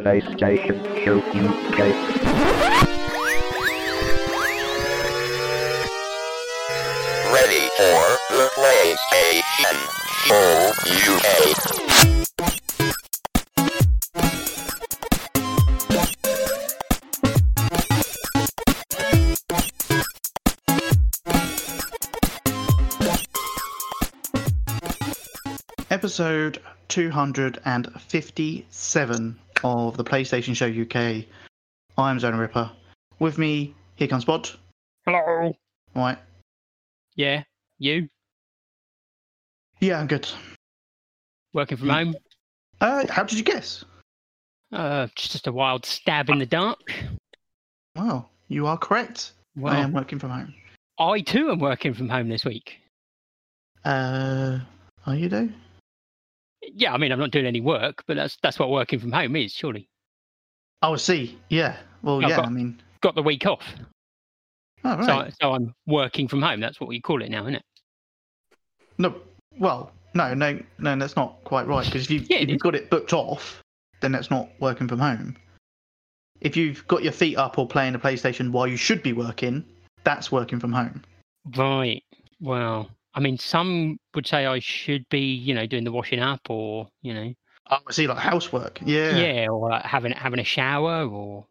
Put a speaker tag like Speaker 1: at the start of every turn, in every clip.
Speaker 1: PlayStation Show UK.
Speaker 2: Ready for the PlayStation Show UK.
Speaker 3: episode 257 of the PlayStation Show UK. I'm Zone Ripper. With me, here comes Bod.
Speaker 4: Hello.
Speaker 3: Right.
Speaker 4: Yeah, you
Speaker 3: Yeah, I'm good.
Speaker 4: working from home?
Speaker 3: Uh, how did you guess?
Speaker 4: Uh, it's just a wild stab in the dark.
Speaker 3: Well, you are correct.
Speaker 4: Well,
Speaker 3: I am working from home.
Speaker 4: I too am working from home this week.
Speaker 3: Uh, are you though?
Speaker 4: Yeah, I mean I'm not doing any work, but that's that's what working from home is. Surely
Speaker 3: Oh, I see. Yeah. Well,
Speaker 4: I've
Speaker 3: yeah.
Speaker 4: got-
Speaker 3: I mean,
Speaker 4: got the week off,
Speaker 3: oh,
Speaker 4: so,
Speaker 3: right.
Speaker 4: I- so I'm working from home. That's what we call it now, isn't it?
Speaker 3: No. Well, no, no, no. That's not quite right. Because if you
Speaker 4: Yeah,
Speaker 3: if
Speaker 4: it
Speaker 3: you've
Speaker 4: is.
Speaker 3: got it booked off, then that's not working from home. If you've got your feet up or playing the PlayStation while you should be working, that's working from home.
Speaker 4: Right. Well, I mean some would say I should be, you know, doing the washing up or you know,
Speaker 3: Oh, I see, like housework. Yeah.
Speaker 4: yeah, or like having having a shower or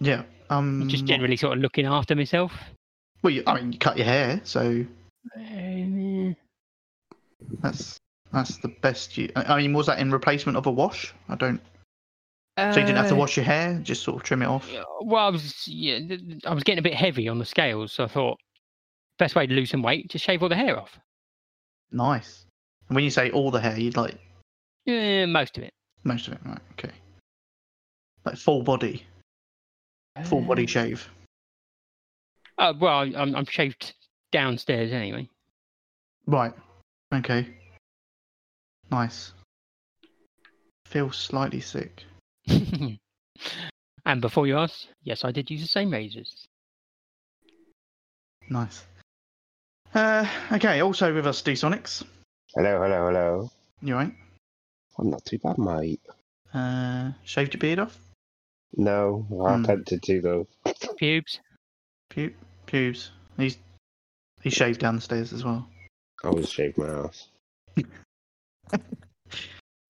Speaker 3: Yeah. Um.
Speaker 4: just generally sort of looking after myself.
Speaker 3: Well, you, I mean, you cut your hair, so
Speaker 4: Um,
Speaker 3: that's that's the best. You. I I mean, was that in replacement of a wash? I don't. So you didn't have to
Speaker 4: uh,
Speaker 3: wash your hair, just sort of trim it off.
Speaker 4: Yeah, well, I was yeah, th- th- I was getting a bit heavy on the scales, so I thought best way to lose some weight just shave all the hair off.
Speaker 3: Nice. And when you say all the hair, you'd like
Speaker 4: Yeah, most of it.
Speaker 3: most of it, right? Okay. Like full body, full body shave.
Speaker 4: Uh, well, I- I'm I'm shaved downstairs anyway.
Speaker 3: Right. Okay. Nice. Feel slightly sick.
Speaker 4: and before you ask, yes, I did use the same razors.
Speaker 3: Nice. Uh, okay. Also with us, D-Sonics.
Speaker 5: Hello, hello, hello.
Speaker 3: You all right?
Speaker 5: I'm not too bad, mate.
Speaker 3: Uh, shaved your beard off?
Speaker 5: No,
Speaker 3: Hmm.
Speaker 5: I attempted to though.
Speaker 4: Pubes.
Speaker 3: Pu- pubes. He's he's shaved downstairs as well.
Speaker 5: I was shaved my ass.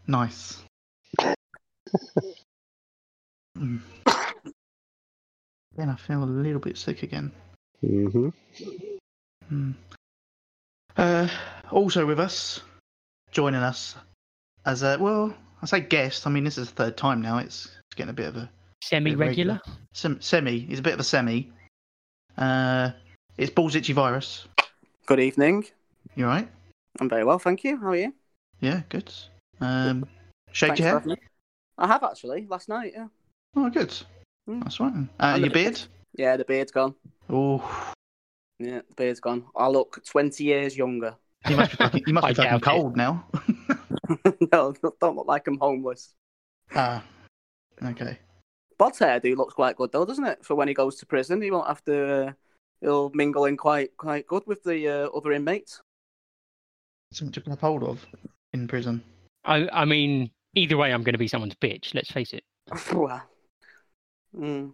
Speaker 3: Nice. Mm. Then I feel a little bit sick again.
Speaker 5: Mm-hmm.
Speaker 3: Mm. Uh, also with us, joining us as a well, I say guest. I mean, this is the third time now. It's, it's getting a bit of a
Speaker 4: Semi-regular.
Speaker 3: sem- semi. It's a bit of a semi. Uh, it's balls itchy virus.
Speaker 6: Good evening.
Speaker 3: You all right?
Speaker 6: I'm very well, thank you. How are you?
Speaker 3: Yeah, good. Um, shaved
Speaker 6: Thanks
Speaker 3: your
Speaker 6: for
Speaker 3: hair.
Speaker 6: having me. I have actually last night. Yeah,
Speaker 3: Oh, good.
Speaker 6: Mm.
Speaker 3: That's right. then. Uh,
Speaker 6: And
Speaker 3: your
Speaker 6: the beard.
Speaker 3: beard?
Speaker 6: yeah. The beard's gone.
Speaker 3: Oh,
Speaker 6: Yeah, the beard's gone. I look 20 years younger.
Speaker 3: you must be fucking, you must be
Speaker 4: I
Speaker 3: fucking
Speaker 4: doubt it.
Speaker 3: cold now.
Speaker 6: no, don't look like I'm homeless.
Speaker 3: Ah, okay.
Speaker 6: Bod's hairdo looks quite good though, doesn't it? For when he goes to prison, he won't have to. Uh, he'll mingle in quite quite good with the uh, other inmates.
Speaker 3: Something to grab hold of in prison.
Speaker 4: I I mean, either way, I'm going to be someone's bitch. Let's face it.
Speaker 6: well, mm.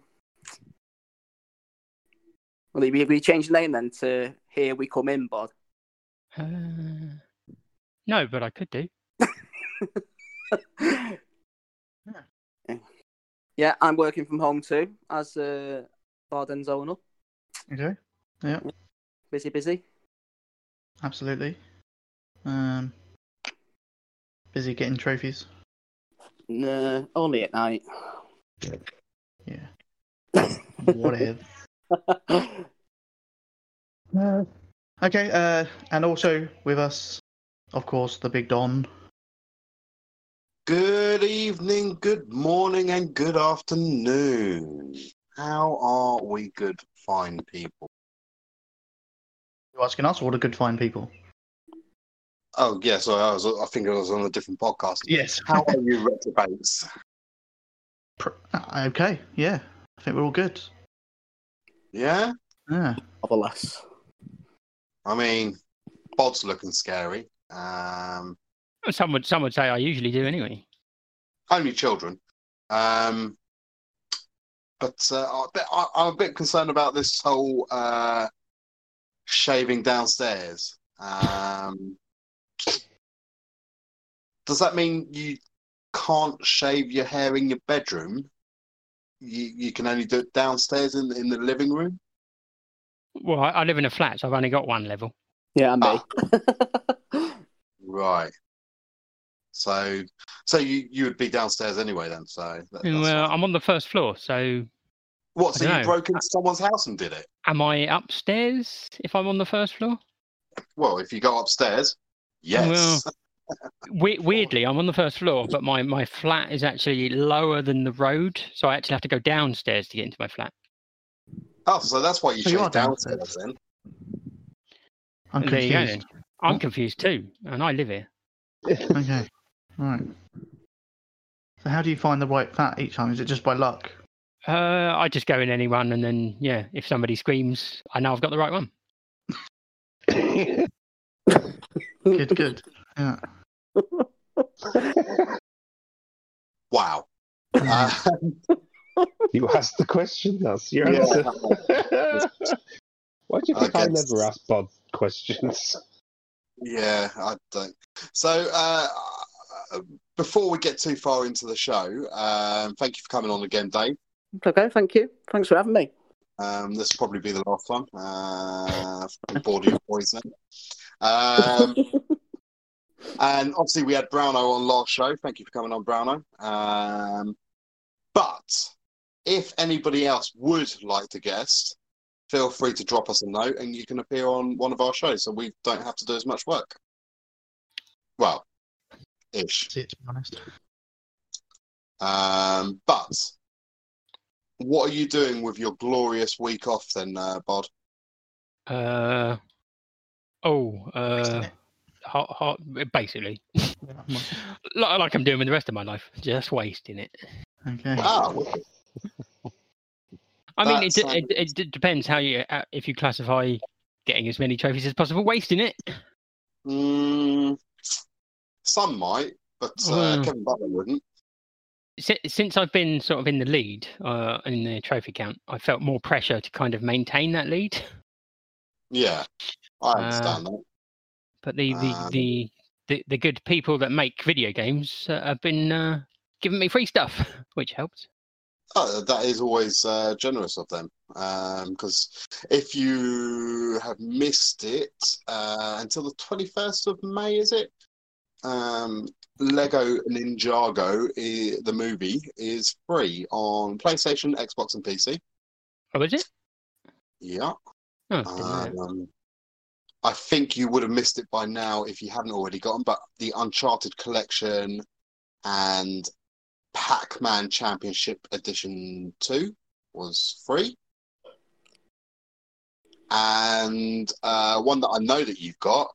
Speaker 6: will he be, will he change the name then to "Here We Come In"? Bod,
Speaker 4: Uh, no, but I could do.
Speaker 6: yeah, I'm working from home too, as uh, Bod and Zoe up.
Speaker 3: Okay. Yeah,
Speaker 6: Busy, busy.
Speaker 3: absolutely. Um, busy getting trophies.
Speaker 6: No, uh, only at night.
Speaker 3: Yeah. Whatever.
Speaker 6: Oh,
Speaker 3: Uh, okay. Uh, and also with us, of course, the big Don.
Speaker 5: Good evening, good morning, and good afternoon. How are we, good fine people?
Speaker 3: You're asking us all the good fine people.
Speaker 5: Oh yeah, sorry, I was. I think I was on a different podcast.
Speaker 3: Yes.
Speaker 5: How are you, reprobates?
Speaker 3: Pr- uh, okay. Yeah. I think we're all good.
Speaker 5: Yeah,
Speaker 3: Yeah.
Speaker 6: Otherless.
Speaker 5: I mean, Bob's looking scary. Um,
Speaker 4: Some would some would say I usually do anyway.
Speaker 5: only children. Um, but uh, I- but I, I'm a bit concerned about this whole uh, shaving downstairs. Um, does that mean you can't shave your hair in your bedroom? You, you can only do it downstairs in, in the living room?
Speaker 4: Well, I, I live in a flat, so I've only got one level.
Speaker 6: Yeah, and me. Ah.
Speaker 5: Right. So, so you, you would be downstairs anyway then. So, that- that's
Speaker 4: Well,
Speaker 5: fine.
Speaker 4: Uh, I'm on the first floor, so
Speaker 5: what?
Speaker 4: I
Speaker 5: So you
Speaker 4: dunno.
Speaker 5: broke into someone's house and did it?
Speaker 4: am I upstairs if I'm on the first floor?
Speaker 5: Well, if you go upstairs, yes.
Speaker 4: We- weirdly, I'm on the first floor, but my, my flat is actually lower than the road, so I actually have to go downstairs to get into my flat.
Speaker 5: Oh, so that's why you
Speaker 3: So
Speaker 5: so
Speaker 3: you are
Speaker 5: downstairs,
Speaker 3: downstairs.
Speaker 5: then.
Speaker 3: I'm
Speaker 4: There you go,
Speaker 3: confused.
Speaker 4: I'm confused too, and I live here.
Speaker 3: okay. Right. So how do you find the right fat each time? Is it just by luck?
Speaker 4: Uh, I just go in anyone, and then yeah, if somebody screams, I know I've got the right one.
Speaker 3: Good, good. Yeah.
Speaker 5: Wow.
Speaker 3: Uh,
Speaker 5: Uh,
Speaker 7: You asked the question, that's your
Speaker 5: Yeah.
Speaker 7: answer. Why do you
Speaker 5: I
Speaker 7: think I,
Speaker 5: guess-
Speaker 7: never ask Bod questions?
Speaker 5: yeah, I don't. So, uh, before we get too far into the show, um, thank you for coming on again, Dave.
Speaker 6: okay, thank you. Thanks for having me.
Speaker 5: Um, this will probably be the last one. Uh, from Body of Poison. Um, and obviously, we had Browno on last show. Thank you for coming on, Browno. Um, but if anybody else would like to guest, feel free to drop us a note and you can appear on one of our shows so we don't have to do as much work. Well, ish.
Speaker 3: that's it, to be honest.
Speaker 5: Um, but what are you doing with your glorious week off then, uh, Bod?
Speaker 4: Uh, oh, uh, hot, hot, basically,
Speaker 3: Yeah, I'm not-
Speaker 4: like, like I'm doing with the rest of my life, just wasting it.
Speaker 3: Okay.
Speaker 5: Oh,
Speaker 4: I mean,
Speaker 5: That
Speaker 4: it, d-
Speaker 5: sounds-
Speaker 4: it, it d- depends how you uh, if you classify getting as many trophies as possible, wasting it.
Speaker 5: mm, some might, but uh,
Speaker 4: Well.
Speaker 5: Kevin Butler wouldn't.
Speaker 4: Si- Since I've been sort of in the lead uh, in the trophy count, I felt more pressure to kind of maintain that lead.
Speaker 5: Yeah, I understand that.
Speaker 4: But the the,
Speaker 5: Um,
Speaker 4: the, the the good people that make video games uh, have been uh, giving me free stuff, which helps.
Speaker 5: Oh, that is always uh, generous of them. Because if you have missed it uh, until the 21st of May, is it? Um, Lego Ninjago, i the movie, is free on PlayStation, Xbox, and PC.
Speaker 4: Oh, is it?
Speaker 5: Yeah.
Speaker 4: Oh, didn't know that.
Speaker 5: Um, I think you would have missed it by now if you haven't already gotten, but the Uncharted Collection and Pac Man Championship Edition 2 was free. And uh, one that I know that you've got,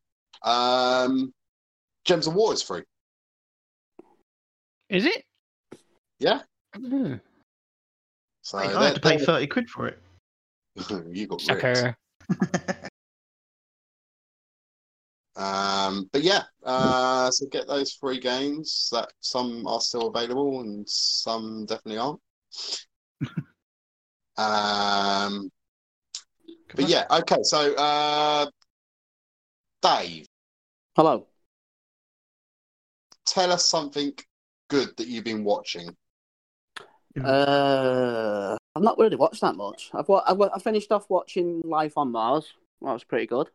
Speaker 5: um, Gems of War is free.
Speaker 4: Is it?
Speaker 5: Yeah.
Speaker 4: Oh,
Speaker 5: So
Speaker 3: I had to pay
Speaker 5: they're-
Speaker 3: 30 quid for it.
Speaker 5: you got ripped.
Speaker 4: sucker.
Speaker 5: Um, but yeah, uh, so get those free games that some are still available and some definitely aren't. um, but yeah, okay, so uh, Dave,
Speaker 6: Hello.
Speaker 5: tell us something good that you've been watching.
Speaker 6: Uh, I've not really watched that much. I've wa- I've, wa- I finished off watching Life on Mars. That was pretty good.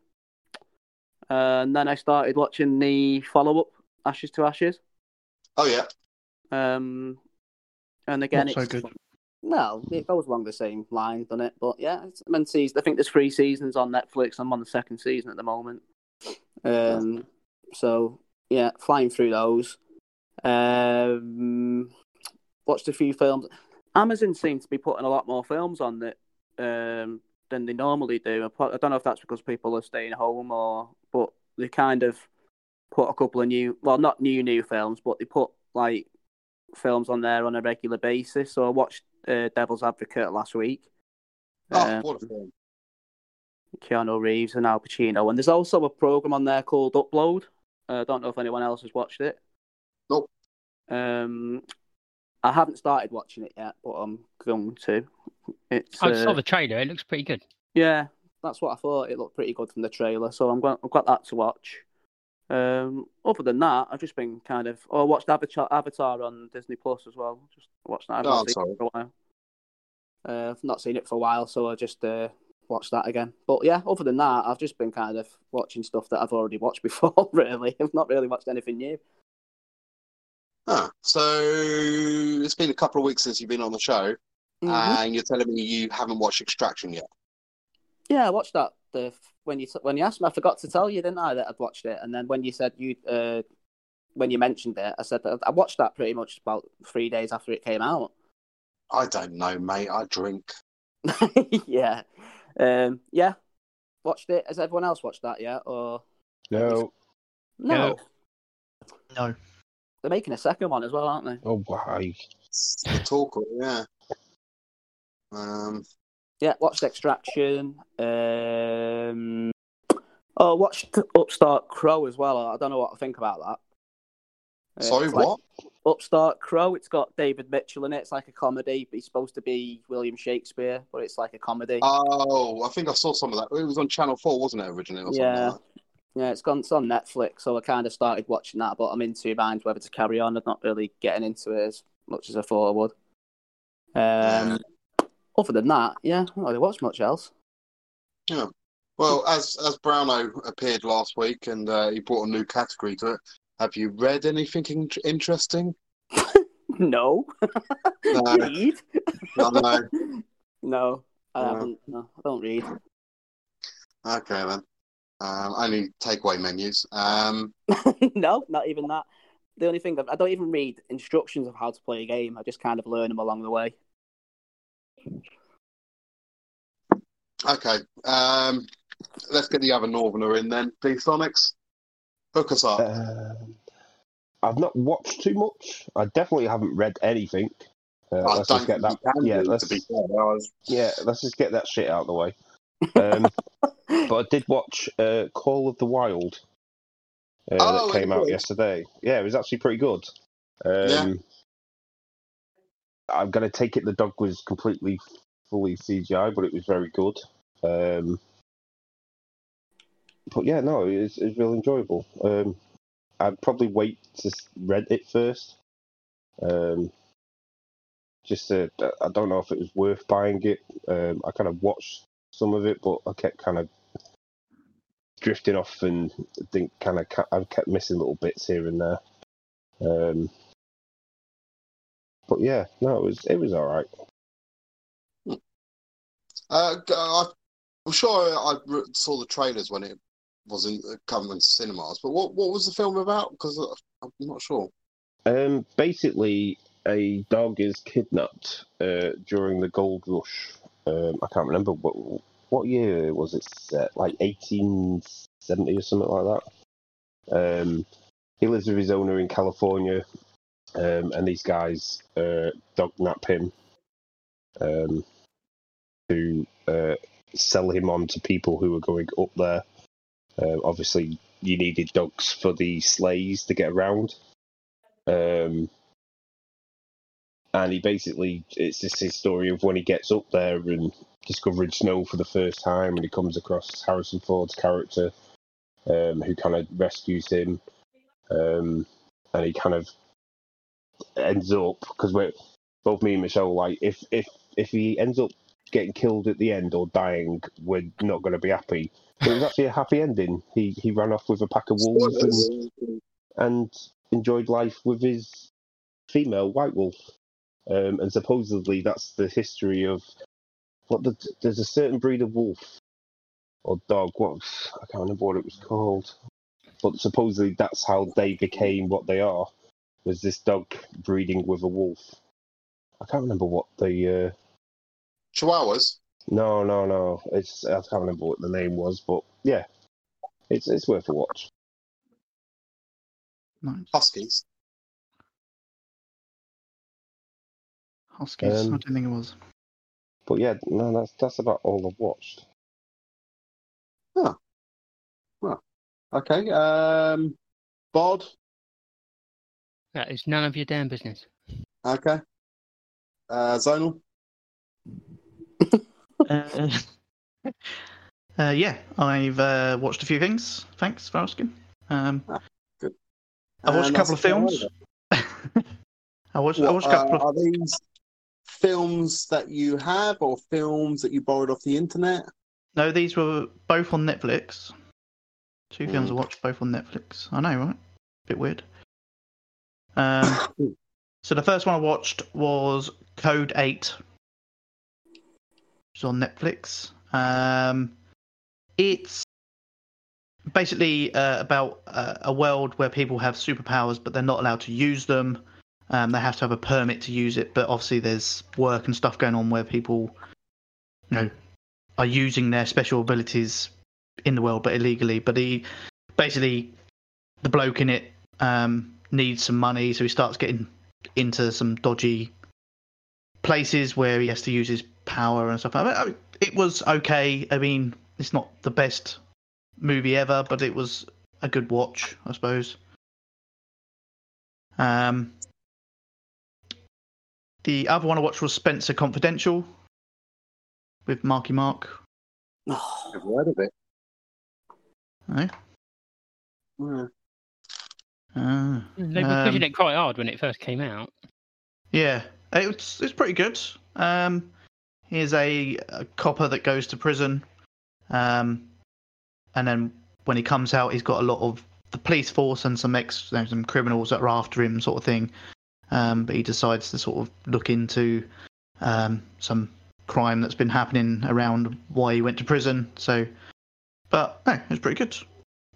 Speaker 6: Uh, and then I started watching the follow up Ashes to Ashes.
Speaker 5: Oh, yeah,
Speaker 6: Um, and again,
Speaker 3: Not so
Speaker 6: it's
Speaker 3: good.
Speaker 6: well, it goes along the same lines, doesn't it? But yeah, it's I mean, season. I think there's three seasons on Netflix. I'm on the second season at the moment. Um, so yeah, flying through those. Um, watched a few films. Amazon seems to be putting a lot more films on that um, than they normally do. I pro- I don't know if that's because people are staying home or, but they kind of put a couple of new, well, not new new films, but they put like films on there on a regular basis. So I watched uh, Devil's Advocate last week.
Speaker 5: oh,
Speaker 6: Uh,
Speaker 5: what a film.
Speaker 6: Keanu Reeves and Al Pacino. And there's also a program on there called Upload. Uh, I don't know if anyone else has watched it.
Speaker 5: Nope.
Speaker 6: Um, I haven't started watching it yet, but I'm going to. It's
Speaker 4: I saw
Speaker 6: uh,
Speaker 4: the trailer. It looks pretty good.
Speaker 6: yeah, that's what I thought. It looked pretty good from the trailer, so I'm going. I've got that to watch. Um, other than that, I've just been kind of. Oh, I watched Avatar, Avatar on Disney Plus as well. Just watched that. I've
Speaker 5: Oh,
Speaker 6: not
Speaker 5: I'm
Speaker 6: seen
Speaker 5: sorry.
Speaker 6: it for a while. Uh, I've not seen it for a while, so I just uh, watched that again. But yeah, other than that, I've just been kind of watching stuff that I've already watched before. Really, I've not really watched anything new.
Speaker 5: Ah, so it's been a couple of weeks since you've been on the show,
Speaker 6: Mm-hmm.
Speaker 5: and you're telling me you haven't watched Extraction yet.
Speaker 6: Yeah, I watched that the, when you when you asked me. I forgot to tell you, didn't I, that I'd watched it? And then when you said you uh, when you mentioned it, I said that I watched that pretty much about three days after it came out.
Speaker 5: I don't know, mate. I drink.
Speaker 6: yeah, um, yeah, watched it. Has everyone else watched that yet? Or
Speaker 7: No.
Speaker 6: no?
Speaker 4: No.
Speaker 3: No.
Speaker 6: They're making a second one as well, aren't they?
Speaker 7: Oh, why?
Speaker 5: It's the talk, yeah. Um,
Speaker 6: Yeah, watched Extraction. Um, oh, watched Upstart Crow as well. I don't know what I think about that. Uh,
Speaker 5: sorry,
Speaker 6: it's like-
Speaker 5: what?
Speaker 6: Upstart Crow. It's got David Mitchell in it. It's like a comedy. But he's supposed to be William Shakespeare, but it's like a comedy.
Speaker 5: Oh, I think I saw some of that. It was on Channel Four, wasn't it originally? Or something
Speaker 6: Yeah.
Speaker 5: like
Speaker 6: yeah, it's gone. It's on Netflix, so I kind of started watching that, but I'm in two minds whether to carry on. I'm not really getting into it as much as I thought I would. Um,
Speaker 5: Yeah.
Speaker 6: Other than that, yeah, I haven't really watched much else.
Speaker 5: that. Yeah. Well, as as Browno appeared last week, and uh, he brought a new category to it. Have you read anything in- interesting?
Speaker 6: No,
Speaker 5: No.
Speaker 6: read.
Speaker 5: No, no.
Speaker 6: No, I
Speaker 5: No.
Speaker 6: haven't. No, I don't read.
Speaker 5: Okay then. Um, only takeaway menus. Um,
Speaker 6: no, not even that. The only thing I've- I don't even read instructions of how to play a game. I just kind of learn them along the way.
Speaker 5: okay. Um, let's get the other Northerner in then. D Sonics, hook us up.
Speaker 7: Um, I've not watched too much. I definitely haven't read anything. Uh,
Speaker 5: I
Speaker 7: let's
Speaker 5: don't
Speaker 7: just get that.
Speaker 5: think you can
Speaker 7: Yeah,
Speaker 5: do,
Speaker 7: let's
Speaker 5: to be fair. I was
Speaker 7: yeah, let's just get that shit out of the way. Um, but I did watch uh, Call of the Wild uh,
Speaker 5: Oh,
Speaker 7: that came
Speaker 5: it
Speaker 7: out
Speaker 5: was.
Speaker 7: yesterday. Yeah, it was actually pretty good. Um,
Speaker 5: Yeah.
Speaker 7: I'm gonna take it the dog was completely fully CGI, but it was very good. Um, but yeah, no, it's it's real enjoyable. Um, I'd probably wait to s- rent it first. Um, just uh, I don't know if it was worth buying it. Um, I kind of watched some of it, but I kept kind of drifting off and I think kind of I kept missing little bits here and there. Um, but yeah, no, it was it was all right.
Speaker 5: Uh, g- I- I'm sure I re- saw the trailers when it wasn't coming into cinemas, but what what was the film about? Because I'm not sure.
Speaker 7: Um, basically, a dog is kidnapped uh, during the gold rush. Um, I can't remember what what year was it set, like 1870 or something like that. Um, he lives with his owner in California, um, and these guys uh, dog nap him um, to uh, sell him on to people who are going up there. Um, obviously, you needed dogs for the sleighs to get around um, and he basically it's just his story of when he gets up there and discovering snow for the first time, and he comes across Harrison Ford's character, um, who kind of rescues him, um, and he kind of ends up because we're both me and Michelle like if if if he ends up getting killed at the end or dying, we're not going to be happy. But it was actually a happy ending. He he ran off with a pack of wolves and and enjoyed life with his female white wolf. Um, and supposedly that's the history of what the, there's a certain breed of wolf or dog. What I can't remember what it was called, but supposedly that's how they became what they are. Was this dog breeding with a wolf? I can't remember what the uh,
Speaker 5: Chihuahuas.
Speaker 7: no no no. It's I can't remember what the name was, but yeah, it's it's worth a watch.
Speaker 3: Nice.
Speaker 5: Um, Huskies.
Speaker 3: Huskies.
Speaker 7: Um,
Speaker 3: I don't think it was.
Speaker 7: But yeah, no, that's that's about all I've watched.
Speaker 5: Okay. Um, Bod.
Speaker 4: That is none of your damn business.
Speaker 5: Okay. Uh, Zonal?
Speaker 3: Uh, uh, yeah, I've uh, watched a few things. Thanks for asking. Um, I've watched
Speaker 5: And
Speaker 3: a couple of
Speaker 5: that's all
Speaker 3: films. I watched, I
Speaker 5: What,
Speaker 3: watched a
Speaker 5: uh,
Speaker 3: couple of.
Speaker 5: are these films that you have or films that you borrowed off the internet?
Speaker 3: No, these were both on Netflix. Two films
Speaker 5: Mm.
Speaker 3: I watched, both on Netflix. I know, right? Bit weird. Um, so the first one I watched was Code Eight. It's on Netflix. Um, it's basically uh, about uh, a world where people have superpowers, but they're not allowed to use them. Um, they have to have a permit to use it, but obviously there's work and stuff going on where people, you know, are using their special abilities in the world, but illegally. But he basically, the bloke in it um, needs some money, so he starts getting into some dodgy places where he has to use his power and stuff. I mean, I- it was okay. I mean, it's not the best movie ever, but it was a good watch, I suppose. Um, the other one I watched was Spencer Confidential with Marky Mark.
Speaker 5: I've heard of it.
Speaker 3: No?
Speaker 5: Yeah.
Speaker 3: Ah.
Speaker 4: They were
Speaker 5: Um,
Speaker 4: pushing it quite hard when it first came out.
Speaker 3: Yeah, it's it's pretty good. Um, he's a, a copper that goes to prison, um, and then when he comes out, he's got a lot of the police force and some ex you know, some criminals that are after him, sort of thing. Um, but he decides to sort of look into um, some crime that's been happening around why he went to prison. So, but no, it's pretty good.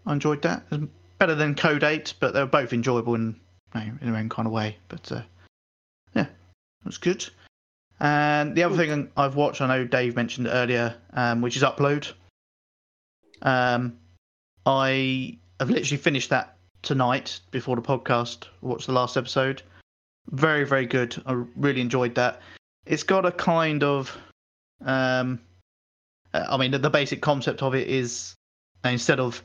Speaker 3: I enjoyed that. It's better than Code Eight, but they were both enjoyable in you know, in their own kind of way. But uh, that's good. And the other thing I've watched, I know Dave mentioned it earlier, um, which is Upload. Um, I have literally finished that tonight before the podcast. Watched the last episode. Very, very good. I really enjoyed that. It's got a kind of, um, uh, I mean, the, the basic concept of it is instead of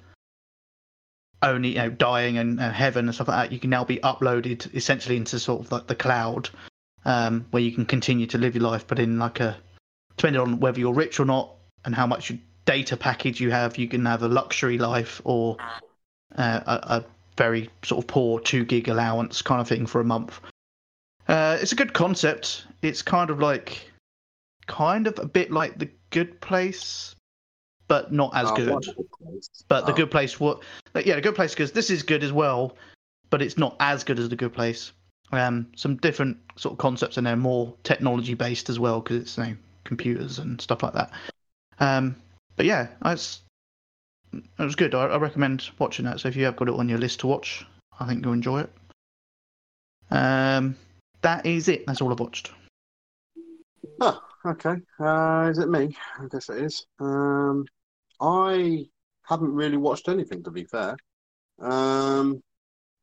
Speaker 3: only you know dying and, and heaven and stuff like that, you can now be uploaded essentially into sort of like the cloud um, where you can continue to live your life, but in like a depending on whether you're rich or not and how much data package you have, you can have a luxury life or uh, a, a very sort of poor two gig allowance kind of thing for a month. Uh, it's a good concept. It's kind of like, kind of a bit like the Good Place, but not as
Speaker 5: Oh,
Speaker 3: good.
Speaker 5: wonderful place.
Speaker 3: But the
Speaker 5: Oh.
Speaker 3: good place, what? Yeah, the good place because this is good as well, but it's not as good as the good place. Um, some different sort of concepts in there, more technology based as well because it's you know, computers and stuff like that. Um, but yeah, it's it was good. I, I recommend watching that. So if you have got it on your list to watch, I think you'll enjoy it. Um, that is it. That's all I've watched.
Speaker 5: Oh, okay. Uh, is it me? I guess it is. Um, I haven't really watched anything, to be fair. Um,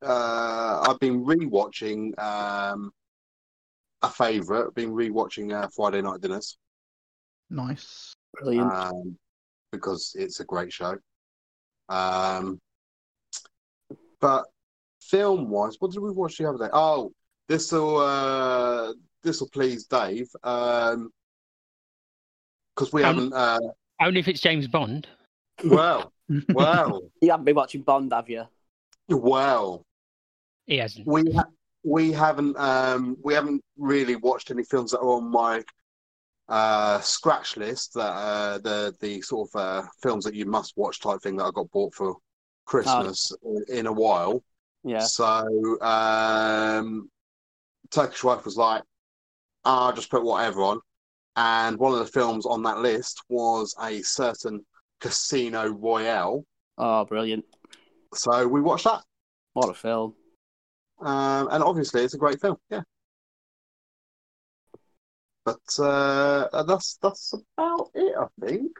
Speaker 5: uh, I've been rewatching um, a favourite. Been rewatching uh, Friday Night Dinners
Speaker 3: Nice.
Speaker 6: Brilliant.
Speaker 5: um, because it's a great show. Um, but film-wise, what did we watch the other day? Oh, this will uh, this will please Dave. Um, because we
Speaker 4: Um,
Speaker 5: haven't uh,
Speaker 4: Only if it's James Bond.
Speaker 5: Well, well,
Speaker 6: you haven't been watching Bond, have you?
Speaker 5: well.
Speaker 4: He hasn't.
Speaker 5: We ha- we haven't um, we haven't really watched any films that are on my uh, scratch list. That uh, the the sort of uh, films that you must watch type thing that I got bought for Christmas in, in a while.
Speaker 6: Yeah.
Speaker 5: So um, Turkish Wife was like, "I'll just put whatever on," and one of the films on that list was a certain Casino Royale.
Speaker 6: Oh, brilliant.
Speaker 5: So we watched that.
Speaker 6: What a film.
Speaker 5: Um, and obviously, it's a great film. Yeah. But uh, that's that's about it, I think.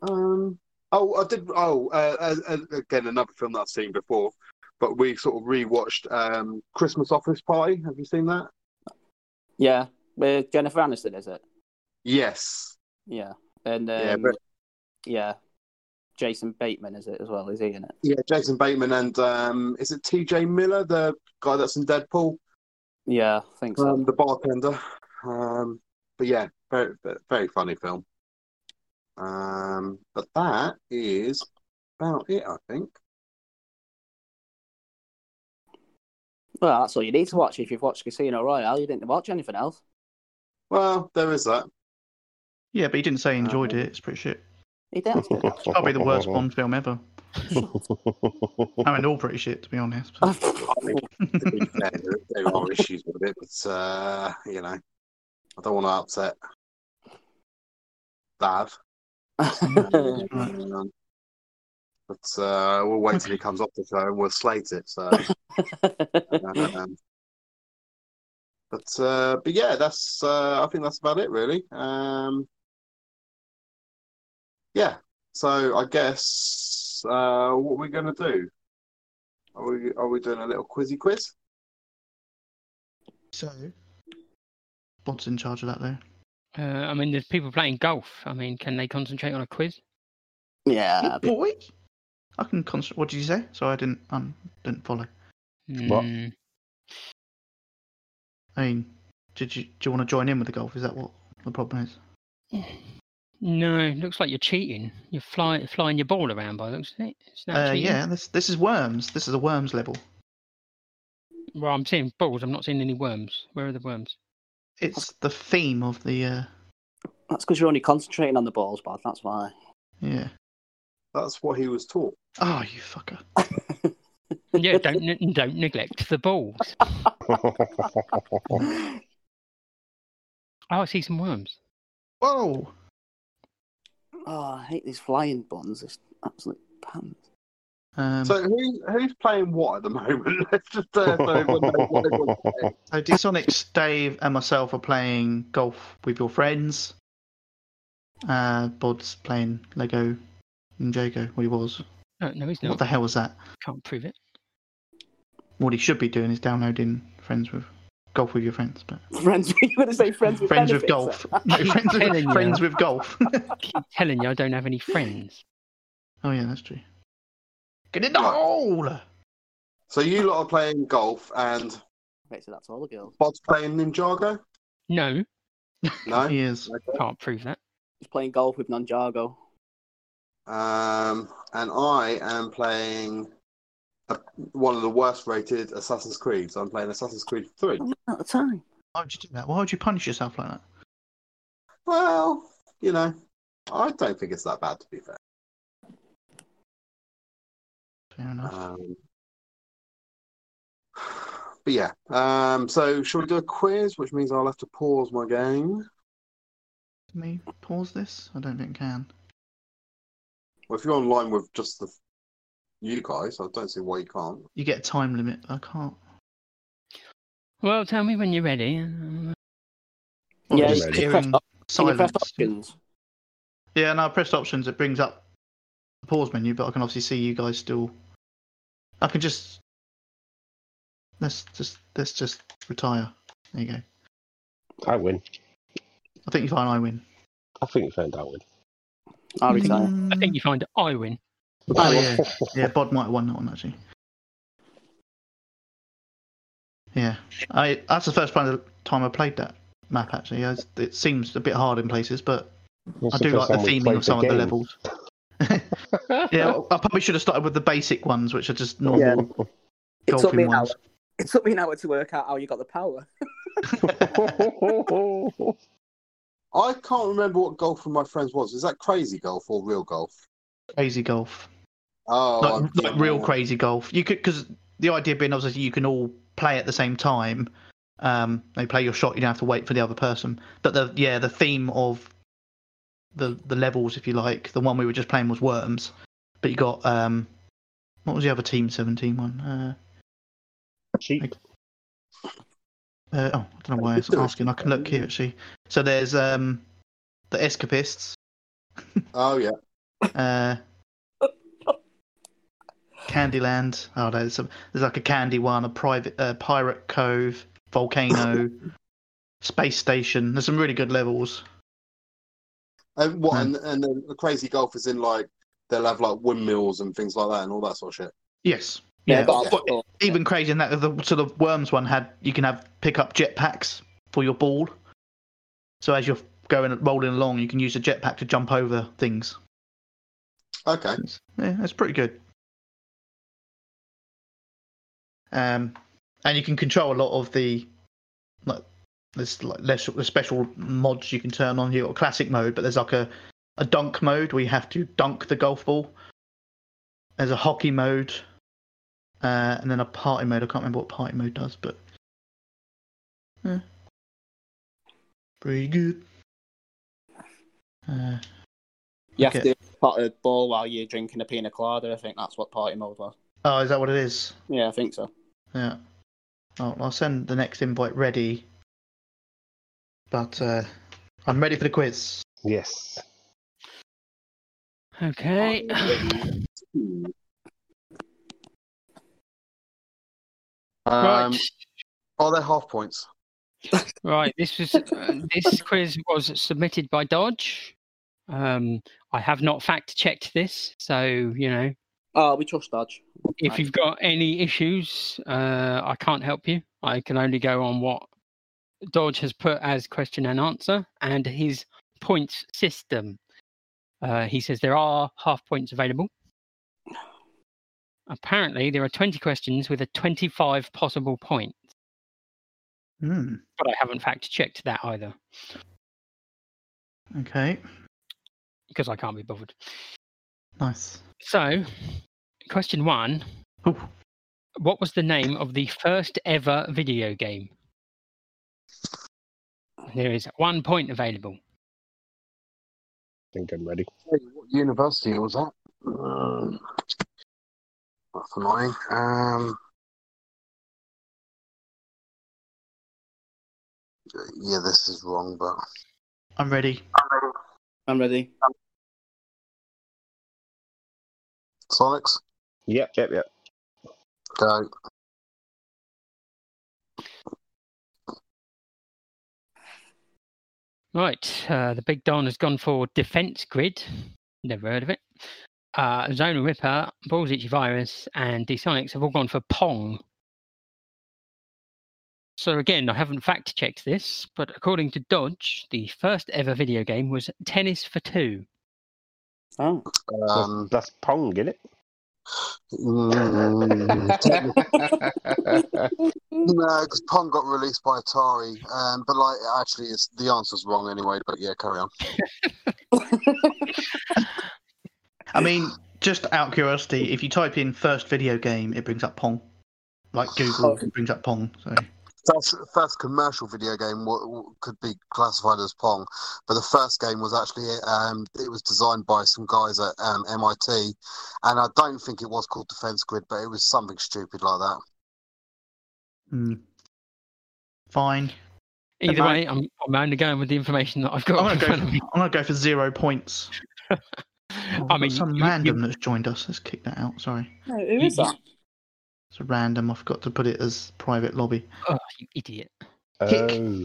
Speaker 5: Um, oh, I did. Oh, uh, uh, uh, again, another film that I've seen before, but we sort of rewatched um, Christmas Office Party. Have you seen that?
Speaker 6: Yeah. With Jennifer Aniston, is it?
Speaker 5: Yes.
Speaker 6: Yeah. And um,
Speaker 5: Yeah,
Speaker 6: yeah,
Speaker 5: but-
Speaker 6: Jason Bateman, is it as well? Is he in it?
Speaker 5: Yeah, Jason Bateman and um, is it T.J. Miller, the guy that's in Deadpool?
Speaker 6: Yeah, I think so.
Speaker 5: um, the bartender. Um, but yeah, very very funny film. Um, but that is about it, I think.
Speaker 6: well, that's all you need to watch if you've watched Casino Royale. You didn't watch anything else.
Speaker 5: Well, there is that.
Speaker 3: Yeah, but he didn't say he enjoyed it. It's pretty shit.
Speaker 6: He did.
Speaker 3: It's probably the worst Bond film ever. I mean, they're all pretty shit, to be honest.
Speaker 5: To be fair, there, there are issues with it, but uh, you know, I don't want to upset Dav. Um, but uh, we'll wait till he comes off the show and we'll slate it. So, um, but uh, but yeah, that's uh, I think that's about it really. Um, yeah, so I guess uh, what we're gonna do? Are we are we doing a little quizzy quiz?
Speaker 3: So, Bond's in charge of that, though.
Speaker 4: Uh, I mean, there's people playing golf. I mean, can they concentrate on a quiz?
Speaker 6: yeah.
Speaker 3: Good boy. I can concentrate. What did you say? So I didn't, um, didn't follow.
Speaker 7: What?
Speaker 4: Mm,
Speaker 3: I mean, did you do you want to join in with the golf? Is that what the problem is?
Speaker 4: No, looks like you're cheating. You're fly, flying your ball around by the looks of it. Is that
Speaker 3: Uh,
Speaker 4: cheating?
Speaker 3: yeah, this this is worms. This is a worms level.
Speaker 4: Well, I'm seeing balls. I'm not seeing any worms. Where are the worms?
Speaker 3: It's the theme of the uh,
Speaker 6: That's because you're only concentrating on the balls, Bad. That's why.
Speaker 3: yeah.
Speaker 5: That's what he was taught.
Speaker 3: Oh, you fucker!
Speaker 4: Yeah, don't ne- don't neglect the balls. Oh, I see some worms.
Speaker 3: Whoa!
Speaker 6: Oh, I hate these flying buns. It's absolute pants.
Speaker 3: Um,
Speaker 5: So
Speaker 3: so,
Speaker 5: who who's playing what at the moment? Let's just uh, so everyone knows what everyone's playing.
Speaker 3: Disonics, Dave, and myself are playing golf with your friends. Uh, Bod's playing Lego Ninjago. Well, he was.
Speaker 4: No, Uh, no, he's not.
Speaker 3: What the hell was that?
Speaker 4: Can't prove it.
Speaker 3: What he should be doing is downloading friends with golf with your friends, but
Speaker 6: Friends, you were going to say friends with
Speaker 3: friends with
Speaker 6: benefits?
Speaker 3: golf. No, friends
Speaker 4: Telling
Speaker 3: with,
Speaker 4: you.
Speaker 3: friends with golf.
Speaker 4: Keep telling you, I don't have any friends.
Speaker 3: oh yeah, that's true. Get in the hole.
Speaker 5: So you lot are playing golf and
Speaker 6: Wait, so that's all the girls.
Speaker 5: Bob's playing Ninjago.
Speaker 4: No,
Speaker 5: No.
Speaker 3: He is.
Speaker 5: Okay.
Speaker 4: can't prove that.
Speaker 6: He's playing golf with Nanjago.
Speaker 5: Um, and I am playing a, one of the worst rated Assassin's Creeds. I'm playing Assassin's Creed 3.
Speaker 6: Not the time.
Speaker 3: Why would you do that? Why would you punish yourself like that?
Speaker 5: Well, you know, I don't think it's that bad to be fair.
Speaker 3: Fair enough.
Speaker 5: Um, but yeah, um, so shall we do a quiz, which means I'll have to pause my game.
Speaker 3: Can we pause this? I don't think I can.
Speaker 5: Well, if you're online with just the you guys, I don't see why you can't.
Speaker 3: You get a time limit. I can't.
Speaker 4: Well, tell me when you're ready.
Speaker 3: Hmm.
Speaker 4: and, uh,
Speaker 3: Well,
Speaker 6: Yeah,
Speaker 3: just
Speaker 7: you press
Speaker 3: hearing
Speaker 6: op- Can you press
Speaker 3: silence.
Speaker 6: options?
Speaker 3: Yeah, no, I pressed options. It brings up the pause menu, but I can obviously see you guys still. I can just let's just let's just retire. There you go.
Speaker 7: I win.
Speaker 3: I think you find I win.
Speaker 7: I think you found out win.
Speaker 6: I'll retire.
Speaker 4: I think you find I win.
Speaker 3: Oh yeah, yeah. Bod might have won that one actually. Yeah, I that's the first time time I played that map actually. I, it seems a bit hard in places, but I do like the theming of some of the levels. Yeah, well, I probably should have started with the basic ones, which are just normal
Speaker 6: It took
Speaker 3: golfing
Speaker 6: me an hour.
Speaker 3: ones.
Speaker 6: It took me an hour to work out how you got the power.
Speaker 7: levels.
Speaker 5: I can't remember what golf with my friends was. Is that crazy golf or real golf?
Speaker 3: Crazy golf,
Speaker 5: Oh, I'm-
Speaker 3: like, like real crazy golf. You could because the idea being obviously you can all play at the same time. Um, they play your shot. You don't have to wait for the other person. But the yeah, the theme of the the levels, if you like, the one we were just playing was worms. But you got um, what was the other team seventeen one? Uh,
Speaker 7: Cheap.
Speaker 3: Uh, oh, I don't know why I was asking. I can look here actually. So there's um, the escapists.
Speaker 5: Oh yeah.
Speaker 3: Uh, Candyland. Oh, no, there's, a, there's like a candy one, a private uh, pirate cove, volcano, space station. There's some really good levels.
Speaker 5: And what?
Speaker 3: No.
Speaker 5: And, and then the crazy golf is in like they'll have like windmills and things like that and all that sort of shit.
Speaker 3: Yes,
Speaker 5: Yeah,
Speaker 3: Yeah,
Speaker 5: but-
Speaker 3: but even crazy in that the sort of worms one had you can have pick up jetpacks for your ball. So as you're going rolling along, you can use a jetpack to jump over things.
Speaker 5: Okay.
Speaker 3: It's- yeah, that's pretty good. Um, and you can control a lot of the like there's like less the special mods you can turn on. You got classic mode, but there's like a a dunk mode where you have to dunk the golf ball. There's a hockey mode, uh, and then a party mode. I can't remember what party mode does, but yeah, pretty good. Uh,
Speaker 6: You have
Speaker 3: Okay.
Speaker 6: to pot a ball while you're drinking a pina colada. I think that's what party mode was.
Speaker 3: oh, is that what it is?
Speaker 6: Yeah, I think so.
Speaker 3: Yeah. I'll, I'll send the next invite ready. But uh, I'm ready for the quiz.
Speaker 7: Yes.
Speaker 4: Okay.
Speaker 5: Um,
Speaker 4: right.
Speaker 5: Are there half points?
Speaker 4: Right. This was uh, this quiz was submitted by Dodge. Um, I have not fact checked this, so you know
Speaker 6: Oh, we trust Dodge.
Speaker 4: if
Speaker 6: Right.
Speaker 4: you've got any issues, uh, I can't help you. I can only go on what Dodge has put as question and answer and his points system. Uh, he says there are half points available. Apparently, there are 20 questions with a 25 possible point,
Speaker 3: Hmm.
Speaker 4: but I haven't fact checked that either
Speaker 3: Okay.
Speaker 4: because I can't be bothered.
Speaker 3: Nice.
Speaker 4: So, question one
Speaker 3: Ooh.
Speaker 4: What was the name of the first ever video game? There is one point available.
Speaker 7: I think I'm ready.
Speaker 5: What university was that? Um, that's annoying. Um, yeah, this is wrong, but
Speaker 3: I'm ready.
Speaker 6: I'm ready.
Speaker 5: Sonics.
Speaker 7: Yep, yep, yep.
Speaker 5: Go.
Speaker 4: Right, uh, the Big Don has gone for Defense Grid. Never heard of it. Uh, Zone Ripper, Balls Itchy Virus, and Sonics have all gone for Pong. So again, I haven't fact checked this, but according to Dodge, the first ever video game was Tennis for Two.
Speaker 6: Oh,
Speaker 5: Um,
Speaker 7: That's Pong, isn't it?
Speaker 5: mm, technically- No, because Pong got released by Atari. Um, but like, actually, it's the answer's wrong anyway. But yeah, carry on.
Speaker 3: I mean, just out of curiosity, if you type in first video game, it brings up Pong. Like Google, it brings up Pong. So
Speaker 5: First, first commercial video game w- w- could be classified as Pong, but the first game was actually um, it was designed by some guys at um, MIT, and I don't think it was called Defense Grid, but it was something stupid like that.
Speaker 3: hmm. fine.
Speaker 4: Either
Speaker 3: I-
Speaker 4: way, I'm, I'm only going with the information that I've got.
Speaker 3: I'm gonna
Speaker 4: in
Speaker 3: go.
Speaker 4: front of me.
Speaker 3: I'm gonna go for zero points. Oh, we've
Speaker 4: I
Speaker 3: got
Speaker 4: mean,
Speaker 3: some
Speaker 4: you- you-
Speaker 3: random that's joined us. Let's kick that out. Sorry,
Speaker 6: no, who is that?
Speaker 3: it's a random. I forgot to put it as private lobby.
Speaker 4: oh, you idiot.
Speaker 7: Oh,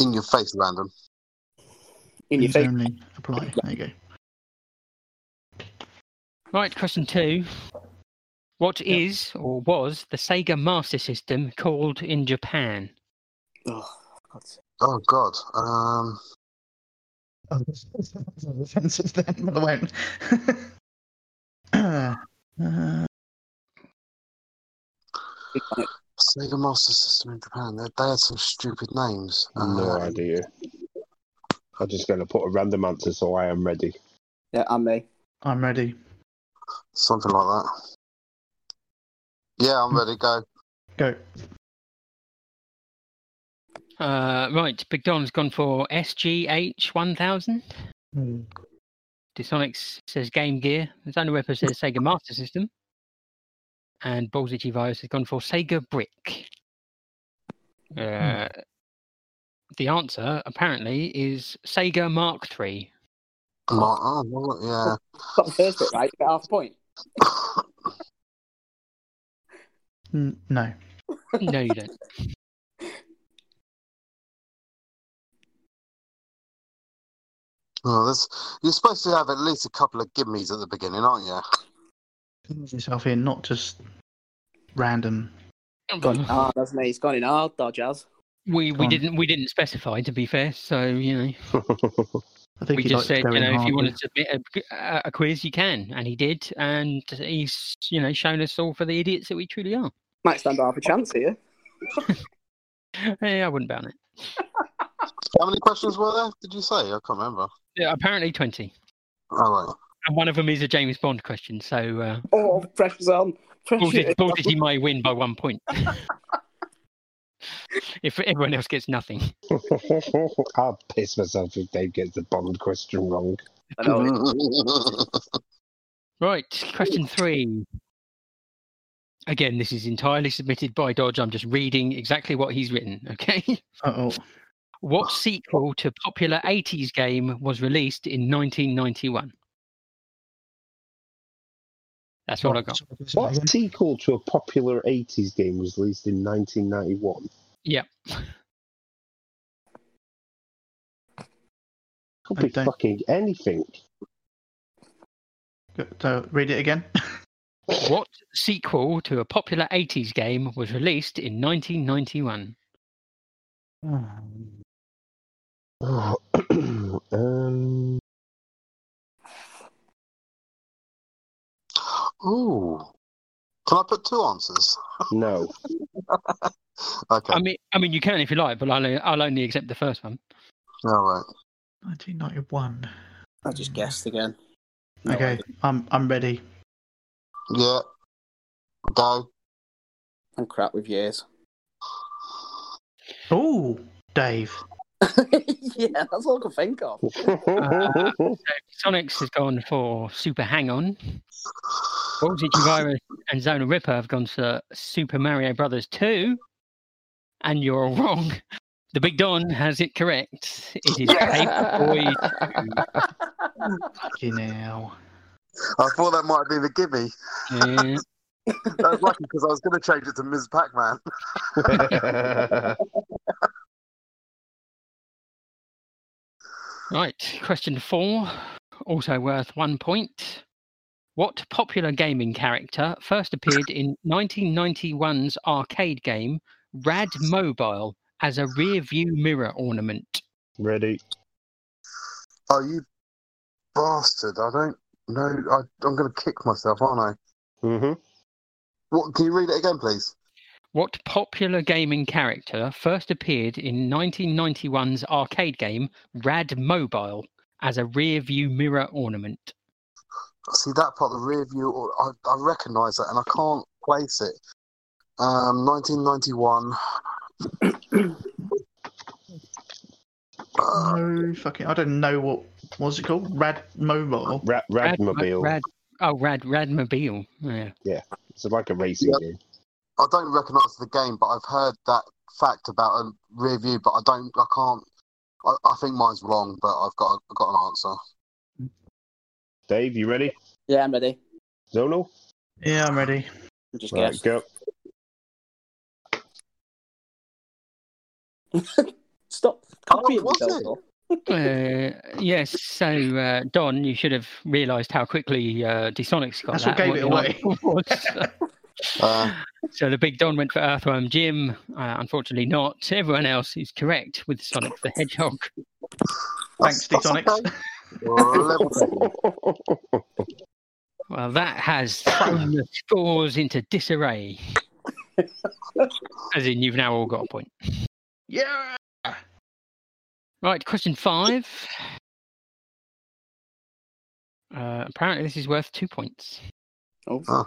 Speaker 5: In your face, random.
Speaker 6: In your
Speaker 3: Names
Speaker 6: face.
Speaker 3: only apply. There you go.
Speaker 4: Right, question two. What is or was the Sega Master System called in Japan?
Speaker 6: Oh, God's sake.
Speaker 5: Oh God. Um,
Speaker 3: Oh, that's- that's- that's other senses then, but I won't. Uh,
Speaker 5: Sega Master System in Japan. They, they had some stupid names.
Speaker 7: no
Speaker 5: Uh,
Speaker 7: idea. I'm just going to put a random answer so I am ready.
Speaker 6: Yeah, I'm me.
Speaker 3: I'm ready.
Speaker 5: Something like that. Yeah, I'm ready. Go.
Speaker 3: Go.
Speaker 4: Uh, right, Big Don's gone for SGH 1000. Dysonics says Game Gear. Zona Ripper says Sega Master System. And Balls Itchy Virus has gone for Sega Brick.
Speaker 3: Hmm.
Speaker 4: Uh, the answer, apparently, is Sega Mark III.
Speaker 5: Mark, oh, well, yeah.
Speaker 6: Got the first bit right. You get half a point.
Speaker 3: N- no.
Speaker 4: No, you don't.
Speaker 5: Oh, that's, you're supposed to have at least a couple of gimmies at the beginning, aren't you?
Speaker 3: Yourself in, not just random.
Speaker 6: Gone hard, hasn't he? Ah, He's gone in hard, Dodge has.
Speaker 4: Oh, we we
Speaker 3: Gone.
Speaker 4: didn't we didn't specify to be fair. So you know,
Speaker 3: I think
Speaker 4: we
Speaker 3: he likes
Speaker 4: just said you
Speaker 3: going
Speaker 4: know if
Speaker 3: hard
Speaker 4: you wanted
Speaker 3: with-
Speaker 4: to submit a, a- a quiz, you can, and he did, and he's you know shown us all for the idiots that we truly are.
Speaker 6: Might stand half a chance here.
Speaker 4: Yeah, I wouldn't ban it.
Speaker 5: How many questions were there? Did you say? I can't remember.
Speaker 4: Yeah, apparently twenty,
Speaker 5: All right.
Speaker 4: and one of them is a James Bond question. So uh,
Speaker 6: Oh, pressure's on. Pressure.
Speaker 4: Baldy, Baldy might win by one point. if everyone else gets nothing,
Speaker 7: I'll piss myself if Dave gets the Bond question wrong.
Speaker 6: I know it.
Speaker 4: right? Question three. Again, this is entirely submitted by Dodge. I'm just reading exactly what he's written. Okay.
Speaker 3: Uh-oh.
Speaker 4: What sequel to popular 80s game was released in 1991? That's all I got.
Speaker 7: What sequel to a popular 80s game was released in 1991?
Speaker 4: Yeah.
Speaker 7: Could
Speaker 3: I
Speaker 7: be
Speaker 3: don't-
Speaker 7: fucking anything.
Speaker 3: Go- So read it again.
Speaker 4: What sequel to a popular 80s game was released in 1991?
Speaker 5: Oh.
Speaker 7: um,
Speaker 5: Ooh. Can I put two answers?
Speaker 7: no.
Speaker 5: Okay.
Speaker 4: I mean, I mean, you can if you like, but I'll, I'll only accept the first one.
Speaker 5: All right.
Speaker 3: 1991.
Speaker 6: I just guessed again. No
Speaker 3: Okay,
Speaker 6: idea.
Speaker 3: I'm I'm ready.
Speaker 5: Yeah. Go.
Speaker 6: I'm crap with years.
Speaker 3: Oh, Dave.
Speaker 6: yeah, that's all I can think of.
Speaker 4: So Sonics has gone for Super Hang On. Voltage Virus and Zona Ripper have gone for Super Mario Brothers 2. And you're wrong. The Big Don has it correct. It is Paperboy.
Speaker 3: Fucking hell.
Speaker 5: I thought that might be the gimme.
Speaker 4: Yeah.
Speaker 5: That was lucky because I was going to change it to Ms. Pac Man.
Speaker 4: Right. Question four, also worth one point. What popular gaming character first appeared in 1991's arcade game Rad Mobile as a rear view mirror ornament?
Speaker 7: Ready?
Speaker 5: Oh, you bastard. I don't know. I, I'm going to kick myself, aren't I?
Speaker 7: hmm
Speaker 5: What? Can you read it again, please?
Speaker 4: What popular gaming character first appeared in 1991's arcade game Rad Mobile as a rear view mirror ornament?
Speaker 5: See that part, the rear view. Or, I, I recognise that, and I can't place it. Um, 1991. Uh,
Speaker 3: No fucking. I don't know what was it called. Rad Mobile.
Speaker 7: Ra-
Speaker 4: Mo-
Speaker 7: Radmobile.
Speaker 4: Rad, oh, Rad Radmobile. Yeah.
Speaker 7: It's like a racing game.
Speaker 5: I don't recognise the game, but I've heard that fact about a rear view. But I don't. I can't. I, I think mine's wrong, but I've got I've got an answer.
Speaker 7: Dave, you ready?
Speaker 6: Yeah, I'm ready.
Speaker 7: Zono?
Speaker 3: Yeah, I'm ready.
Speaker 6: I just
Speaker 7: Right,
Speaker 6: guessed.
Speaker 7: go.
Speaker 6: Stop copying
Speaker 5: was
Speaker 6: yourself.
Speaker 5: it?
Speaker 6: though.
Speaker 4: Uh, yes, so uh, Don, you should have realised how quickly uh, Desonics got
Speaker 3: That's what
Speaker 4: that.
Speaker 3: gave
Speaker 4: and
Speaker 3: it
Speaker 4: the
Speaker 3: away.
Speaker 4: answer was.
Speaker 5: Uh,
Speaker 4: so the big Don went for Earthworm Jim. Uh, unfortunately, not. Everyone else is correct with Sonic the Hedgehog.
Speaker 3: Thanks,
Speaker 5: that's- that's
Speaker 3: Detonics.
Speaker 5: okay. Level two.
Speaker 4: Well, that has thrown the scores into disarray. As in, you've now all got a point.
Speaker 3: Yeah.
Speaker 4: Right, question five. Uh, apparently, this is worth two points.
Speaker 6: Oh.
Speaker 5: Oh.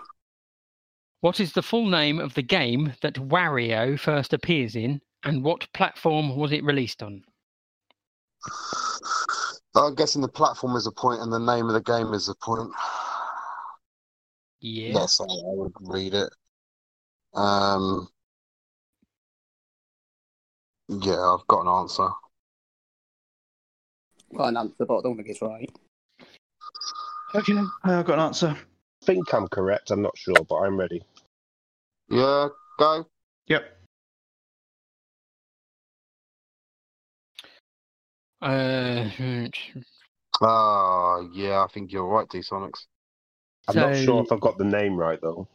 Speaker 4: What is the full name of the game that Wario first appears in, and what platform was it released on?
Speaker 5: I'm guessing the platform is a point and the name of the game is a point.
Speaker 4: Yeah.
Speaker 5: Yes, I, I would read it. Um, yeah, I've got an answer.
Speaker 6: Got an answer, but I don't think it's right.
Speaker 3: Okay. Uh, I've got an answer.
Speaker 7: think I'm correct. I'm not sure, but I'm ready.
Speaker 5: Yeah, go.
Speaker 3: Yep.
Speaker 4: Uh,
Speaker 5: Ah, yeah, I think you're right, D Sonics.
Speaker 7: I'm not
Speaker 4: So-
Speaker 7: sure if I've got the name right though.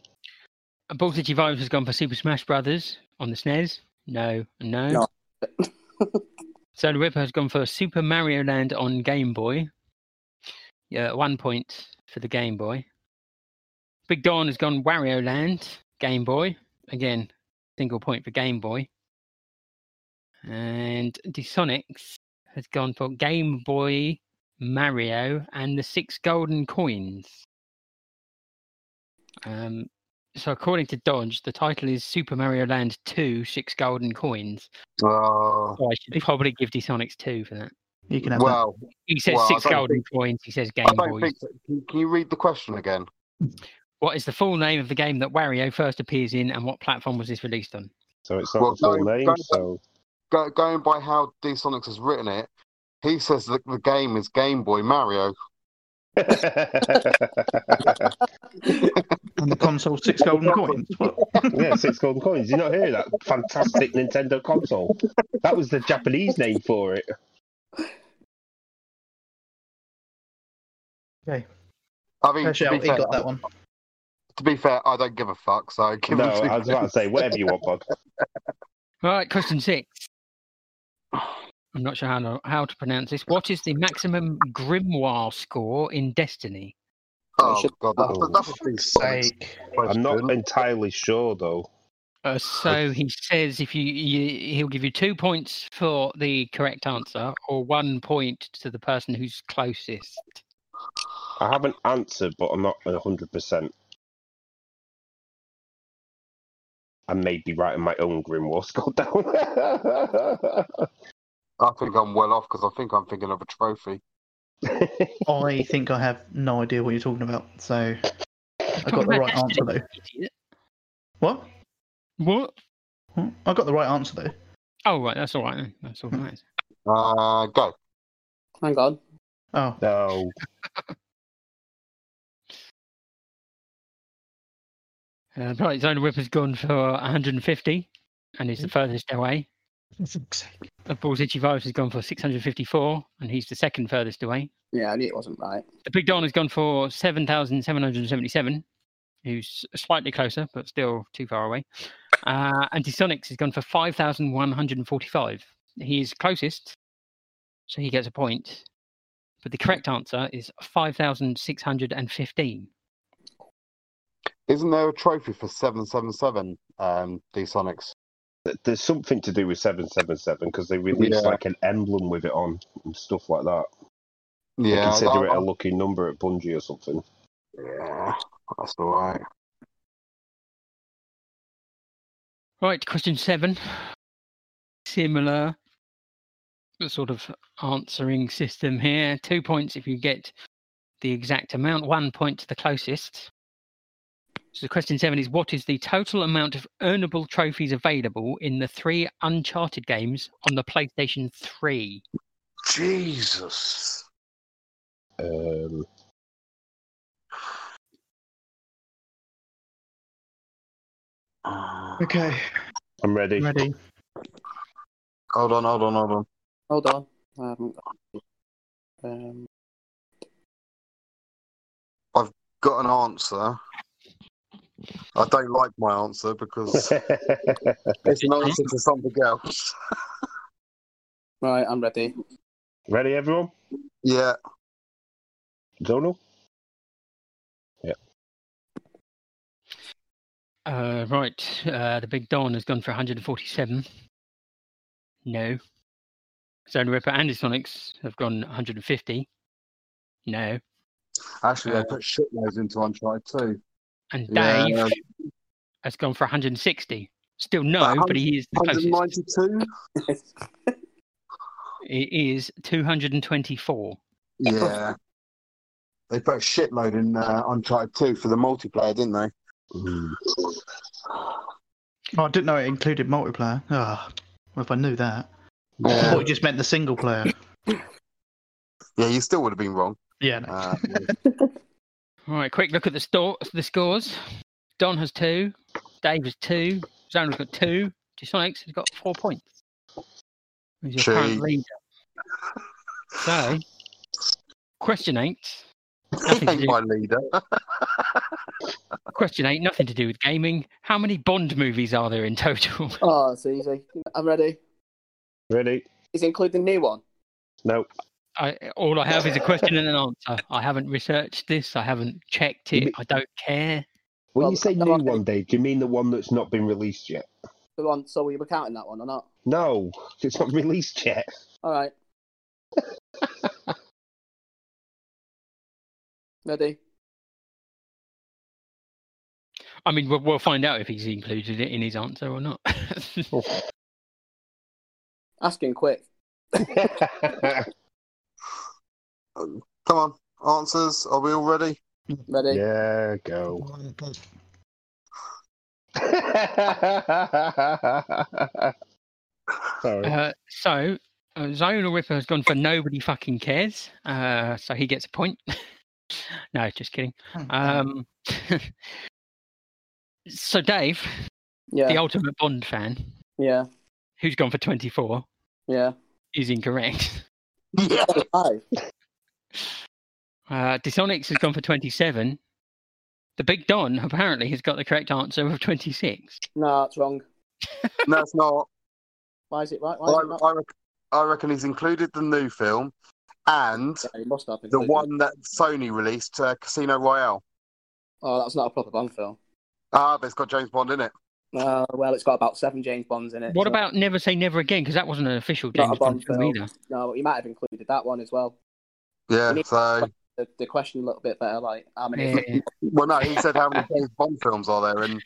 Speaker 4: Ball City Vibes has gone for Super Smash Brothers on the SNES. No, no.
Speaker 6: No.
Speaker 4: so the Ripper has gone for Super Mario Land on Game Boy. Yeah, one point for the Game Boy. Big Dawn has gone Wario Land, Game Boy. Again, single point for Game Boy. And Sonics has gone for Game Boy, Mario, and the six golden coins. Um, so according to Dodge, the title is Super Mario Land 2, Six Golden Coins.
Speaker 5: Ah,
Speaker 4: So I should probably give Sonics 2 for that.
Speaker 3: You can have that.
Speaker 5: well,
Speaker 4: He says
Speaker 5: Well, I
Speaker 4: Six
Speaker 5: don't
Speaker 4: Golden
Speaker 5: think-
Speaker 4: Coins, he says Game
Speaker 5: I don't
Speaker 4: Boys.
Speaker 5: think. Can, can you read the question again?
Speaker 4: What is the full name of the game that Wario first appears in and what platform was this released on?
Speaker 7: So it's not
Speaker 5: Well,
Speaker 7: the full
Speaker 5: going-
Speaker 7: name.
Speaker 5: going-
Speaker 7: So
Speaker 5: Go, going by how D Sonics has written it, he says that the game is Game Boy Mario.
Speaker 3: And the console six golden coins. What?
Speaker 7: yeah, six golden coins. Did you not hear that fantastic Nintendo console? That was the Japanese name for it.
Speaker 5: I mean,
Speaker 3: Cash
Speaker 5: to
Speaker 3: out,
Speaker 5: be,
Speaker 3: he
Speaker 5: fair,
Speaker 3: got that one.
Speaker 5: to be fair, I don't give a fuck, so give
Speaker 7: No,
Speaker 5: him two.
Speaker 7: I was about to say whatever you want, bud.
Speaker 4: All right, question six. I'm not sure how to, how to pronounce this. What is the maximum grimoire score in Destiny?
Speaker 5: Oh, God, that's,
Speaker 7: Oh.
Speaker 5: that's a D Sonics
Speaker 3: Sake.
Speaker 7: I'm
Speaker 5: question.
Speaker 7: not entirely sure though.
Speaker 4: Uh, so he says if you, you he'll give you two points for the correct answer or one point to the person who's closest.
Speaker 7: I haven't answered, but I'm not hundred percent. I may be writing my own Grim War score down.
Speaker 5: I think I'm well off because I think I'm thinking of a trophy.
Speaker 3: I think I have no idea what you're talking about. So I
Speaker 4: Talking
Speaker 3: got the
Speaker 4: about
Speaker 3: right answer
Speaker 4: Destiny,
Speaker 3: though.
Speaker 4: idiot.
Speaker 3: What?
Speaker 4: What?
Speaker 3: Huh? I got the right answer though.
Speaker 4: Oh right, that's all right. Then. That's all right.
Speaker 5: Uh, go.
Speaker 6: Hang on.
Speaker 3: Oh,
Speaker 7: no,
Speaker 4: Uh, right, Zona Whip has gone for 150, and he's the furthest away.
Speaker 3: for fuck's sake.
Speaker 4: The Balls Itchy Virus has gone for 654, and he's the second furthest away.
Speaker 6: Yeah, I knew it wasn't right.
Speaker 4: The Big Don has gone for 7,777, who's slightly closer, but still too far away. Uh, Antisonics has gone for 5,145. He is closest, so he gets a point. But the correct answer is 5,615.
Speaker 5: Isn't there a trophy for 777 um, D Sonics?
Speaker 7: Th- there's something to do with seven seven seven because they released
Speaker 5: Yeah.
Speaker 7: like an emblem with it on and stuff like that. they
Speaker 5: Yeah, I-
Speaker 7: consider it
Speaker 5: I-
Speaker 7: a lucky number at Bungie or something.
Speaker 5: yeah, that's all right.
Speaker 4: Right, question seven. Similar sort of answering system here. Two points if you get the exact amount, one point to the closest. So, question seven is what is the total amount of earnable trophies available in the three Uncharted games on the PlayStation 3?
Speaker 5: Jesus.
Speaker 7: Um,
Speaker 5: Uh,
Speaker 3: Okay,
Speaker 7: I'm ready.
Speaker 3: ready.
Speaker 5: Hold on, hold on, hold on.
Speaker 6: Hold on. I haven't got um,
Speaker 5: Got an answer. I don't like my answer because it's an answer to something else.
Speaker 6: Right, I'm ready.
Speaker 7: ready, everyone?
Speaker 5: Yeah.
Speaker 7: Donal?
Speaker 4: Uh, right, uh, the Big Don has gone for 147. No. Zone Ripper and the Sonics have gone 150. No.
Speaker 5: Actually,
Speaker 4: Uh,
Speaker 5: they put shitloads into Uncharted 2.
Speaker 4: And
Speaker 5: Yeah,
Speaker 4: Dave has gone for 160. Still no,
Speaker 5: hun-
Speaker 4: but he is the closest.
Speaker 5: 192?
Speaker 4: It is 224.
Speaker 5: Yeah. They put a shitload in uh, Uncharted 2 for the multiplayer, didn't they?
Speaker 3: Oh, I didn't know it included multiplayer. Ah, well, if I knew that, I
Speaker 5: Yeah.
Speaker 3: thought it just meant the single player.
Speaker 5: Yeah, you still would have been wrong.
Speaker 3: Yeah. No.
Speaker 5: Uh,
Speaker 4: All right, quick look at the store, the scores. Don has two. Dave has two. Zona's got two. Sonics has got four points. He's your current
Speaker 5: Cheat.
Speaker 4: leader. So, Question eight.
Speaker 5: He
Speaker 4: Nothing to
Speaker 5: ain't
Speaker 4: do,
Speaker 5: my leader.
Speaker 4: question eight. Nothing to do with gaming. How many Bond movies are there in total?
Speaker 6: Oh, it's easy. I'm ready.
Speaker 7: Ready?
Speaker 6: Is it including the new one?
Speaker 7: No.
Speaker 4: I, eh, all I have is a question and an answer. I haven't researched this. I haven't checked it.
Speaker 7: You-
Speaker 4: I don't care.
Speaker 7: When
Speaker 6: Well,
Speaker 7: you say
Speaker 6: no,
Speaker 7: new
Speaker 6: I-
Speaker 7: one, Dave, do you mean the one that's not been released yet?
Speaker 6: The one. So we were counting that one or not?
Speaker 7: No, it's not released yet.
Speaker 6: All right. ready?
Speaker 4: I mean, we'll, we'll find out if he's included it in his answer or not.
Speaker 6: Asking quick.
Speaker 5: Come on, answers. Are we all ready?
Speaker 6: Ready?
Speaker 7: yeah, go. Sorry.
Speaker 4: uh, so, uh, Zonal Ripper has gone for nobody fucking cares. Uh, so he gets a point. no, just kidding. Um, so, Dave,
Speaker 6: Yeah.
Speaker 4: the ultimate Bond fan,
Speaker 6: yeah.
Speaker 4: who's gone for 24,
Speaker 6: Yeah.
Speaker 4: is incorrect.
Speaker 5: Yeah.
Speaker 6: Five.
Speaker 4: Uh, Dishonix has gone for 27. The Big Don apparently has got the correct answer of 26.
Speaker 6: No, it's wrong.
Speaker 5: No, it's not.
Speaker 6: Why is it right? Why is it
Speaker 5: I,
Speaker 6: not?
Speaker 5: I, rec- I reckon he's included the new film and
Speaker 6: Yeah, it must have
Speaker 5: the
Speaker 6: included it.
Speaker 5: one that Sony released, uh, Casino Royale.
Speaker 6: Oh, that's not a proper Bond film.
Speaker 5: Ah, but it's got James Bond in it.
Speaker 6: Uh, well, it's got about seven James Bonds in it.
Speaker 4: What
Speaker 6: so-
Speaker 4: about Never Say Never Again? Because that wasn't an official
Speaker 6: Not a
Speaker 4: James Bond
Speaker 6: Bond
Speaker 4: film
Speaker 6: film.
Speaker 4: either.
Speaker 6: No, but you might have included that one as well.
Speaker 5: Yeah.
Speaker 6: We need-
Speaker 5: So,
Speaker 6: The, the question a little bit better, like how many?
Speaker 4: Yeah.
Speaker 5: well, no, he said how many James Bond films are there, and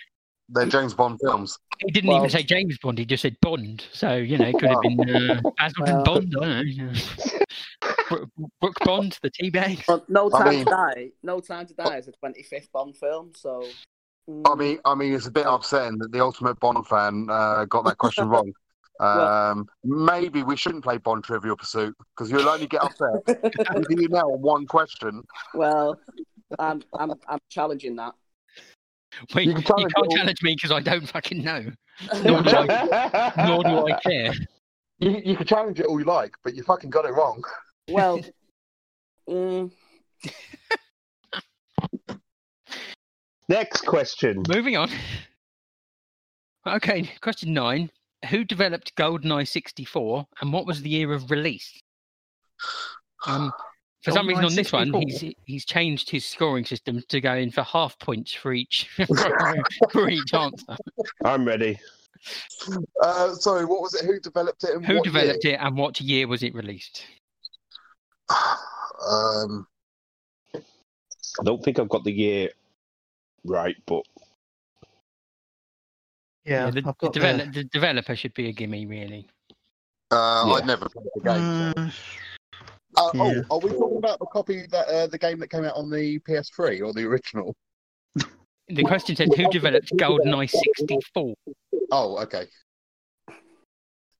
Speaker 5: they're James Bond films.
Speaker 4: He didn't
Speaker 6: Well-
Speaker 4: even say James Bond. He just said Bond. So you know, it could have been uh, Basildon
Speaker 6: Well-
Speaker 4: Bond. I don't know. you know. Brook, Brook Bond, the teabag.
Speaker 6: Well, no
Speaker 5: I
Speaker 6: time
Speaker 5: mean-
Speaker 6: to die. No time to die is the twenty fifth Bond film. So. mm,
Speaker 5: I mean, I mean, it's a bit upsetting that the ultimate Bond fan uh, got that question wrong. Um, maybe we shouldn't play Bond Trivial Pursuit because you'll only get upset if you now on one question.
Speaker 6: well, I'm I'm I'm challenging that.
Speaker 4: Wait,
Speaker 5: You
Speaker 4: you,
Speaker 5: can challenge
Speaker 4: can't
Speaker 5: all-
Speaker 4: challenge me because I don't fucking know. Nor do I, nor do I care.
Speaker 5: You, you can challenge it all you like, but you fucking got it wrong.
Speaker 6: Well. mm,
Speaker 7: Next question.
Speaker 4: Moving on. Okay, question nine. Who developed GoldenEye 64 and what was the year of release? Um, for some reason, on this one,
Speaker 3: GoldenEye
Speaker 4: he's he's changed his scoring system to go in for half points for each for each answer.
Speaker 7: I'm ready.
Speaker 5: Uh, sorry, what was it? Who developed it? And
Speaker 4: Who
Speaker 5: what
Speaker 4: developed it and what year was it released?
Speaker 5: Year? Um,
Speaker 7: I don't think I've got the year right, but
Speaker 3: Yeah,
Speaker 4: the,
Speaker 3: I've
Speaker 4: the,
Speaker 3: got the-
Speaker 4: develop, the developer should be a gimme, really.
Speaker 5: uh,
Speaker 7: Yeah.
Speaker 5: I'd never played the game.
Speaker 3: Mm,
Speaker 5: Uh,
Speaker 3: yeah.
Speaker 5: Oh, are we talking about the copy that uh, the game that came out on the PS3 or the original?
Speaker 4: The question said, who developed GoldenEye 64?
Speaker 5: Oh, okay.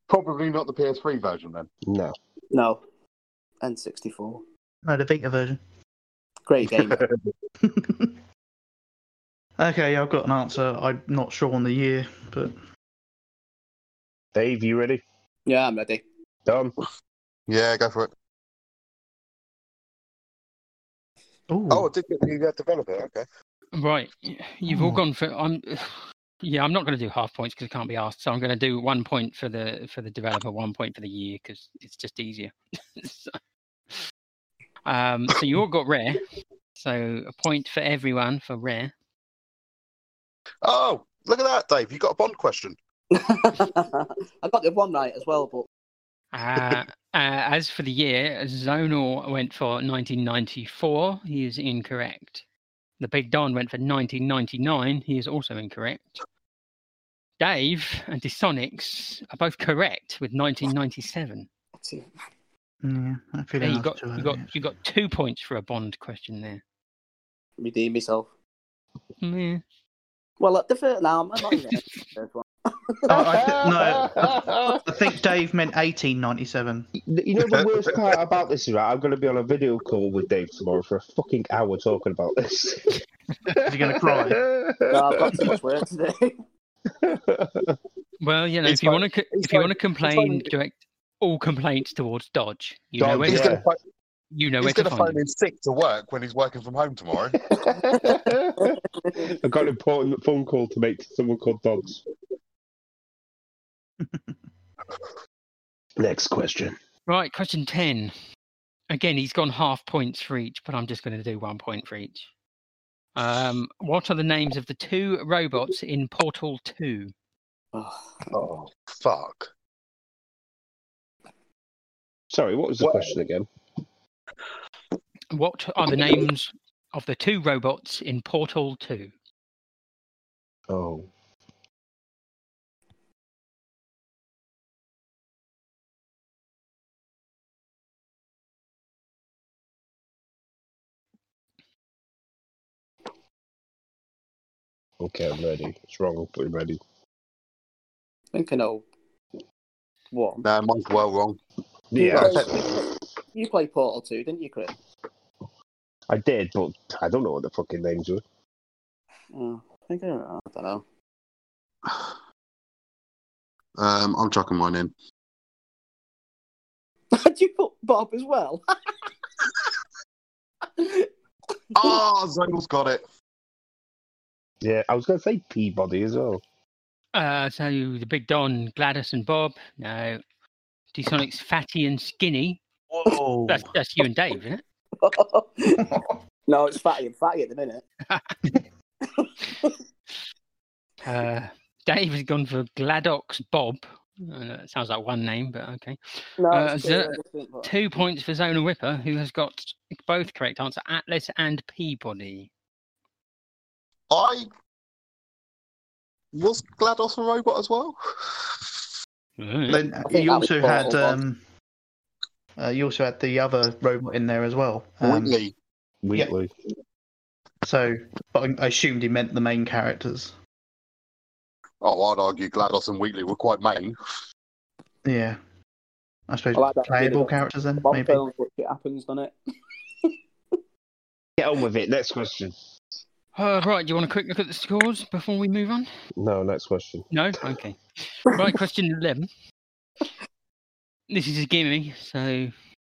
Speaker 5: Probably not the PS3 version then.
Speaker 7: no.
Speaker 6: no. N sixty four.
Speaker 3: no, the Vita version.
Speaker 6: Great game.
Speaker 3: okay, I've got an answer. I'm not sure on the year, but
Speaker 7: Dave, you ready?
Speaker 6: yeah, I'm ready.
Speaker 7: Done.
Speaker 5: Yeah, go for it.
Speaker 3: Ooh.
Speaker 5: Oh, did you develop it? Okay.
Speaker 4: Right, you've all
Speaker 3: Hmm.
Speaker 4: gone for. I'm. Yeah, I'm not going to do half points because I can't be asked. So I'm going to do one point for the for the developer, one point for the year because it's just easier. so, um, so you all got rare. So a point for everyone for rare.
Speaker 5: Oh, look at that, Dave. You got a Bond question.
Speaker 6: I got the one right as well, but
Speaker 4: Uh, uh, as for the year, Zonal went for 1994. He is incorrect. The Big Don went for 1999. He is also incorrect. Dave and Disonics are both correct with 1997.
Speaker 3: yeah, I feel
Speaker 4: There you
Speaker 3: that's
Speaker 4: got
Speaker 3: too
Speaker 4: you
Speaker 3: early,
Speaker 4: got
Speaker 3: actually.
Speaker 4: you got two points for a Bond question there.
Speaker 6: redeem myself.
Speaker 4: Yeah.
Speaker 6: Well, at the first now, I'm not even at the first one.
Speaker 3: Oh, I th- no, I think Dave meant 1897.
Speaker 7: You know the worst part about this is right. I'm going to be on a video call with Dave tomorrow for a fucking hour talking about this.
Speaker 3: he gonna cry?
Speaker 6: No, I've got too much work today.
Speaker 4: Well, you know,
Speaker 5: He's
Speaker 4: if you
Speaker 5: like-
Speaker 4: want to
Speaker 5: he's
Speaker 4: if you
Speaker 5: like- he's
Speaker 4: want to
Speaker 5: like-
Speaker 4: complain, direct all complaints towards Dodge. You know
Speaker 7: Dodge,
Speaker 4: where
Speaker 5: He's
Speaker 7: Yeah.
Speaker 5: gonna phone,
Speaker 4: You know
Speaker 5: He's
Speaker 4: where to
Speaker 5: going to
Speaker 4: find
Speaker 5: phone
Speaker 4: him.
Speaker 5: in sick to work when he's working from home tomorrow.
Speaker 7: I've got an important phone call to make to someone called Bobs. Next question.
Speaker 4: Right, question 10. Again, he's gone half points for each, but I'm just going to do one point for each. Um, what are the names of the two robots in Portal 2?
Speaker 5: oh, fuck.
Speaker 7: Sorry, what was the
Speaker 5: Well-
Speaker 7: question again?
Speaker 4: What are the names of the two robots in Portal 2?
Speaker 7: Oh. Okay, I'm ready. It's wrong, I'm putting ready.
Speaker 6: I think I know one.
Speaker 5: No, mine's well wrong.
Speaker 7: Yeah,
Speaker 6: You played Portal 2, didn't you, Chris?
Speaker 7: I did, but I don't know what the fucking names were.
Speaker 6: Oh, I think I, I don't know.
Speaker 5: Um, I'm chucking mine in.
Speaker 6: Did you put Bob as well?
Speaker 5: Ah, Zodel's got it.
Speaker 7: Yeah, I was going to say Peabody as well.
Speaker 4: Uh, so the Big Don, Gladys, and Bob. No. D-Sonic's Fatty and Skinny.
Speaker 3: Whoa.
Speaker 4: That's, that's you and Dave, isn't it?
Speaker 6: no, it's fatty and fatty at the minute.
Speaker 4: Uh, Dave has gone for Gladox Bob. Uh, that sounds like one name, but okay.
Speaker 6: No,
Speaker 4: Uh,
Speaker 6: it's
Speaker 4: is
Speaker 6: two,
Speaker 4: it-
Speaker 6: I just think, but-
Speaker 4: Two points for Zona Whipper, who has got both correct answer Atlas and Peabody.
Speaker 5: I was GLaDOS a robot as well.
Speaker 3: Then
Speaker 6: think
Speaker 3: you
Speaker 6: that was
Speaker 3: also
Speaker 6: Portal
Speaker 3: had
Speaker 6: Bob.
Speaker 3: um, uh, you also had the other robot in there as well. Um,
Speaker 5: Whitley.
Speaker 7: Wheatley.
Speaker 3: so, but I- I assumed he meant the main characters.
Speaker 5: Oh, I'd argue GLaDOS and Wheatley were quite main.
Speaker 3: Yeah, I suppose
Speaker 6: I like that
Speaker 3: playable
Speaker 6: bit of-
Speaker 3: characters then
Speaker 6: Bob
Speaker 3: maybe.
Speaker 6: films, but it happens, doesn't it?
Speaker 7: Get on with it. Next question.
Speaker 4: Uh, right, do you want a quick look at the scores before we move on?
Speaker 7: No, next question.
Speaker 4: No? Okay. Right, question 11. This is a gimme. So,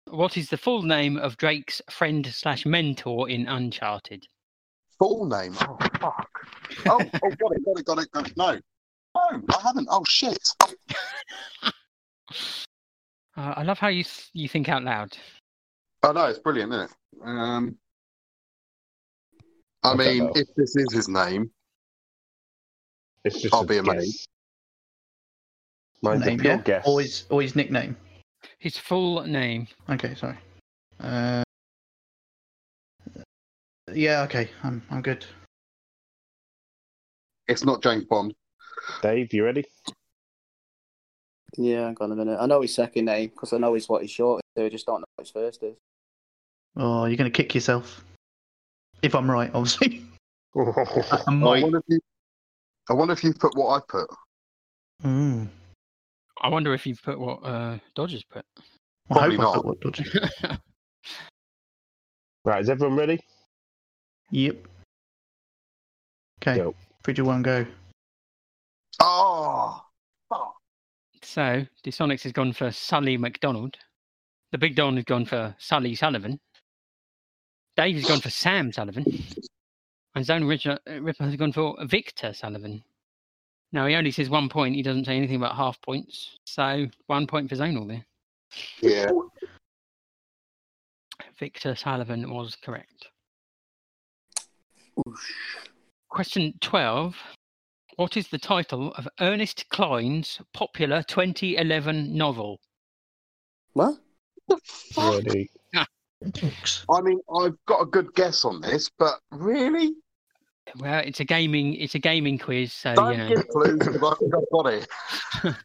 Speaker 4: what is the full name of Drake's friend slash mentor in Uncharted?
Speaker 5: Full name. Oh, fuck. Oh, oh, got it, got it, got it, got it. No. No, I haven't. Oh, shit.
Speaker 4: Uh, I love how you th- you think out loud.
Speaker 5: Oh, no, it's brilliant, isn't it? Um, I,
Speaker 7: I don't
Speaker 5: mean,
Speaker 7: know.
Speaker 5: if this is his name,
Speaker 7: It's just
Speaker 5: I'll
Speaker 7: a
Speaker 5: be amazed.
Speaker 7: guess. Mine's a
Speaker 3: Name,
Speaker 7: pure
Speaker 3: yeah?
Speaker 7: guess.
Speaker 3: Or his, or his nickname.
Speaker 4: His full name.
Speaker 3: Okay, sorry. Uh, yeah, okay, I'm I'm good.
Speaker 5: it's not James Bond.
Speaker 7: Dave, you ready?
Speaker 6: Yeah, hang on a minute. I know his second name because I know he's what he's short is. I just don't know what his first is.
Speaker 3: Oh, you're gonna kick yourself. If I'm right, obviously.
Speaker 7: I
Speaker 3: I
Speaker 5: I
Speaker 3: might.
Speaker 5: wonder if you. I wonder if you put what I put.
Speaker 3: Mm.
Speaker 4: I wonder if you've put what uh, Dodgers put.
Speaker 3: I hope
Speaker 5: Probably
Speaker 3: I
Speaker 5: not.
Speaker 3: thought what dodgy.
Speaker 7: Right, is everyone ready?
Speaker 3: Yep. Okay.
Speaker 7: Yep.
Speaker 3: Three, two, one, go.
Speaker 5: Oh, fuck.
Speaker 4: So, Dysonics has gone for Sully McDonald. The Big Don has gone for Sully Sullivan. Dave has gone for Sam Sullivan. And Zone Ripper has gone for Victor Sullivan. Now, he only says one point. He doesn't say anything about half points. So, one point for Zonal there.
Speaker 5: Yeah.
Speaker 4: Victor Sullivan was correct. Question 12. What is the title of Ernest Klein's popular 2011 novel?
Speaker 6: What?
Speaker 7: Ready.
Speaker 3: Thanks.
Speaker 5: I mean, I've got a good guess on this, but really,
Speaker 4: Well, it's a gaming it's a gaming
Speaker 3: Uh,
Speaker 4: quiz, so
Speaker 5: don't
Speaker 4: you know.
Speaker 5: give clues because I think I've got it.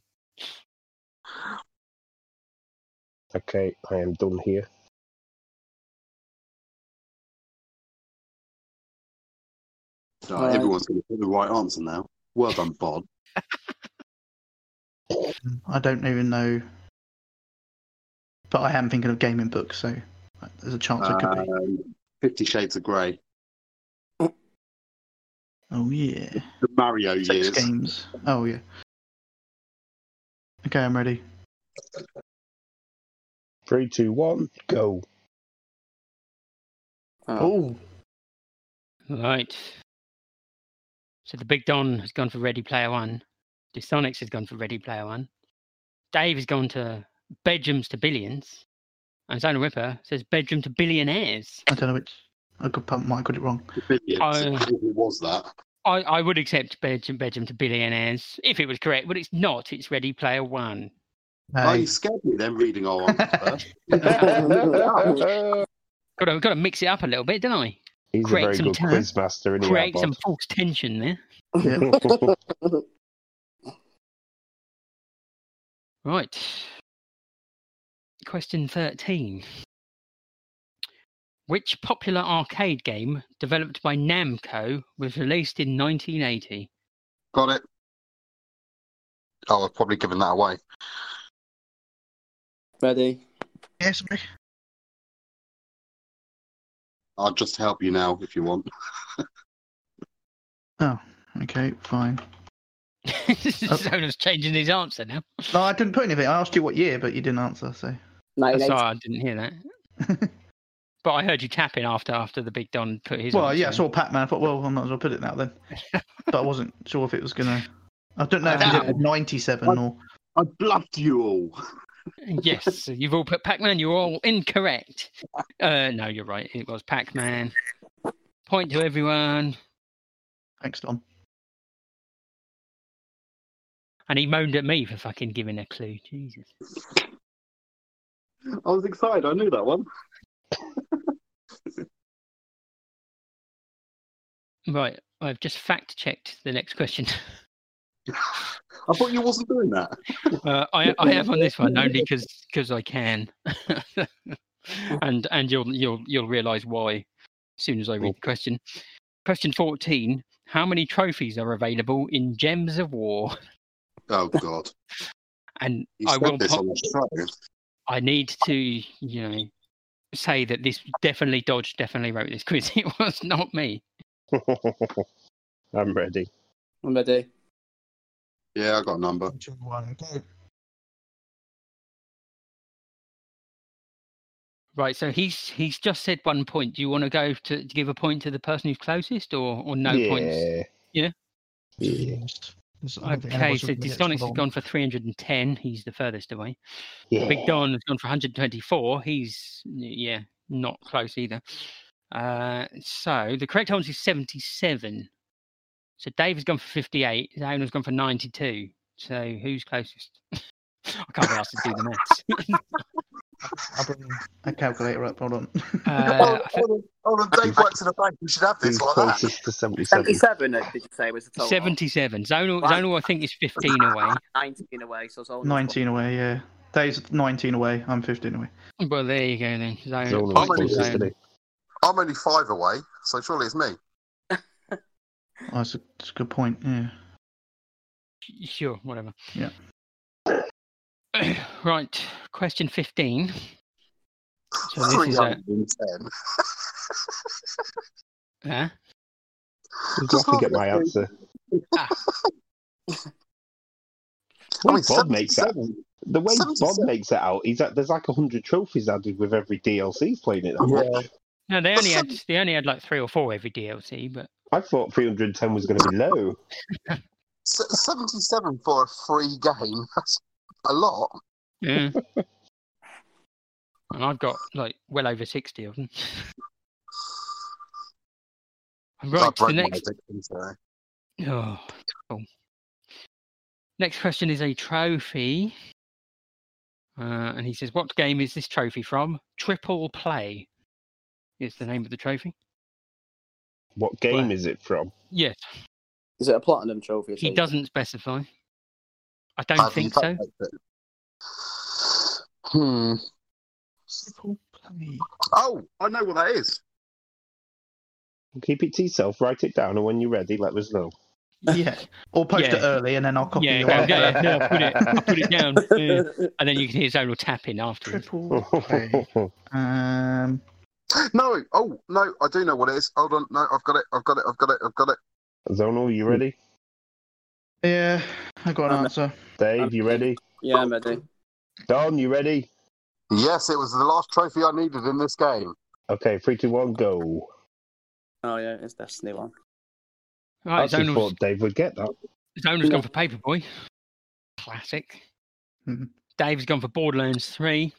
Speaker 7: Okay, I am done here.
Speaker 6: Right. everyone's
Speaker 5: going to put the right answer now. Well done, Bod.
Speaker 3: I don't even know. But I am thinking of gaming books, so there's a chance it
Speaker 5: Uh,
Speaker 3: could be.
Speaker 5: Um, Fifty Shades of Grey,
Speaker 3: Oh yeah.
Speaker 5: the Mario
Speaker 3: Six games. Oh yeah. Okay, I'm ready.
Speaker 7: Three, two, one, go.
Speaker 3: Oh,
Speaker 6: Oh,
Speaker 4: Right. So the Big Don has gone for Ready Player One. Dysonics has gone for Ready Player One. Dave has gone to Bedrooms to Billions. And Zona Ripper says Bedroom to Billionaires.
Speaker 3: I don't know which. I could pump. Mike got it wrong.
Speaker 5: Billions.
Speaker 4: Oh.
Speaker 5: It was that.
Speaker 4: I, I would accept Bedroom, Bedroom to Billionaires if it was correct, but it's not. It's Ready Player One.
Speaker 5: Oh,
Speaker 3: Hey,
Speaker 5: you scared me then reading all on first.
Speaker 4: Got to, got to mix it up a little bit, didn't I?
Speaker 7: He's
Speaker 4: Create
Speaker 7: a very
Speaker 4: some
Speaker 7: good
Speaker 4: time.
Speaker 7: quiz master, isn't
Speaker 4: Create
Speaker 7: he,
Speaker 4: some false tension there.
Speaker 3: yeah.
Speaker 7: Bob?
Speaker 4: Right. Question 13. Which popular arcade game developed by Namco was released in 1980?
Speaker 5: Got it. Oh, I've probably given that away.
Speaker 6: ready?
Speaker 3: Yes, me.
Speaker 5: I'll just help you now if you want.
Speaker 3: Okay, fine. Oh.
Speaker 4: Zona's changing his answer now.
Speaker 3: No, I didn't put anything. I asked you what year, but you didn't answer. So
Speaker 4: Sorry,
Speaker 6: 1980.
Speaker 4: I didn't hear that. But I heard you tapping after after the big Don put his.
Speaker 3: well,
Speaker 4: answer
Speaker 3: yeah, I
Speaker 4: in.
Speaker 3: saw Pac Man. I thought, well, I might as well put it now then. but I wasn't sure if it was gonna. I don't know if it was
Speaker 4: Um,
Speaker 3: ninety-seven or.
Speaker 5: I bluffed you all.
Speaker 4: yes, you've all put Pac-Man. You're all incorrect. Uh, no, you're right. It was Pac-Man. Point to everyone.
Speaker 3: Thanks, Tom.
Speaker 4: And he moaned at me for fucking giving a clue. Jesus.
Speaker 5: I was excited. I knew that one.
Speaker 4: Right, I've just fact checked the next question.
Speaker 5: I thought you wasn't doing that.
Speaker 4: Uh, I, I have on this one only because I can, and and you'll you'll you'll realise why as soon as I read the question. Question fourteen: How many trophies are available in Gems of War?
Speaker 5: Oh God,
Speaker 4: And
Speaker 5: you
Speaker 4: I
Speaker 5: said
Speaker 4: will.
Speaker 5: this
Speaker 4: pop-
Speaker 5: on the
Speaker 4: I need to you know say that this definitely Dodge definitely wrote this quiz. It was not me.
Speaker 7: I'm ready.
Speaker 6: I'm ready.
Speaker 5: show. Yeah, I got a number.
Speaker 4: Right, so he's he's just said one point. Do you want to go to, to give a point to the person who's closest, or or no points?
Speaker 7: yeah.
Speaker 4: Yeah?
Speaker 7: Yeah.
Speaker 4: Okay, so Dystonic's has gone for 310. He's the furthest away.
Speaker 7: yeah.
Speaker 4: Big Don has gone for 124. He's, yeah, not close either. Uh, so the correct answer is 77. So Dave has gone for 58. Zane has gone for 92. So who's closest? I can't be asked to do the maths.
Speaker 3: I'll bring a calculator up. Hold on.
Speaker 4: Uh, I think
Speaker 5: oh, oh, the Dave works in a bank. You should have
Speaker 7: Who's
Speaker 5: this like that.
Speaker 7: closest to 77?
Speaker 6: 77, uh, did you say, was the total?
Speaker 4: 77. Zonal,
Speaker 6: Wow.
Speaker 4: Zonal, I think, is 15 away.
Speaker 6: 19 away, so it's only
Speaker 3: Nineteen away. Yeah, Dave's nineteen away. I'm fifteen away.
Speaker 4: Well, there you go then. Zonal,
Speaker 7: Zona's
Speaker 5: I'm
Speaker 4: point to
Speaker 7: closest,
Speaker 4: Zonal.
Speaker 7: isn't he?
Speaker 5: I'm only five away, so surely it's me.
Speaker 3: Oh, that's a, that's a good point. Yeah.
Speaker 4: Sure, whatever.
Speaker 3: Yeah.
Speaker 4: right, question 15. So this
Speaker 5: Three
Speaker 4: is a.
Speaker 5: hundred and ten.
Speaker 4: Huh?
Speaker 7: You'd have to get my answer.
Speaker 4: Ah.
Speaker 5: I
Speaker 7: Well,
Speaker 5: mean,
Speaker 7: Bob makes that.
Speaker 5: 77.
Speaker 7: The way Bob
Speaker 5: 77.
Speaker 7: makes it out, he's at, there's like hundred trophies added with every DLC playing it. That
Speaker 5: Yeah.
Speaker 7: much.
Speaker 4: No, they
Speaker 5: But
Speaker 4: only had
Speaker 5: some-
Speaker 4: they only had like three or four every DLC, but
Speaker 7: I thought 310 was going to be low.
Speaker 5: Se- Seventy-seven for a free game. That's a lot.
Speaker 4: yeah. and I've got like well over sixty of them.
Speaker 5: I
Speaker 4: right,
Speaker 5: broke
Speaker 4: the
Speaker 5: my
Speaker 4: next
Speaker 5: addiction, so.
Speaker 4: oh, cool. next question is a trophy, uh, and he says, "What game is this trophy from?" Triple Play is the name of the trophy.
Speaker 7: What game
Speaker 4: Right.
Speaker 7: is it from?
Speaker 4: Yes,
Speaker 6: Is it a platinum trophy? or
Speaker 4: he
Speaker 6: something?
Speaker 4: doesn't specify. I don't
Speaker 5: Have you
Speaker 4: think so.
Speaker 5: calculated it? Hmm. Oh, I know what that is.
Speaker 7: Keep it to yourself. Write it down, and when you're ready, let us know.
Speaker 3: Yeah. Or post
Speaker 4: Yeah.
Speaker 3: it early, and then I'll copy
Speaker 4: Yeah,
Speaker 3: you.
Speaker 4: go
Speaker 3: on.
Speaker 4: and get it. Yeah, put it, put it down, yeah. and then you can hear Zonal tapping afterwards.
Speaker 3: Triple play. Um.
Speaker 5: No, oh no, I do know what it is. Hold on, no, I've got it, I've got it, I've got it, I've got it.
Speaker 7: Zonal, you ready?
Speaker 3: Yeah, I got an
Speaker 6: Um,
Speaker 3: answer.
Speaker 7: Dave, you ready?
Speaker 6: Yeah, I'm ready.
Speaker 7: Don, you ready?
Speaker 5: Yes, it was the last trophy I needed in this game.
Speaker 7: Okay, three, two, one, go.
Speaker 6: Oh yeah, it's Destiny one.
Speaker 7: I
Speaker 4: Right,
Speaker 7: actually
Speaker 4: Zonal's,
Speaker 7: thought Dave would get that.
Speaker 4: Zonal's gone for Paperboy. Classic.
Speaker 3: Mhm.
Speaker 4: Dave's gone for Borderlands 3.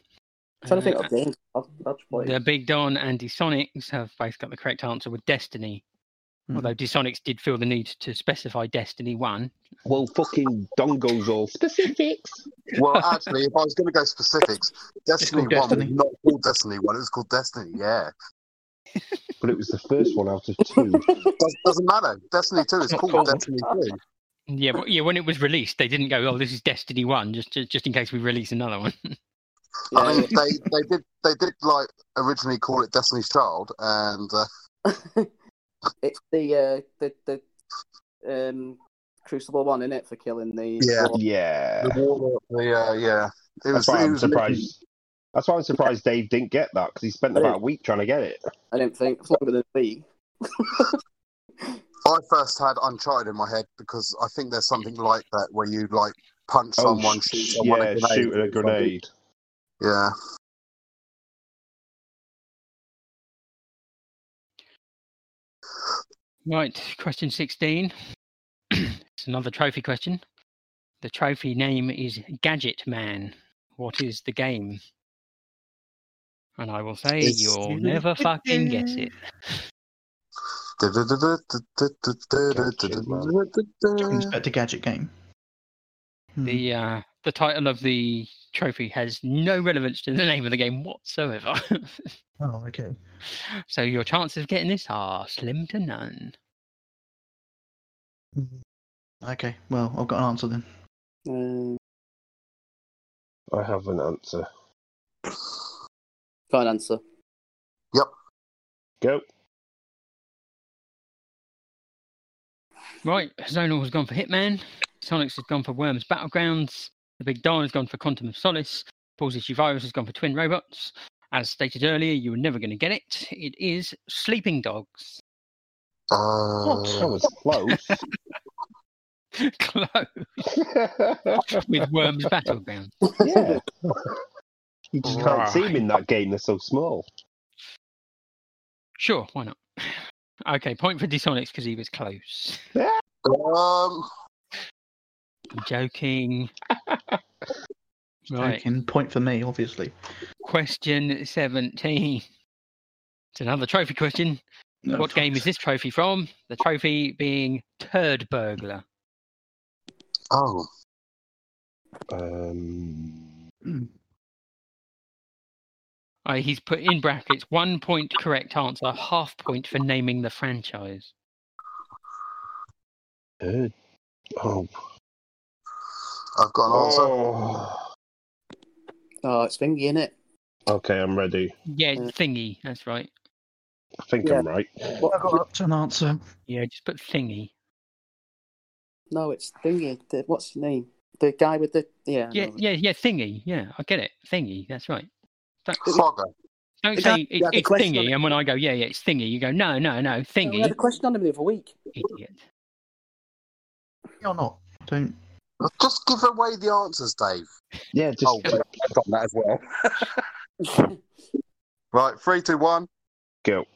Speaker 6: I'm Mm-hmm. trying to think
Speaker 4: Uh,
Speaker 6: of games. I've, I've played.
Speaker 4: The Big Don and Desonics have both got the correct answer with Destiny.
Speaker 3: Mhm.
Speaker 4: Although Desonics did feel the need to specify Destiny 1.
Speaker 7: Well, fucking Dongo's all specifics.
Speaker 5: Well, actually, if I was going to go specifics, Destiny
Speaker 3: called
Speaker 5: 1
Speaker 3: Destiny.
Speaker 5: was not called Destiny 1, it was called Destiny, yeah.
Speaker 7: But it was the first one out of two.
Speaker 5: Does, doesn't matter. Destiny 2 is
Speaker 4: Not
Speaker 5: called
Speaker 4: called.
Speaker 5: Destiny 2.
Speaker 4: Yeah, but, yeah, when it was released, they didn't go, oh, this is Destiny 1, just, just, just in case we release another one.
Speaker 5: I mean, they, they did they did like originally call it Destiny's Child, and uh,
Speaker 6: it's the uh, the the um, Crucible one in it for killing the.
Speaker 5: Yeah.
Speaker 7: Yeah.
Speaker 5: the war, the uh, yeah, it was.
Speaker 7: That's why
Speaker 5: it
Speaker 7: I'm
Speaker 5: was
Speaker 7: surprised. That's why I'm surprised Dave didn't get that because he spent about a week trying to get it.
Speaker 6: I didn't think it's longer than B.
Speaker 5: I first had Uncharted in my head because I think there's something like that where you like punch someone,
Speaker 7: Oh, sh-
Speaker 5: shoot someone,
Speaker 7: yeah,
Speaker 5: a grenade,
Speaker 7: shooting a grenade.
Speaker 5: Yeah,
Speaker 4: Right, question 16. it's another trophy question. The trophy name is Gadget Man. What is the game? And I will say,
Speaker 5: It's-
Speaker 4: you'll never fucking guess it.
Speaker 5: Uh,
Speaker 3: Inspector Gadget game. Hmm.
Speaker 4: The uh, the title of the trophy has no relevance to the name of the game whatsoever.
Speaker 3: Oh, okay.
Speaker 4: so your chances of getting this are slim to none.
Speaker 3: Mm-hmm. Okay, well, I've got an answer then.
Speaker 6: Um,
Speaker 7: I have an answer.
Speaker 6: can't answer.
Speaker 7: Go.
Speaker 4: Right, Zonal has gone for Hitman. Sonics has gone for Worms Battlegrounds. The Big Don has gone for Quantum of Solace. Paul's Issue Virus has gone for Twin Robots. As stated earlier, you were never going to get it. It is Sleeping Dogs.
Speaker 7: oh, that was close.
Speaker 4: Close with Worms Battlegrounds.
Speaker 7: yeah. You just can't see them in that game. They're so small.
Speaker 4: Sure, why not? Okay, point for Disonics because he was close.
Speaker 5: um,
Speaker 4: I'm joking. right,
Speaker 3: Joking. Point for me, obviously.
Speaker 4: question 17. It's another trophy question.
Speaker 3: No,
Speaker 4: What game is this trophy from? The trophy being Turd Burglar.
Speaker 5: oh,
Speaker 7: Um,
Speaker 3: Mm.
Speaker 4: Uh, he's put in brackets one point correct answer, half point for naming the franchise.
Speaker 7: uh, oh.
Speaker 5: I've got an answer.
Speaker 7: Oh.
Speaker 6: Oh, it's thingy in it.
Speaker 7: Okay, I'm ready.
Speaker 4: Yeah,
Speaker 6: Mm.
Speaker 4: thingy. That's right.
Speaker 7: I think I'm right.
Speaker 3: I've got up to an answer.
Speaker 4: Yeah, just put thingy.
Speaker 6: No, it's thingy. The, what's his name? The guy with the yeah. I
Speaker 4: Yeah,
Speaker 6: know.
Speaker 4: yeah, yeah, thingy. Yeah, I get it. Thingy. That's right.
Speaker 5: Frogger.
Speaker 4: Don't
Speaker 6: Is that-
Speaker 4: say
Speaker 6: yeah,
Speaker 4: it,
Speaker 6: the
Speaker 4: it's
Speaker 6: question-
Speaker 4: thingy, and when I go, yeah, yeah, it's thingy, you go, no, no, no,
Speaker 6: Oh, we
Speaker 4: thingy,
Speaker 6: had a question on him the other week.
Speaker 4: idiot.
Speaker 3: You're not. Don't.
Speaker 5: Just give away the answers, Dave.
Speaker 7: Yeah, just
Speaker 5: Oh, wait, I've done that as well. Right, three, two, one.
Speaker 7: go.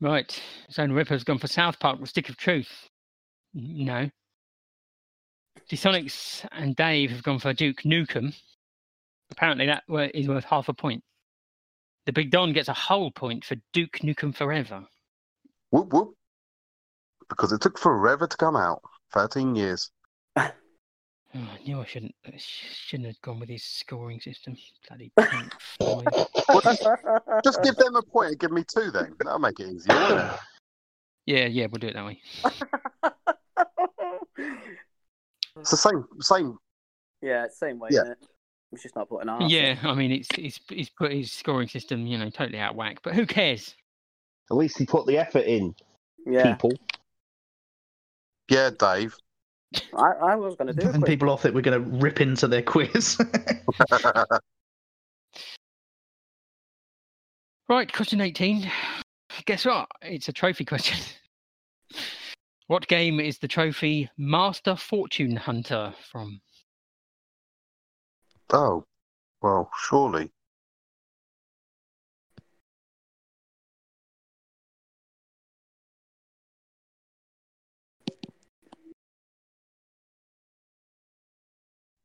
Speaker 4: Right, Zone Ripper's gone for South Park, The Stick of Truth. N- No. Sonics and Dave have gone for Duke Nukem. Apparently, that wor- is worth half a point. The Big Don gets a whole point for Duke Nukem Forever.
Speaker 5: Whoop whoop. Because it took forever to come out. Thirteen years.
Speaker 4: Oh, I knew I shouldn't I sh- shouldn't have gone with his scoring system. Bloody pink Floyd.
Speaker 5: Just give them a point and give me two then. That'll make it easier. won't it?
Speaker 4: Yeah, yeah, we'll do it that way.
Speaker 5: It's the same same
Speaker 6: yeah, it's same way.
Speaker 5: Yeah.
Speaker 6: Innit? It's just not putting an answer.
Speaker 4: Yeah, I mean, it's it's it's put his scoring system, you know, totally out of whack. But who cares?
Speaker 7: At least he put the effort in,
Speaker 6: Yeah.
Speaker 7: people.
Speaker 5: Yeah, Dave.
Speaker 6: I, I was going to do
Speaker 3: Putting
Speaker 6: it.
Speaker 3: people off that we're going to rip into their quiz.
Speaker 4: Right, question 18. Guess what? It's a trophy question. what game is the trophy Master Fortune Hunter from?
Speaker 5: oh. Well, surely.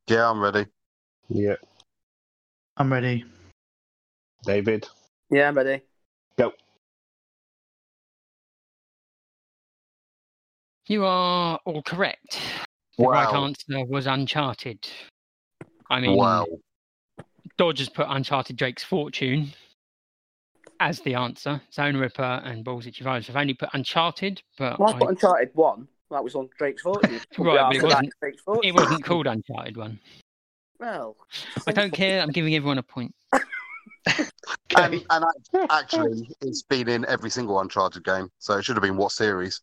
Speaker 5: Yeah, I'm ready.
Speaker 7: Yeah,
Speaker 3: I'm ready.
Speaker 7: David.
Speaker 6: Yeah, I'm ready.
Speaker 4: You are all correct. The right
Speaker 5: Wow.
Speaker 4: answer uh, was Uncharted. I mean,
Speaker 5: wow.
Speaker 4: Dodge has put Uncharted Drake's Fortune as the answer. Zone Ripper and Balls Itchy Virus have only put Uncharted, but
Speaker 6: Well, I
Speaker 4: I-
Speaker 6: put Uncharted 1. That was on Drake's Fortune.
Speaker 4: Oh, Right, but it
Speaker 6: After that,
Speaker 4: wasn't-
Speaker 6: Drake's Fortune.
Speaker 4: it wasn't called Uncharted One.
Speaker 6: Well,
Speaker 4: I don't care. I'm giving everyone a point.
Speaker 5: And, and I, actually, it's been in every single Uncharted game, so it should have been what series?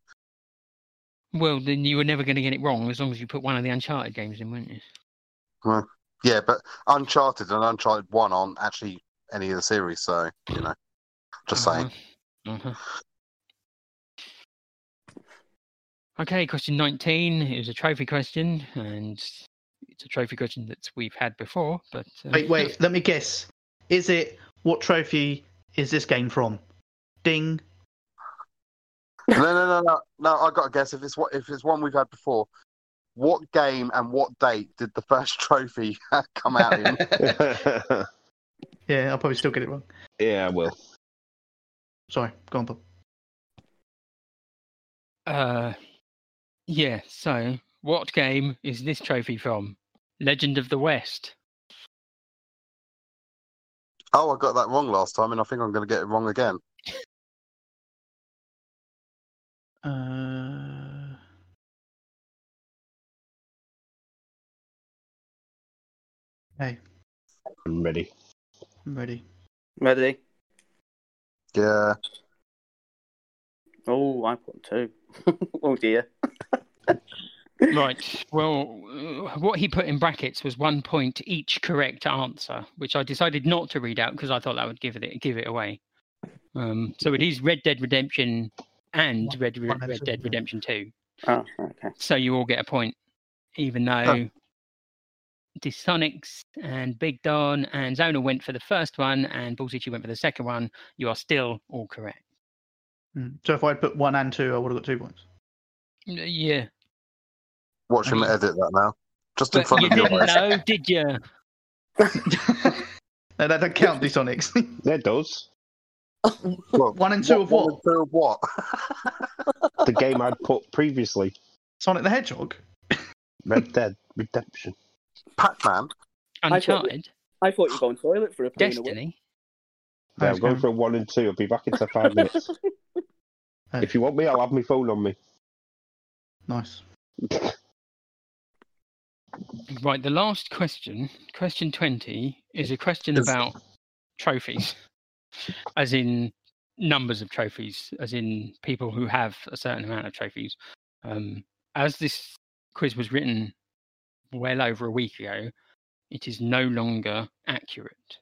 Speaker 4: Well, then you were never going to get it wrong as long as you put one of the Uncharted games in, weren't you?
Speaker 5: Yeah, but Uncharted and Uncharted One aren't actually any of the series, so you know, just saying.
Speaker 4: Uh-huh. Uh-huh. Okay, question 19 is a trophy question, and it's a trophy question that we've had before, but. uh,
Speaker 3: Wait, wait. Let me guess. Is it what trophy is this game from? Ding.
Speaker 5: No, no, no, no, no. I got to guess if it's what if it's one we've had before. What game and what date did the first trophy come out in?
Speaker 7: yeah,
Speaker 3: yeah, I'll probably still get it wrong.
Speaker 7: I will.
Speaker 3: Sorry. Go on, Bob.
Speaker 4: Uh, yeah, so what game is this trophy from? Legend of the West.
Speaker 5: Oh, I got that wrong last time, and I think I'm going to get it wrong again.
Speaker 3: Uh,
Speaker 7: I'm ready.
Speaker 3: I'm ready.
Speaker 6: ready?
Speaker 5: Yeah,
Speaker 6: Oh, I put 2. oh, dear.
Speaker 4: Right. Well, uh, what he put in brackets was one point each correct answer, which I decided not to read out because I thought that would give it give it away. Um, so it is Red Dead Redemption and Red, Red,
Speaker 3: one
Speaker 4: Red
Speaker 3: answer,
Speaker 4: Dead
Speaker 3: yeah.
Speaker 4: Redemption Two.
Speaker 6: Oh, okay.
Speaker 4: So you all get a point, even though Dysonics and Big Don and Zona went for the first one and Bullsitchy went for the second one. You are still all correct.
Speaker 3: Mm. So if I'd put one and two, I would have got two points.
Speaker 4: N- Yeah.
Speaker 5: watch him
Speaker 4: Right.
Speaker 5: edit that now, just in
Speaker 4: But
Speaker 5: front
Speaker 4: you
Speaker 5: of your
Speaker 4: didn't
Speaker 5: eyes.
Speaker 4: know, did you?
Speaker 3: no, that don't count, Dysonics.
Speaker 7: That does.
Speaker 5: Well,
Speaker 3: one and two of
Speaker 5: one
Speaker 3: what?
Speaker 5: and Two of what?
Speaker 7: The game I'd put previously,
Speaker 3: Sonic the Hedgehog.
Speaker 7: Red Dead Redemption.
Speaker 5: Pac-Man.
Speaker 6: I thought-
Speaker 4: Uncharted,
Speaker 6: I thought you were going toilet for a pee in a week.
Speaker 4: Destiny.
Speaker 7: Yeah,
Speaker 3: Nice
Speaker 7: I'm going
Speaker 3: game.
Speaker 7: for a one and two. I'll be back in five minutes.
Speaker 3: Oh,
Speaker 7: If you want me, I'll have my phone on me.
Speaker 3: nice.
Speaker 4: Right, the last question, question 20, is a question
Speaker 5: Yes.
Speaker 4: about trophies, as in numbers of trophies, as in people who have a certain amount of trophies. Um, as this quiz was written well over a week ago, it is no longer accurate.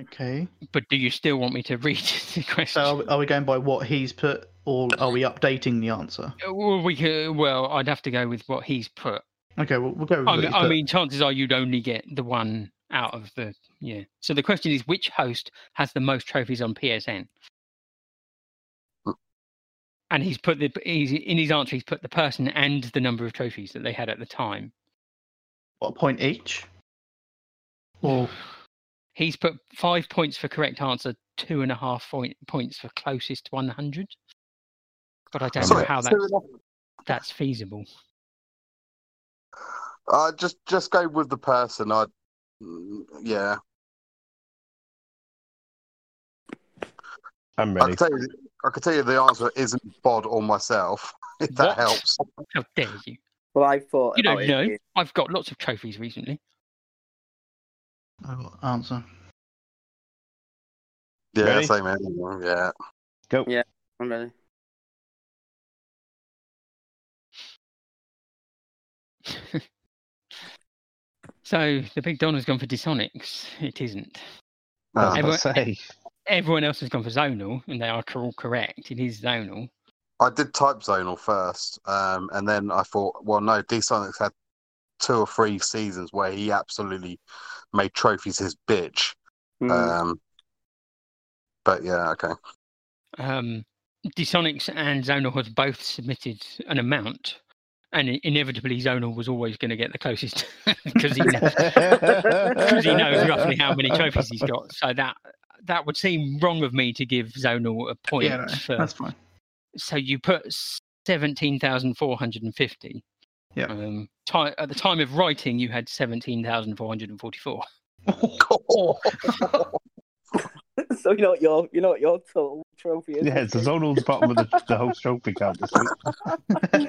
Speaker 3: Okay.
Speaker 4: But do you still want me to read the
Speaker 3: So
Speaker 4: question?
Speaker 3: are we- are we going by what he's put, or are we updating the answer?
Speaker 4: Uh, well, we could, well, I'd have to go with what he's put.
Speaker 3: Okay, we'll, we'll go with
Speaker 4: Oh, I
Speaker 3: what
Speaker 4: mean,
Speaker 3: he's
Speaker 4: I
Speaker 3: put.
Speaker 4: mean, chances are you'd only get the one out of the yeah. So the question is, which host has the most trophies on PSN? And he's put the he's, in his answer. He's put the person and the number of trophies that they had at the time.
Speaker 3: what a point each? Or
Speaker 4: He's put five points for correct answer, two and a half point, points for closest one hundred. But I don't
Speaker 5: Sorry,
Speaker 4: know how
Speaker 5: two and
Speaker 4: that's
Speaker 5: a-
Speaker 4: that's feasible.
Speaker 5: Uh, just just go with the person. I mm, yeah.
Speaker 7: I'm
Speaker 5: I
Speaker 7: ready.
Speaker 5: can tell you. I can tell you the answer isn't Bod or myself. If that
Speaker 4: What?
Speaker 5: helps.
Speaker 4: How dare you?
Speaker 6: Well, I thought
Speaker 4: You
Speaker 6: about
Speaker 4: don't
Speaker 6: Oh, it.
Speaker 4: know. I've got lots of trophies recently.
Speaker 3: I got Oh, answer.
Speaker 5: Yeah,
Speaker 7: Ready?
Speaker 5: same here. Yeah.
Speaker 7: Go.
Speaker 6: Yeah. I'm ready.
Speaker 4: So the big don has gone for Dysonics. It isn't.
Speaker 5: Uh,
Speaker 7: As I
Speaker 4: Everyone-
Speaker 7: say,
Speaker 4: everyone else has gone for zonal, and they are cor- all correct. It is zonal.
Speaker 5: I did type zonal first, um, and then I thought, well, no, D Sonics had two or three seasons where he absolutely made trophies his bitch.
Speaker 6: Mm.
Speaker 5: Um, but yeah, okay.
Speaker 4: Um, Dysonics and zonal has both submitted an amount, And i- inevitably, Zonal was always going to get the closest because he, kn- 'cause
Speaker 7: Because
Speaker 4: he knows roughly how many trophies he's got. So that that would seem wrong of me to give Zonal a point. uh,
Speaker 3: yeah, no,
Speaker 4: for,
Speaker 3: that's fine.
Speaker 4: so you put seventeen thousand four hundred and fifty.
Speaker 3: Yeah.
Speaker 4: Um, ti at the time of writing, you had seventeen thousand four hundred and forty-four.
Speaker 6: so you know what your you know what your total trophy is.
Speaker 7: Yeah, it's the zonal's bottom of the, the whole trophy count this week.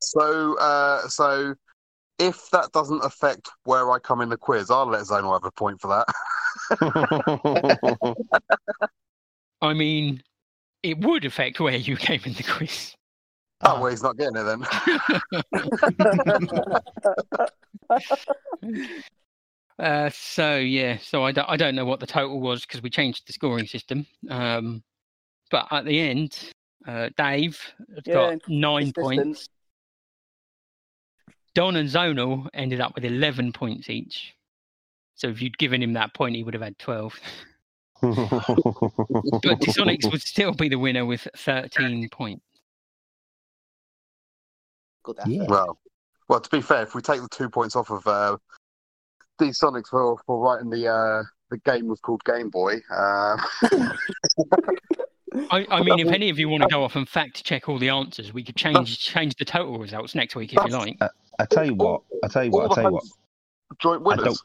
Speaker 5: So, uh, so if that doesn't affect where I come in the quiz, I'll let Zonal have a point for that.
Speaker 4: I mean, it would affect where you came in the quiz.
Speaker 5: That way he's not getting it then.
Speaker 4: Uh, so yeah, so I don't, I don't know what the total was because we changed the scoring system. Um, but at the end, uh, Dave had
Speaker 6: Yeah,
Speaker 4: got
Speaker 6: and
Speaker 4: nine
Speaker 6: consistent.
Speaker 4: points. Don and Zonal ended up with eleven points each. So if you'd given him that point, he would have had twelve. But Disonics would still be the winner with thirteen points.
Speaker 6: Good
Speaker 7: Yeah.
Speaker 6: effort.
Speaker 5: Well, well. To be fair, if we take the two points off of uh, D Sonics for for writing the uh, the game was called Game Boy. Uh,
Speaker 4: I, I mean, if any of you want to go off and fact check all the answers, we could change change the total results next week if you
Speaker 5: That's-
Speaker 4: like.
Speaker 7: I tell you what. I tell you
Speaker 5: all
Speaker 7: what. I
Speaker 5: the
Speaker 7: tell you what.
Speaker 5: hosts- joint
Speaker 7: I
Speaker 5: winners.
Speaker 7: don't.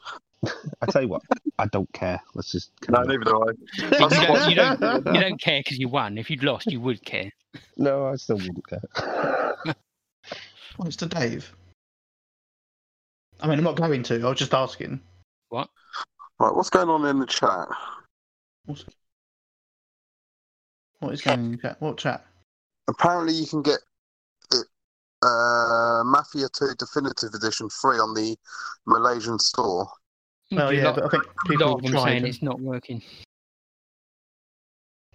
Speaker 7: I tell you what. I don't care. Let's just.
Speaker 5: No,
Speaker 7: carry on.
Speaker 5: neither do I.
Speaker 4: But
Speaker 5: That's
Speaker 4: you don't, you
Speaker 5: quite-
Speaker 4: don't, you don't care because you won. If you'd lost, you would care.
Speaker 7: No, I still wouldn't care.
Speaker 3: Points to Dave. I mean, I'm not going to. I was just asking.
Speaker 5: Right, what's going on in the chat?
Speaker 3: What is going on in chat? What chat?
Speaker 5: Apparently, you can get uh, Mafia 2 Definitive Edition free on the Malaysian store.
Speaker 3: Well,
Speaker 4: There's a
Speaker 3: yeah,
Speaker 4: lot-
Speaker 3: but I think
Speaker 4: a
Speaker 3: people
Speaker 4: lot of
Speaker 3: have
Speaker 4: them
Speaker 3: tried.
Speaker 4: saying it's not working.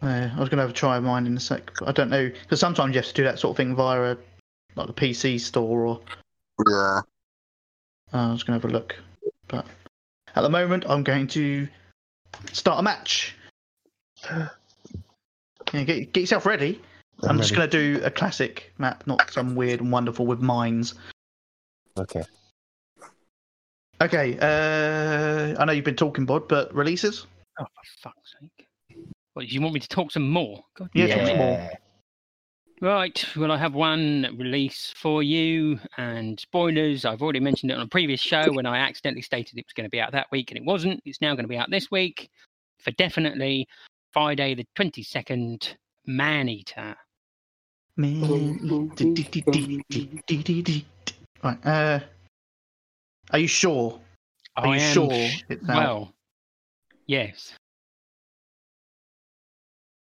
Speaker 3: Yeah, I was going to have a try of mine in a sec, but I don't know because sometimes you have to do that sort of thing via a, like a PC store or.
Speaker 5: Yeah.
Speaker 3: Uh, I was going to have a look, but at the moment I'm going to start a match. Yeah, get, get yourself ready. I'm, just going to do a classic map, not some weird and wonderful with mines.
Speaker 7: Okay.
Speaker 3: Okay, uh, I know you've been talking, Bod, but releases?
Speaker 4: Oh, for fuck's sake! What do you want me to talk some more? God.
Speaker 3: Yeah, talk some more.
Speaker 4: Right. Well, I have one release for you, and spoilers. I've already mentioned it on a previous show when I accidentally stated it was going to be out that week, and it wasn't. It's now going to be out this week, for definitely Friday the twenty-second. Man Eater.
Speaker 3: Man, dee- dee- dee- dee- dee- dee- dee- dee. Right. Uh, are you sure? Are
Speaker 4: I
Speaker 3: you
Speaker 4: am
Speaker 3: sure
Speaker 4: sh-
Speaker 3: it's out?
Speaker 4: Well, yes.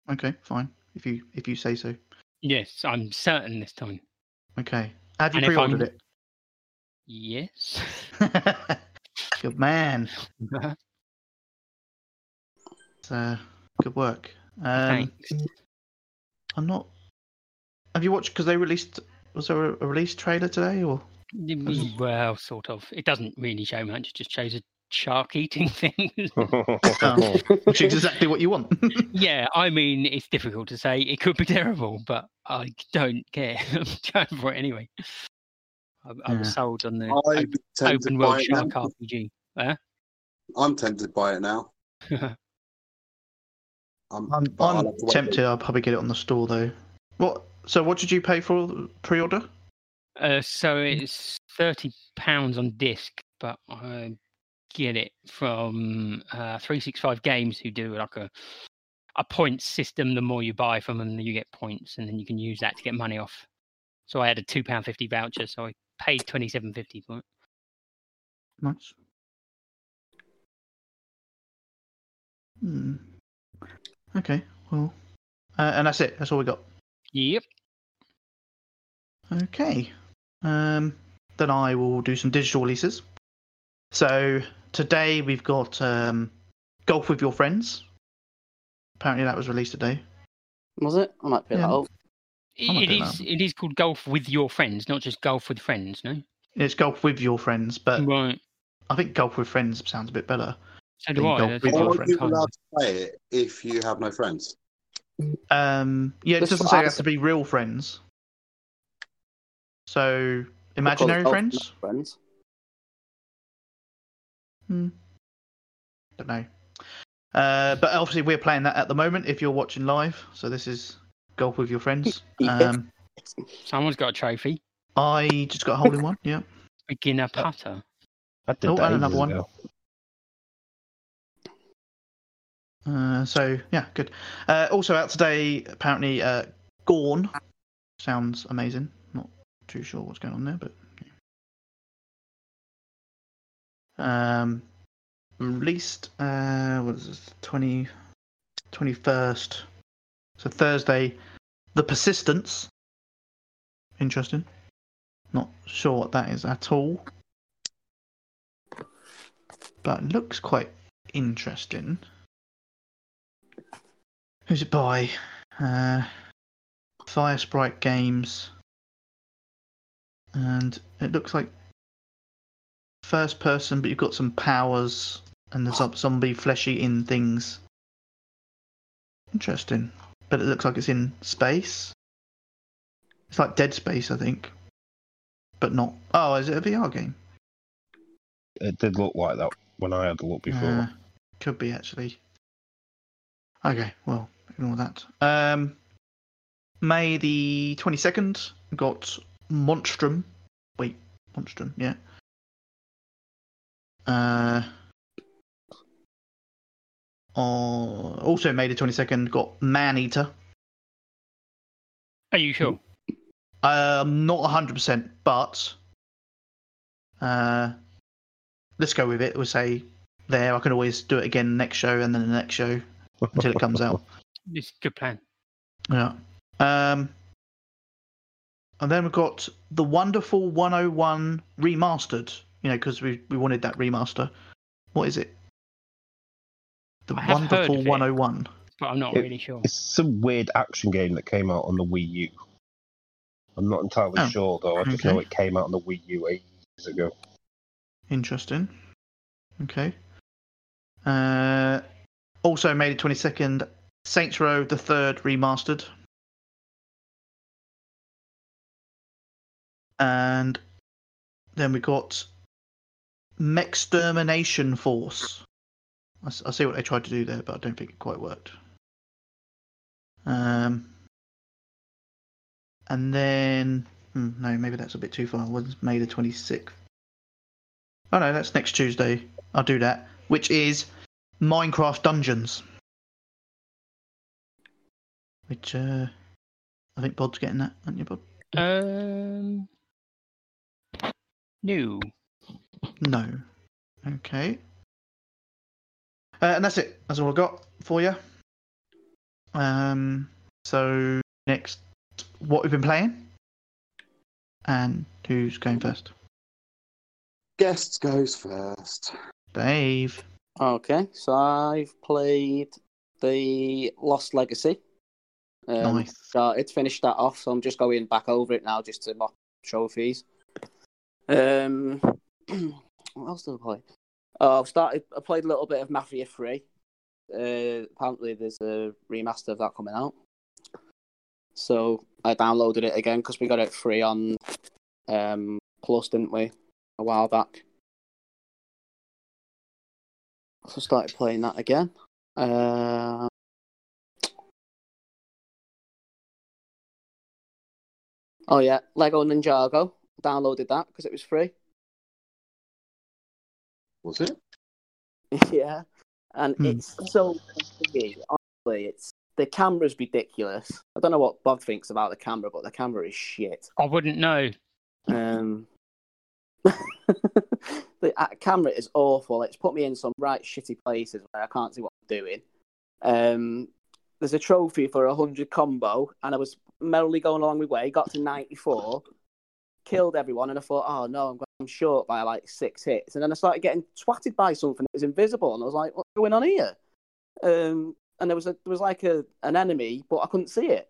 Speaker 3: Okay, fine. If you if you say so.
Speaker 4: Yes, I'm certain this time.
Speaker 3: Okay. Have you
Speaker 4: And if I'm-
Speaker 3: pre-ordered
Speaker 4: Yes.
Speaker 3: it? Good man. Um, It's, uh, good work. Um,
Speaker 4: Thanks.
Speaker 3: I'm not. Have you watched? Because they released. Was there a, a release trailer today? Or
Speaker 4: Y- Well, sort of. It doesn't really show much. It just shows a shark eating thing.
Speaker 3: Oh, which is exactly what you want.
Speaker 4: yeah, I mean, it's difficult to say. It could be terrible, but I don't care. I'm going for it anyway. I, I was
Speaker 3: Yeah.
Speaker 4: sold on the
Speaker 5: I
Speaker 4: op- open world shark RPG.
Speaker 5: I'm tempted by it now. I'm,
Speaker 3: I'm,
Speaker 5: but I'll
Speaker 3: I'm
Speaker 5: have to wait.
Speaker 3: tempted. I'll probably get it on the store though. What? So what did you pay for pre-order?
Speaker 4: Uh, so it's thirty pounds on disc, but I get it from uh, three six five games who do like a a points system. The more you buy from them, you get points, and then you can use that to get money off. So I had a two pound fifty voucher, so I paid twenty seven fifty for it.
Speaker 3: Nice. Hmm. Okay. Well. Uh, and that's it. That's all we got.
Speaker 4: Yep.
Speaker 3: Okay. Um, then I will do some digital releases. So today we've got um, Golf with Your Friends. Apparently that was released today.
Speaker 6: Was it? I might be
Speaker 3: Yeah.
Speaker 6: that up.
Speaker 3: I'm not
Speaker 4: It
Speaker 3: doing
Speaker 4: is. It is called golf with your friends, not just golf with friends. No.
Speaker 3: It's Golf with Your Friends, but
Speaker 6: Mm.
Speaker 4: Right.
Speaker 3: I think Golf with Friends sounds a bit better.
Speaker 4: So do
Speaker 3: then
Speaker 4: I.
Speaker 3: golf
Speaker 4: that's
Speaker 3: with your
Speaker 4: what I'm
Speaker 5: Are
Speaker 3: friends.
Speaker 5: you
Speaker 4: kinda-
Speaker 5: allowed to play it if you have no friends?
Speaker 3: Um, yeah, it
Speaker 6: That's
Speaker 3: doesn't
Speaker 6: what
Speaker 3: say
Speaker 6: I
Speaker 3: it has
Speaker 6: said.
Speaker 3: to be real friends. So imaginary
Speaker 6: Because- oh,
Speaker 3: friends?
Speaker 6: not friends.
Speaker 3: Don't know. Uh, but obviously we're playing that at the moment. If you're watching live, so this is golf with your friends.
Speaker 6: Yes.
Speaker 3: Um,
Speaker 4: Someone's got a trophy.
Speaker 3: I just got a hole in one. Yeah.
Speaker 4: Beginner putter.
Speaker 7: I did
Speaker 3: Oh,
Speaker 7: that
Speaker 3: and
Speaker 7: ages
Speaker 3: another one.
Speaker 7: ago.
Speaker 3: Uh, so yeah, good. Uh, also out today, apparently, uh, Gorn sounds amazing. Not too sure what's going on there, but yeah. um, released uh, what is this, 20, 21st. So Thursday, the persistence. Interesting. Not sure what that is at all, but it looks quite interesting. Who's it by? Uh, Fire Sprite Games. And it looks like first person, but you've got some powers and there's some zombie flesh eating things. Interesting. But it looks like it's in space. It's like Dead Space, I think. But not. Oh, is it a VR game?
Speaker 7: It did look like that when I had a look before.
Speaker 3: Uh, could be actually. Okay, well, ignore that. Um, May the twenty second got Monstrum. Wait, Monstrum, yeah. Uh, oh, also May the twenty second got Man Eater.
Speaker 4: Are you sure?
Speaker 3: Um, not hundred percent, but uh, let's go with it. We'll say there. I can always do it again next show, and then the next show until it comes out.
Speaker 4: It's a good plan.
Speaker 3: Yeah. Um, and then we've got the wonderful 101 remastered. You know, because we we wanted that remaster. What is it? The
Speaker 4: I have heard
Speaker 3: wonderful
Speaker 4: of it.
Speaker 3: 101.
Speaker 4: But I'm not
Speaker 7: It-
Speaker 4: really sure.
Speaker 7: It's some weird action game that came out on the Wii U. I'm not entirely
Speaker 3: Oh,
Speaker 7: sure though. I just
Speaker 3: okay.
Speaker 7: know it came out on the Wii U ages ago.
Speaker 3: Interesting. Okay. Uh, also made it 22nd. Saints Row the Third remastered. And then we got Mextermination Force. I, s- I see what they tried to do there, but I don't think it quite worked. Um, and then hmm, no, maybe that's a bit too far. Was May the twenty sixth. Oh no, that's next Tuesday. I'll do that. Which is Minecraft Dungeons. Which uh I think Bod's getting that, aren't you, Bod?
Speaker 4: Um, no.
Speaker 3: No. Okay. Uh, and that's it. That's all I got for you. Um so next what we've been playing? And who's going first?
Speaker 5: Guest goes first.
Speaker 3: Dave.
Speaker 6: Okay, so I've played the Lost Legacy. Um,
Speaker 3: Nice.
Speaker 6: Started, finished that off, so I'm just going back over it now just to mock trophies. Um, what else did I play? Oh, I've started. I played a little bit of Mafia Three. Uh, apparently, there's a remaster of that coming out. So I downloaded it again because we got it free on um, Plus, didn't we? A while back. So started playing that again. Uh, oh yeah, Lego Ninjago. Downloaded that because it was free.
Speaker 5: Was it?
Speaker 6: yeah, and
Speaker 3: Hmm.
Speaker 6: it's so big. Honestly, it's the camera's ridiculous. I don't know what Bob thinks about the camera, but the camera is shit.
Speaker 4: I wouldn't know.
Speaker 6: Um, the uh, camera is awful. It's put me in some right shitty places where I can't see what I'm doing. Um, there's a trophy for a hundred combo, and I was merrily going along my way. Got to ninety four, killed everyone, and I thought, oh no, I'm, go- I'm short by like six hits. And then I started getting twatted by something that was invisible, and I was like, what's going on here? Um, and there was a, there was like a an enemy, but I couldn't see it.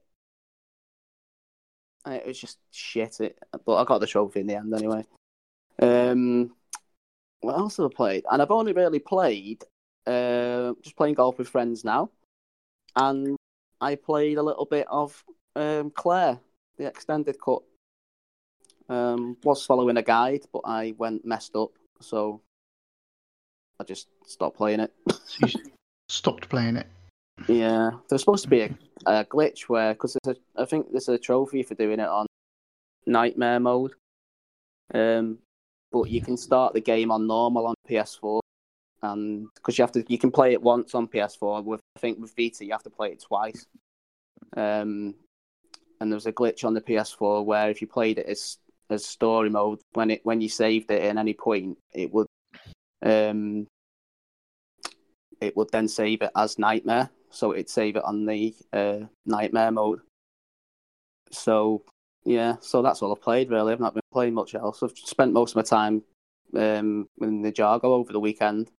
Speaker 6: Uh, It was just shit. It, but I got the trophy in the end anyway. Um, what else have I played? And I've only really played uh, just playing golf with friends now. And I played a little bit of um, Claire, the extended cut. Um, was following a guide, but I went messed up, so I just stopped playing it.
Speaker 3: So you stopped playing it.
Speaker 6: yeah, there's supposed to be a, a glitch where because there's a, I think there's a trophy for doing it on nightmare mode. Um, but you can start the game on normal on PS4, and because you have to, you can play it once on PS4. With I think with Vita, you have to play it twice. Um, and there was a glitch on the PS4 where if you played it as as story mode, when it when you saved it at any point, it would um it would then save it as nightmare, so it'd save it on the uh, nightmare mode. So yeah, so that's all I've played really. I've not been playing much else. I've spent most of my time um in the Jargo over the weekend,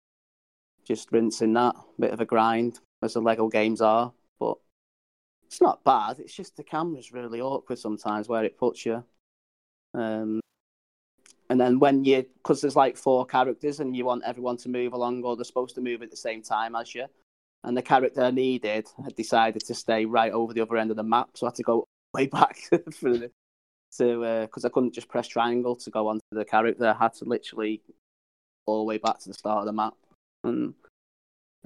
Speaker 6: just rinsing that bit of a grind as the Lego games are, but it's not bad. It's just the camera's really awkward sometimes where it puts you. Um, and then when you, because there's like four characters and you want everyone to move along or they're supposed to move at the same time as you. And the character I needed had decided to stay right over the other end of the map, so I had to go way back for the, to because I couldn't just press triangle to go onto the character. I had to literally all the way back to the start of the map. And,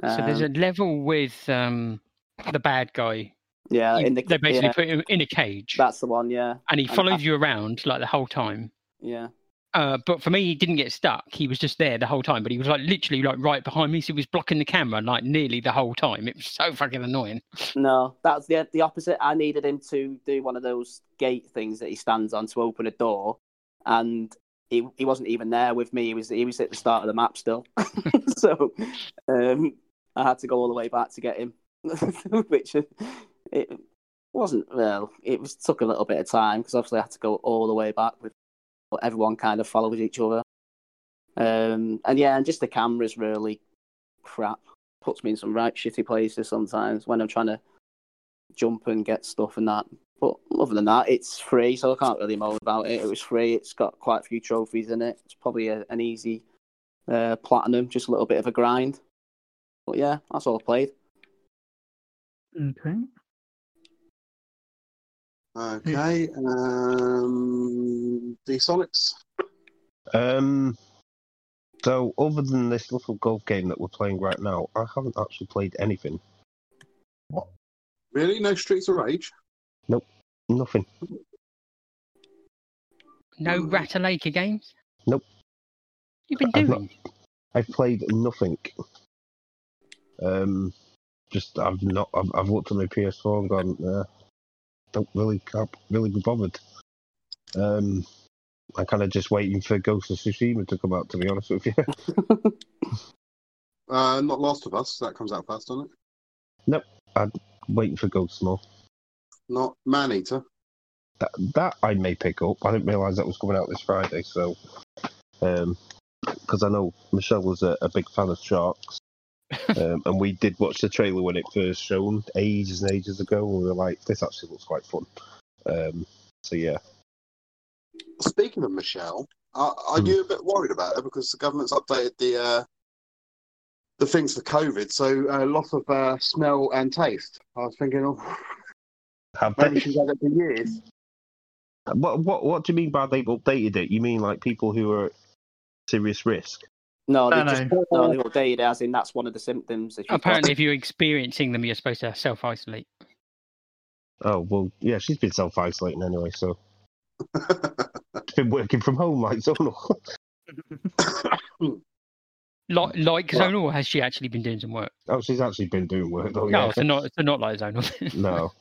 Speaker 4: So there's a
Speaker 6: um,
Speaker 4: level with um, the bad guy.
Speaker 6: yeah,
Speaker 4: You-
Speaker 6: uh, in the
Speaker 4: they basically
Speaker 6: yeah,
Speaker 4: put him in a cage,
Speaker 6: that's the one. Yeah,
Speaker 4: and he
Speaker 6: and
Speaker 4: followed
Speaker 6: that-
Speaker 4: you around like the whole time.
Speaker 6: yeah.
Speaker 4: Uh, but for me, he didn't get stuck. He was just there the whole time. But he was like literally like right behind me, so he was blocking the camera like nearly the whole time. It was so fucking annoying.
Speaker 6: No, that's the the opposite. I needed him to do one of those gate things that he stands on to open a door, and he he wasn't even there with me. He was he was at the start of the map still, so um, I had to go all the way back to get him, which uh, it wasn't well. It was took a little bit of time because obviously I had to go all the way back with, but everyone kind of followed each other, um, and yeah, and just the cameras really crap. Puts me in some right shitty places sometimes when I'm trying to jump and get stuff and that. But other than that, it's free, so I can't really moan about it. It was free. It's got quite a few trophies in it. It's probably a, an easy uh, platinum, just a little bit of a grind. But yeah, that's all I played.
Speaker 3: Okay.
Speaker 5: Okay. Um, the Sonics.
Speaker 7: Um, so other than this little golf game that we're playing right now, I haven't actually played anything.
Speaker 5: Really? No Streets of Rage?
Speaker 7: Nothing.
Speaker 4: No
Speaker 5: Mm.
Speaker 4: Ratalaker games.
Speaker 7: Nope.
Speaker 4: You've been
Speaker 7: I've not-
Speaker 4: doing.
Speaker 7: I've played nothing. Um, just I've not. I've, I've looked at my PS4 and gone. Uh, don't really can't really be bothered. Um, I'm kind of just waiting for Ghost of Tsushima to come out. To be honest with you,
Speaker 5: Uh, not Last of Us. That comes out first, doesn't it?
Speaker 7: waiting for Ghost more.
Speaker 5: Not Man Eater.
Speaker 7: That, that I may pick up. I didn't realise that was coming out this Friday. So, um, because I know Michelle was a, a big fan of sharks, um, and we did watch the trailer when it first shown ages and ages ago, and we were like, "This actually looks quite fun." Um, so yeah,
Speaker 5: Speaking of Michelle, are, are
Speaker 7: Hmm.
Speaker 5: you a bit worried about her because the government's updated the uh, the things for COVID, so uh, loss of uh, smell and taste. I was thinking, oh,
Speaker 7: have
Speaker 5: maybe
Speaker 7: they?
Speaker 5: she's had it for years.
Speaker 7: What what what do you mean by they've updated it? You mean like people who are at serious risk?
Speaker 6: No, they
Speaker 3: No,
Speaker 6: just
Speaker 3: no.
Speaker 6: no, they updated it as in that's one of the symptoms. That you've got.
Speaker 4: Apparently, if you're experiencing them, you're supposed to self isolate.
Speaker 7: Oh well, yeah, she's been self isolating anyway, so she's been working from home like so. oh,
Speaker 4: Like,
Speaker 7: Mm.
Speaker 4: like
Speaker 5: Well-
Speaker 4: Zonal, or has she actually been doing some work?
Speaker 7: oh, she's actually been doing work though.
Speaker 4: No,
Speaker 7: Oh, Yeah.
Speaker 4: so not, so not like Zonal.
Speaker 7: No.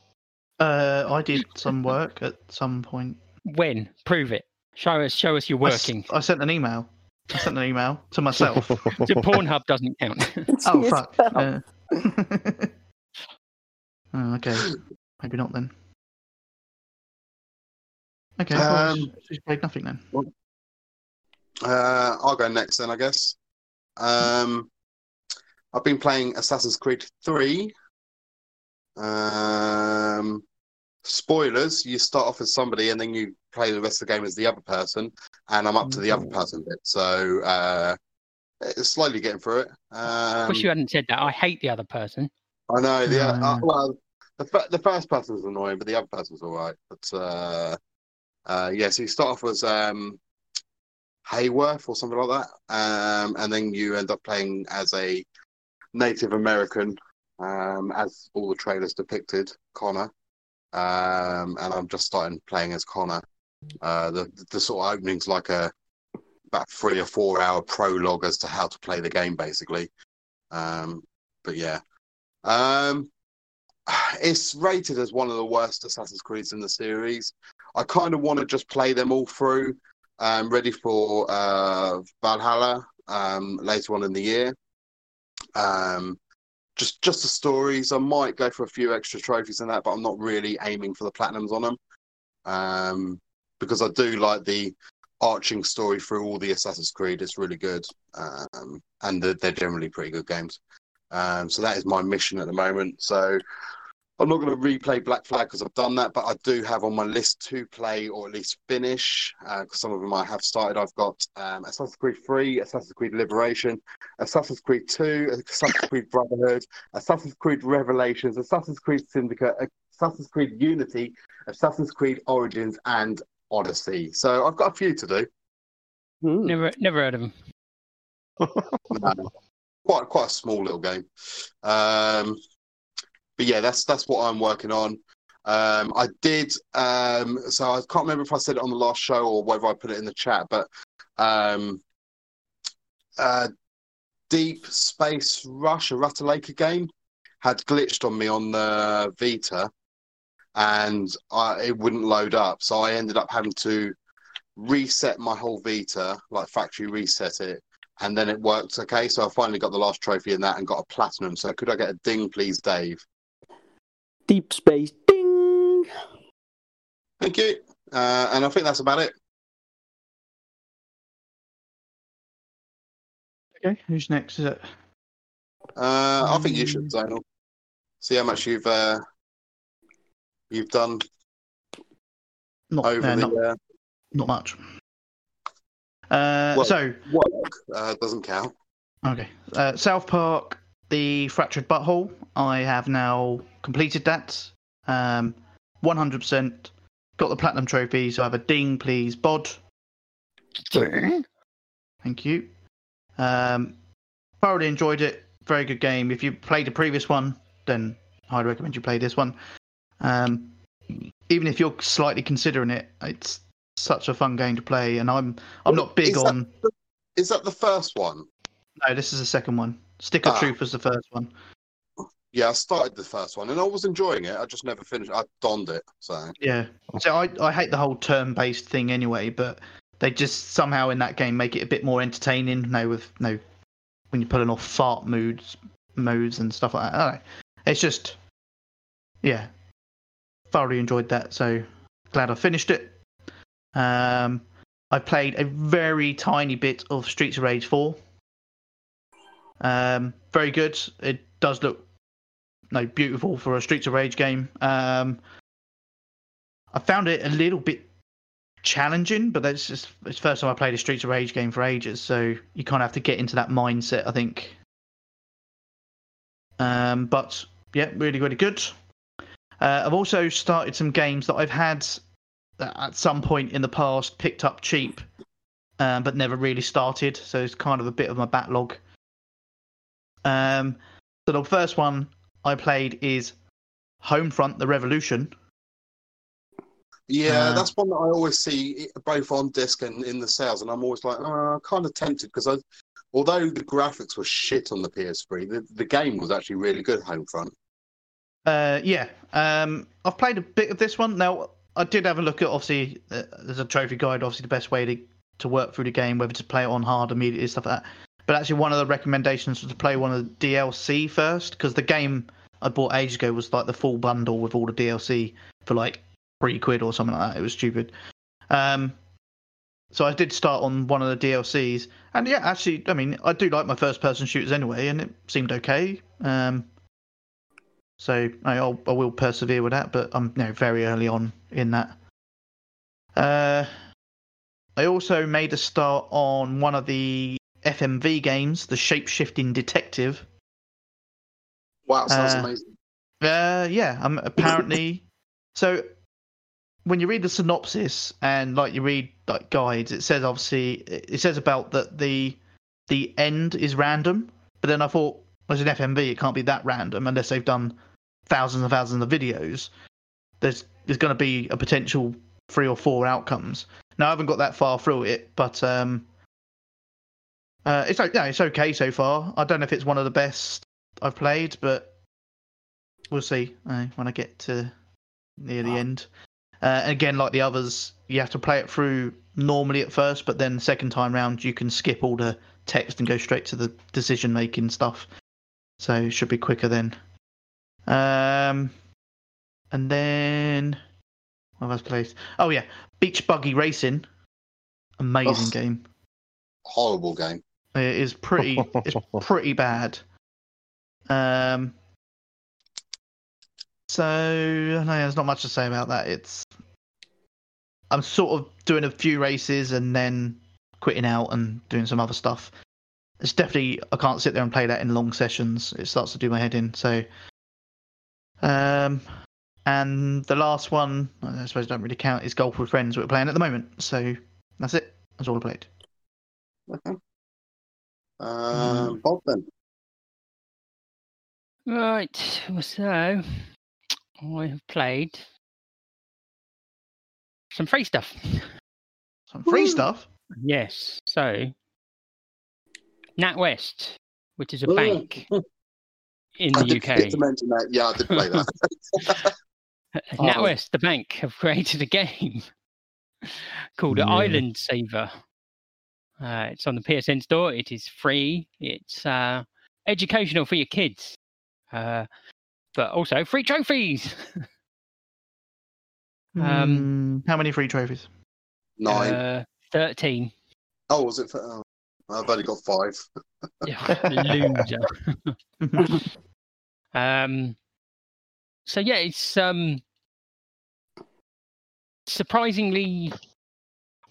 Speaker 3: Uh, I did some work at some point.
Speaker 4: when? Prove it. Show us. Show us you're
Speaker 3: I s-
Speaker 4: working.
Speaker 3: I, sent an email. I sent an email to myself.
Speaker 4: The Pornhub doesn't count.
Speaker 3: oh fuck. Uh, oh, okay. Maybe not then. Okay. well,
Speaker 5: Um,
Speaker 3: she's- she's played nothing then.
Speaker 5: Uh, I'll go next then, I guess. Um, I've been playing Assassin's Creed 3. Um, spoilers, you start off as somebody and then you play the rest of the game as the other person, and I'm up to the other person bit. So uh, it's slowly getting through it.
Speaker 4: I
Speaker 5: Um,
Speaker 4: wish you hadn't said that. I hate the other person.
Speaker 5: I know. The,
Speaker 3: No,
Speaker 5: uh,
Speaker 3: no.
Speaker 5: well, the, fir- the first person's annoying, but the other person's all right. But uh, Uh, yeah, so you start off as um, Hayworth or something like that, um, and then you end up playing as a Native American, um, as all the trailers depicted, Connor. Um, and I'm just starting playing as Connor. Uh, the the sort of opening's like a about three or four hour prologue as to how to play the game, basically. Um, but yeah, um, it's rated as one of the worst Assassin's Creeds in the series. I kind of want to just play them all through, um, ready for uh, Valhalla um, later on in the year. Um, just just the stories. I might go for a few extra trophies and that, but I'm not really aiming for the platinums on them um, because I do like the arching story through all the Assassin's Creed. It's really good, um, and they're, they're generally pretty good games. Um, so that is my mission at the moment. So I'm not going to replay Black Flag because I've done that, but I do have on my list to play or at least finish because some of them I have started. I've got um, Assassin's Creed 3, Assassin's Creed Liberation, Assassin's Creed 2, Assassin's Creed Brotherhood, Assassin's Creed Revelations, Assassin's Creed Syndicate, Assassin's Creed Unity, Assassin's Creed Origins, and Odyssey. So I've got a few to do.
Speaker 6: Hmm.
Speaker 4: Never, never heard of them.
Speaker 5: Um, quite quite a small little game. Um, but yeah, that's that's what I'm working on. Um, I did. Um, so I can't remember if I said it on the last show or whether I put it in the chat, but um, uh, Deep Space Rush, a Ratalaker game, had glitched on me on the Vita, and I, it wouldn't load up. So I ended up having to reset my whole Vita, like factory reset it, and then it worked okay. So I finally got the last trophy in that and got a platinum. So could I get a ding, please, Dave?
Speaker 6: Deep space. Ding.
Speaker 5: Thank you. Uh, and I think that's about it.
Speaker 3: Okay, who's next? Is it?
Speaker 5: Uh, I think you should, Zonal. See how much you've uh, you've done
Speaker 3: Not,
Speaker 5: over
Speaker 3: uh,
Speaker 5: the
Speaker 3: not,
Speaker 5: uh,
Speaker 3: not much. Uh,
Speaker 5: Well-
Speaker 3: so,
Speaker 5: work. Uh, doesn't count.
Speaker 3: okay. Uh, South Park, The Fractured Butthole. I have now completed that um, 100%. Got the platinum trophy, so I have a ding, please, Bod. Thank you. Um, thoroughly enjoyed it. Very good game. If you played the previous one, then I'd recommend you play this one. Um, even if you're slightly considering it, it's such a fun game to play. And I'm I'm not big
Speaker 5: Is that-
Speaker 3: on.
Speaker 5: Is that the first one?
Speaker 3: No, this is the second one. Sticker
Speaker 5: Ah.
Speaker 3: Troop was the first one.
Speaker 5: Yeah, I started the first one and I was enjoying it. I just never finished. I donned it. So
Speaker 3: Yeah. So I I hate the whole turn based thing anyway, but they just somehow in that game make it a bit more entertaining. No, with no when you're pulling off fart moods modes and stuff like that. I don't know. It's just yeah, thoroughly enjoyed that. So glad I finished it. Um, I played a very tiny bit of Streets of Rage 4. Um, very good. It does look no beautiful for a Streets of Rage game. Um, I found it a little bit challenging, but that's just it's the first time I played a Streets of Rage game for ages, so you kind of have to get into that mindset, I think. Um, but yeah, really, really good. Uh, I've also started some games that I've had that at some point in the past picked up cheap, um, but never really started. So it's kind of a bit of my backlog. Um, so the first one I played is Homefront: The Revolution.
Speaker 5: yeah,
Speaker 3: Uh.
Speaker 5: that's one that I always see i- both on disc and in the sales, and I'm always like, oh, kind of tempted because I, although the graphics were shit on the PS3, the, the game was actually really good. Homefront.
Speaker 3: Uh, yeah, um, I've played a bit of this one. Now I did have a look at obviously uh, there's a trophy guide. Obviously, the best way to to work through the game, whether to play it on hard immediately stuff like that. But actually, one of the recommendations was to play one of the DLC first because the game I bought ages ago was like the full bundle with all the DLC for like three quid or something like that. It was stupid. Um, so I did start on one of the DLCs, and yeah, actually, I mean, I do like my first-person shooters anyway, and it seemed okay. Um, so I, I'll, I will persevere with that, but I'm you know, very early on in that. Uh, I also made a start on one of the FMV games, the Shape Shifting Detective.
Speaker 5: Wow, sounds
Speaker 3: Uh,
Speaker 5: amazing.
Speaker 3: Uh, yeah, um, apparently. so when you read the synopsis and like you read like guides, it says obviously it it says about that the the end is random. But then I thought, well, it's an FMV, it can't be that random unless they've done thousands and thousands of videos. There's there's going to be a potential three or four outcomes. Now I haven't got that far through it, but um, uh, it's o- no, it's okay so far. I don't know if it's one of the best I've played, but we'll see uh, when I get to near the end. Uh, and again, like the others, you have to play it through normally at first, but then second time round you can skip all the text and go straight to the decision making stuff. So it should be quicker then. Um, and then what have I played? Oh yeah, Beach Buggy Racing, amazing
Speaker 5: Oh.
Speaker 3: game.
Speaker 5: Horrible game.
Speaker 3: It is pretty, it's pretty bad. Um, so no, there's not much to say about that. It's I'm sort of doing a few races and then quitting out and doing some other stuff. It's definitely I can't sit there and play that in long sessions. It starts to do my head in. So, um, and the last one I suppose I don't really count is golf with friends we're playing at the moment. So that's it. That's all I played.
Speaker 5: Okay. Um,
Speaker 3: Mm.
Speaker 5: Bob then.
Speaker 4: Right, well, so I have played some free stuff.
Speaker 3: Some free stuff.
Speaker 4: Yes, so NatWest, which is a bank in
Speaker 5: I
Speaker 4: the
Speaker 5: did forget to
Speaker 4: UK.
Speaker 5: mention that. Yeah, I did play that. Oh.
Speaker 4: Uh, NatWest, the bank, have created a game called
Speaker 7: Yeah.
Speaker 4: Island Saver. Uh, it's on the PSN store. It is free. It's uh, educational for your kids, uh, but also free trophies. Um,
Speaker 3: Hmm, how many free trophies?
Speaker 5: Nine.
Speaker 4: Uh, Thirteen.
Speaker 5: oh, was it? For, oh, I've only got five.
Speaker 4: Yeah, loser. Um, so yeah, it's um, surprisingly,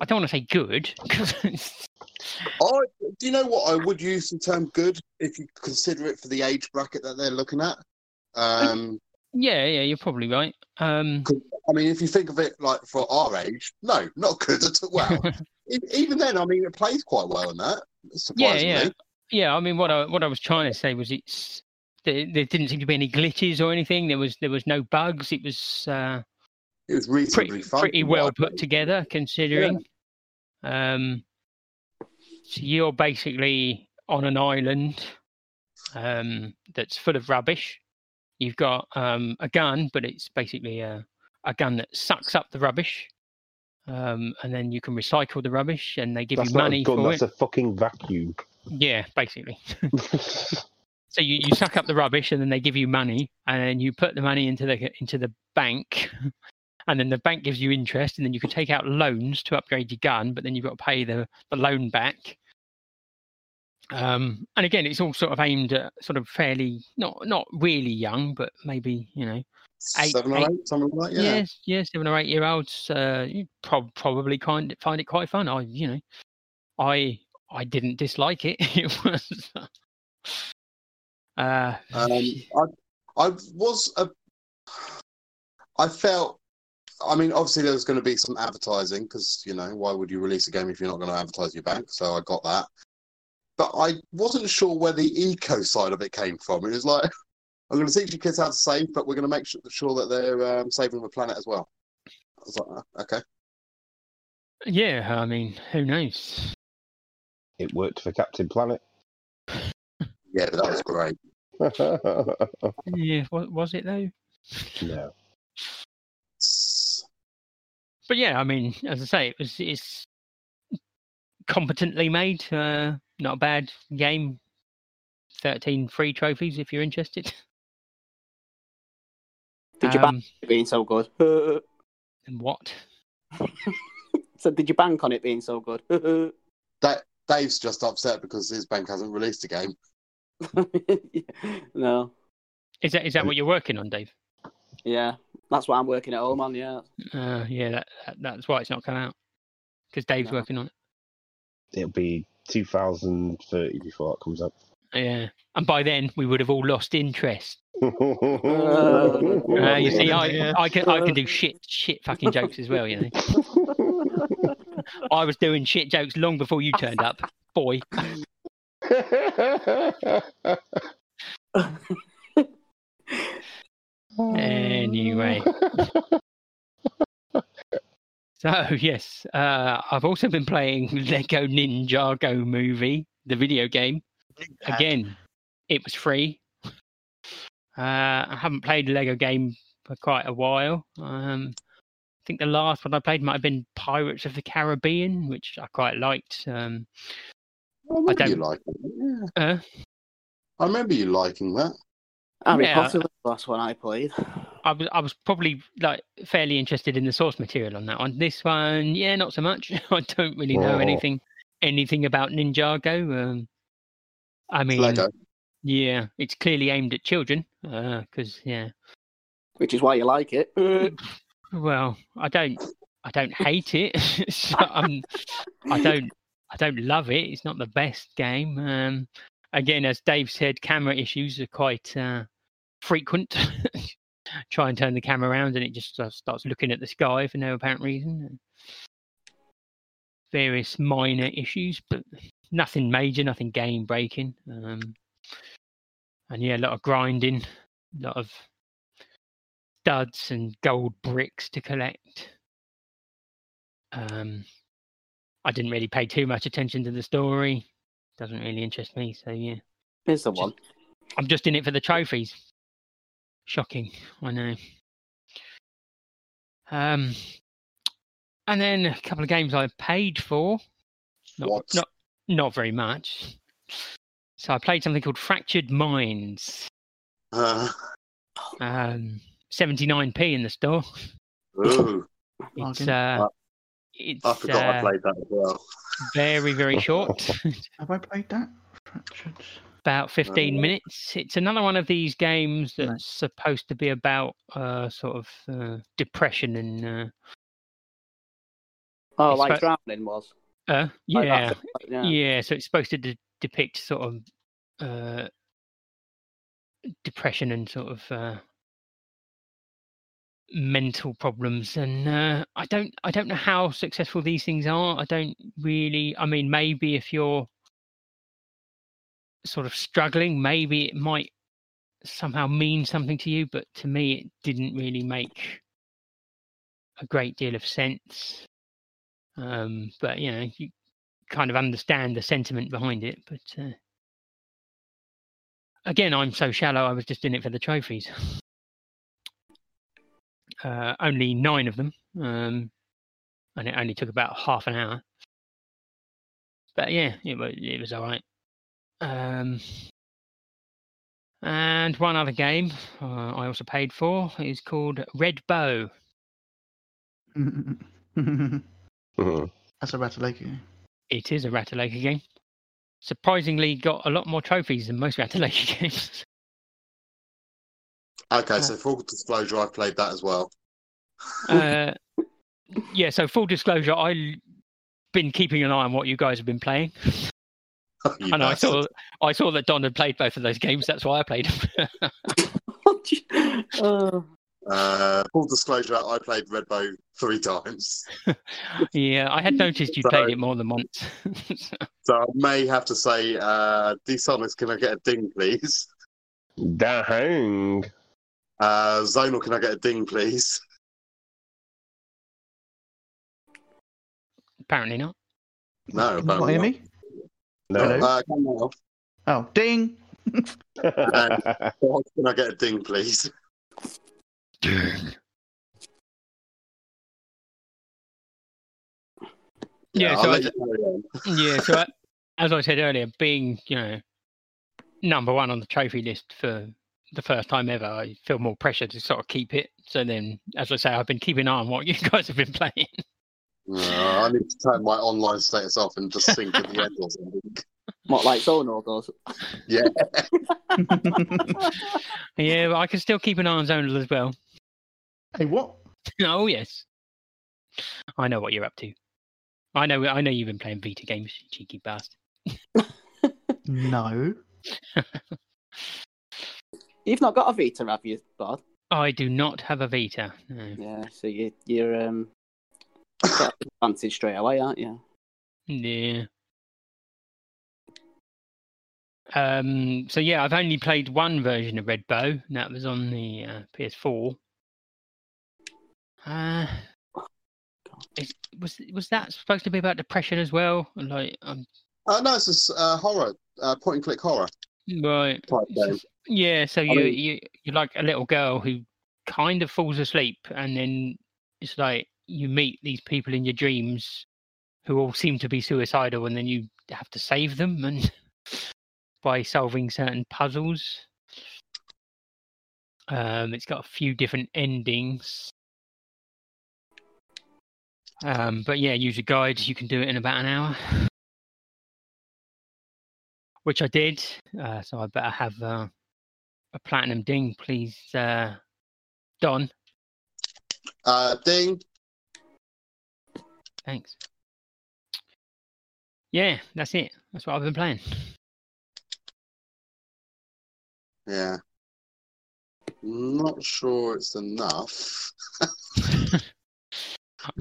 Speaker 4: I don't want to say good because
Speaker 5: I, do you know what? I would use the term good if you consider it for the age bracket that they're looking at. Um,
Speaker 4: yeah, yeah, you're probably right. Um,
Speaker 5: 'cause- I mean, if you think of it like for our age, no, not good at all. Well, e- even then, I mean, it plays quite well in that,
Speaker 4: yeah,
Speaker 5: surprisingly.
Speaker 4: yeah, yeah. I mean, what I what I was trying to say was it's there, there didn't seem to be any glitches or anything. There was there was no bugs. It was uh,
Speaker 5: It was reasonably
Speaker 4: pretty,
Speaker 5: fun.
Speaker 4: pretty
Speaker 5: from what
Speaker 4: well
Speaker 5: I
Speaker 4: put
Speaker 5: played.
Speaker 4: together considering um so you're basically on an island um that's full of rubbish you've got um a gun but it's basically a, a gun that sucks up the rubbish um and then you can recycle the rubbish and they give
Speaker 7: That's
Speaker 4: you
Speaker 7: not
Speaker 4: money
Speaker 7: a gun,
Speaker 4: for
Speaker 7: that's
Speaker 4: it
Speaker 7: a fucking vacuum.
Speaker 4: yeah basically so you, you suck up the rubbish and then they give you money and then you put the money into the into the bank and then the bank gives you interest and then you can take out loans to upgrade your gun but then you've got to pay the, the loan back um, and again it's all sort of aimed at sort of fairly not not really young but maybe you know Eight-
Speaker 5: Seven or
Speaker 4: eight-
Speaker 5: eight, something like that. Yeah.
Speaker 4: yes yes seven or eight year olds uh, you prob- probably kind find it quite fun i you know i i didn't dislike it it was uh
Speaker 5: Um, I, I was a. I felt. I mean, obviously, there's going to be some advertising because you know why would you release a game if you're not going to advertise your bank? So I got that, but I wasn't sure where the eco side of it came from. It was like I'm going to teach your kids how to save, but we're going to make sure, sure that they're um, saving the planet as well. I was like, "Ah, okay,
Speaker 4: Yeah, I mean, who knows?
Speaker 7: It worked for Captain Planet.
Speaker 5: yeah, that was great.
Speaker 7: no.
Speaker 4: Yeah, was, was it though? But yeah, I mean, as I say, it was it's competently made. Uh, not a bad game. Thirteen free trophies if you're interested.
Speaker 6: Did you bank
Speaker 4: Um,
Speaker 6: it being so good? so
Speaker 4: and what?
Speaker 6: did you bank on it being so good?
Speaker 5: That Dave's just upset because his bank hasn't released a game.
Speaker 6: no.
Speaker 4: Is that is that what you're working on, Dave?
Speaker 6: Yeah. That's why I'm working at home on, yeah.
Speaker 4: Uh, yeah, that, that that's why it's not come out because Dave's
Speaker 6: No.
Speaker 4: working on it.
Speaker 7: It'll be 2030 before it comes out.
Speaker 4: Yeah, and by then we would have all lost interest. Uh, you see,
Speaker 3: yeah.
Speaker 4: I,
Speaker 3: Yeah.
Speaker 4: I can I can do shit shit fucking jokes as well. You know, I was doing shit jokes long before you turned up, boy. Anyway. So yes, uh, I've also been playing Lego Ninjago Movie, the video game. Again, it was free. Uh, I haven't played a Lego game for quite a while. Um, I think the last one I played might have been Pirates of the Caribbean, which I quite liked. Um,
Speaker 5: I remember
Speaker 4: don't-
Speaker 5: you liking that. Yeah.
Speaker 4: Uh? Huh?
Speaker 5: I remember you liking that.
Speaker 6: Harry
Speaker 4: Yeah.
Speaker 6: Potter was the last one I played.
Speaker 4: I was I was probably like fairly interested in the source material on that one. This one, yeah, not so much. I don't really know
Speaker 7: Oh.
Speaker 4: anything anything about Ninjago. Um, I mean,
Speaker 5: Lego.
Speaker 4: yeah, it's clearly aimed at children because yeah,
Speaker 6: Which is why you like it.
Speaker 4: well, I don't I don't hate it. so I'm, I don't I don't love it. It's not the best game. Um, again, as Dave said, camera issues are quite uh, frequent. Try and turn the camera around, and it just starts- starts looking at the sky for no apparent reason. Various minor issues, but nothing major, nothing game breaking. Um, and yeah, a lot of grinding, a lot of studs and gold bricks to collect. Um, I didn't really pay too much attention to the story. Doesn't really interest me. So yeah,
Speaker 6: Here's the one.
Speaker 4: I'm just in it for the trophies. Shocking, I know. Um, and then a couple of games I paid for. Not,
Speaker 5: What?
Speaker 4: Not, not very much. So I played something called Fractured Minds.
Speaker 5: Uh,
Speaker 4: Um, 79p in the store.
Speaker 5: ooh,
Speaker 4: It's
Speaker 3: Bargain.
Speaker 4: uh,
Speaker 5: Uh,
Speaker 4: it's
Speaker 5: I forgot I
Speaker 4: uh,
Speaker 5: played that as well.
Speaker 4: very very short.
Speaker 3: Have I played that? Fractured.
Speaker 4: about 15
Speaker 5: yeah.
Speaker 4: minutes. It's another one of these games
Speaker 3: Nice.
Speaker 4: that's supposed to be about uh, sort of uh, depression and uh,
Speaker 6: Oh,
Speaker 4: It's
Speaker 6: like
Speaker 4: about-
Speaker 6: drowning was.
Speaker 4: uh,
Speaker 6: Like
Speaker 4: yeah,
Speaker 6: that, like,
Speaker 4: yeah,
Speaker 6: yeah.
Speaker 4: So it's supposed to de- depict sort of uh, depression and sort of uh, mental problems. And uh, I don't, I don't know how successful these things are. I don't really. I mean, maybe if you're sort of struggling, maybe it might somehow mean something to you, but to me, it didn't really make a great deal of sense. Um, but you know, you kind of understand the sentiment behind it. But uh, again, I'm so shallow. I was just in it for the trophies. Uh, only nine of them, um, and it only took about half an hour. But yeah, it was it was all right. Um, and one other game uh, I also paid for is called Red Bow.
Speaker 3: That's a Rattlelake game.
Speaker 4: It is a Rattalaka game. Surprisingly, got a lot more trophies than most Rattalaka games.
Speaker 5: Okay, so full disclosure, I played that as well.
Speaker 4: uh, yeah, so full disclosure, I've been keeping an eye on what you guys have been playing.
Speaker 5: You
Speaker 4: and I
Speaker 5: bastard.
Speaker 4: saw, I saw that Don had played both of those games. That's why I played them.
Speaker 6: Oh.
Speaker 5: Uh, full disclosure, I played Red Bow three times.
Speaker 4: yeah, I had noticed you played
Speaker 5: Sorry.
Speaker 4: it more than once.
Speaker 5: So I may have to say, uh, Dishonest, can I get a ding, please?
Speaker 7: Dang.
Speaker 5: Uh, Zonal, can I get a ding, please?
Speaker 4: Apparently not.
Speaker 5: No,
Speaker 3: Can you not hear
Speaker 5: apparently
Speaker 3: me?
Speaker 7: No.
Speaker 5: Uh, come on.
Speaker 3: Oh, ding!
Speaker 5: Dog, Can I get a ding, please?
Speaker 4: Yeah,
Speaker 5: I'll
Speaker 4: so I,
Speaker 5: let you carry on.
Speaker 4: yeah so I, as i said earlier being you know number one on the trophy list for the first time ever i feel more pressure to sort of keep it so then as i say i've been keeping an eye on what you guys have been playing
Speaker 5: Uh, I need to turn my online status off and just sync at the end or something.
Speaker 6: What, like Zonor does?
Speaker 5: Yeah.
Speaker 4: yeah but i can still keep an eye on zonal as well
Speaker 3: hey, what?
Speaker 4: oh yes i know what you're up to i know i know you've been playing vita games you cheeky bastard
Speaker 3: No.
Speaker 6: You've not got a Vita, have you, Bod?
Speaker 4: I do not have a Vita. No.
Speaker 6: Yeah, so you, you're um, got an advantage straight away, aren't you?
Speaker 4: Yeah. Um, so yeah, I've only played one version of Red Bow, and that was on the uh, PS4. Uh, is, was was that supposed to be about depression as well? Like, um,
Speaker 5: Uh, no, it's just uh, horror, uh, point and click horror.
Speaker 4: right?
Speaker 5: Type
Speaker 4: it's
Speaker 5: game.
Speaker 4: just- yeah. So you
Speaker 5: mean-
Speaker 4: you you're like a little girl who kind of falls asleep, and then it's like you meet these people in your dreams who all seem to be suicidal, and then you have to save them and by solving certain puzzles. Um, it's got a few different endings. Um, but yeah, use a guide. You can do it in about an hour, which I did. Uh, so I better have uh, a platinum ding, please, uh, Don.
Speaker 5: Uh, ding.
Speaker 4: Thanks. Yeah, that's it. That's what I've been playing.
Speaker 5: Yeah. Not sure it's enough.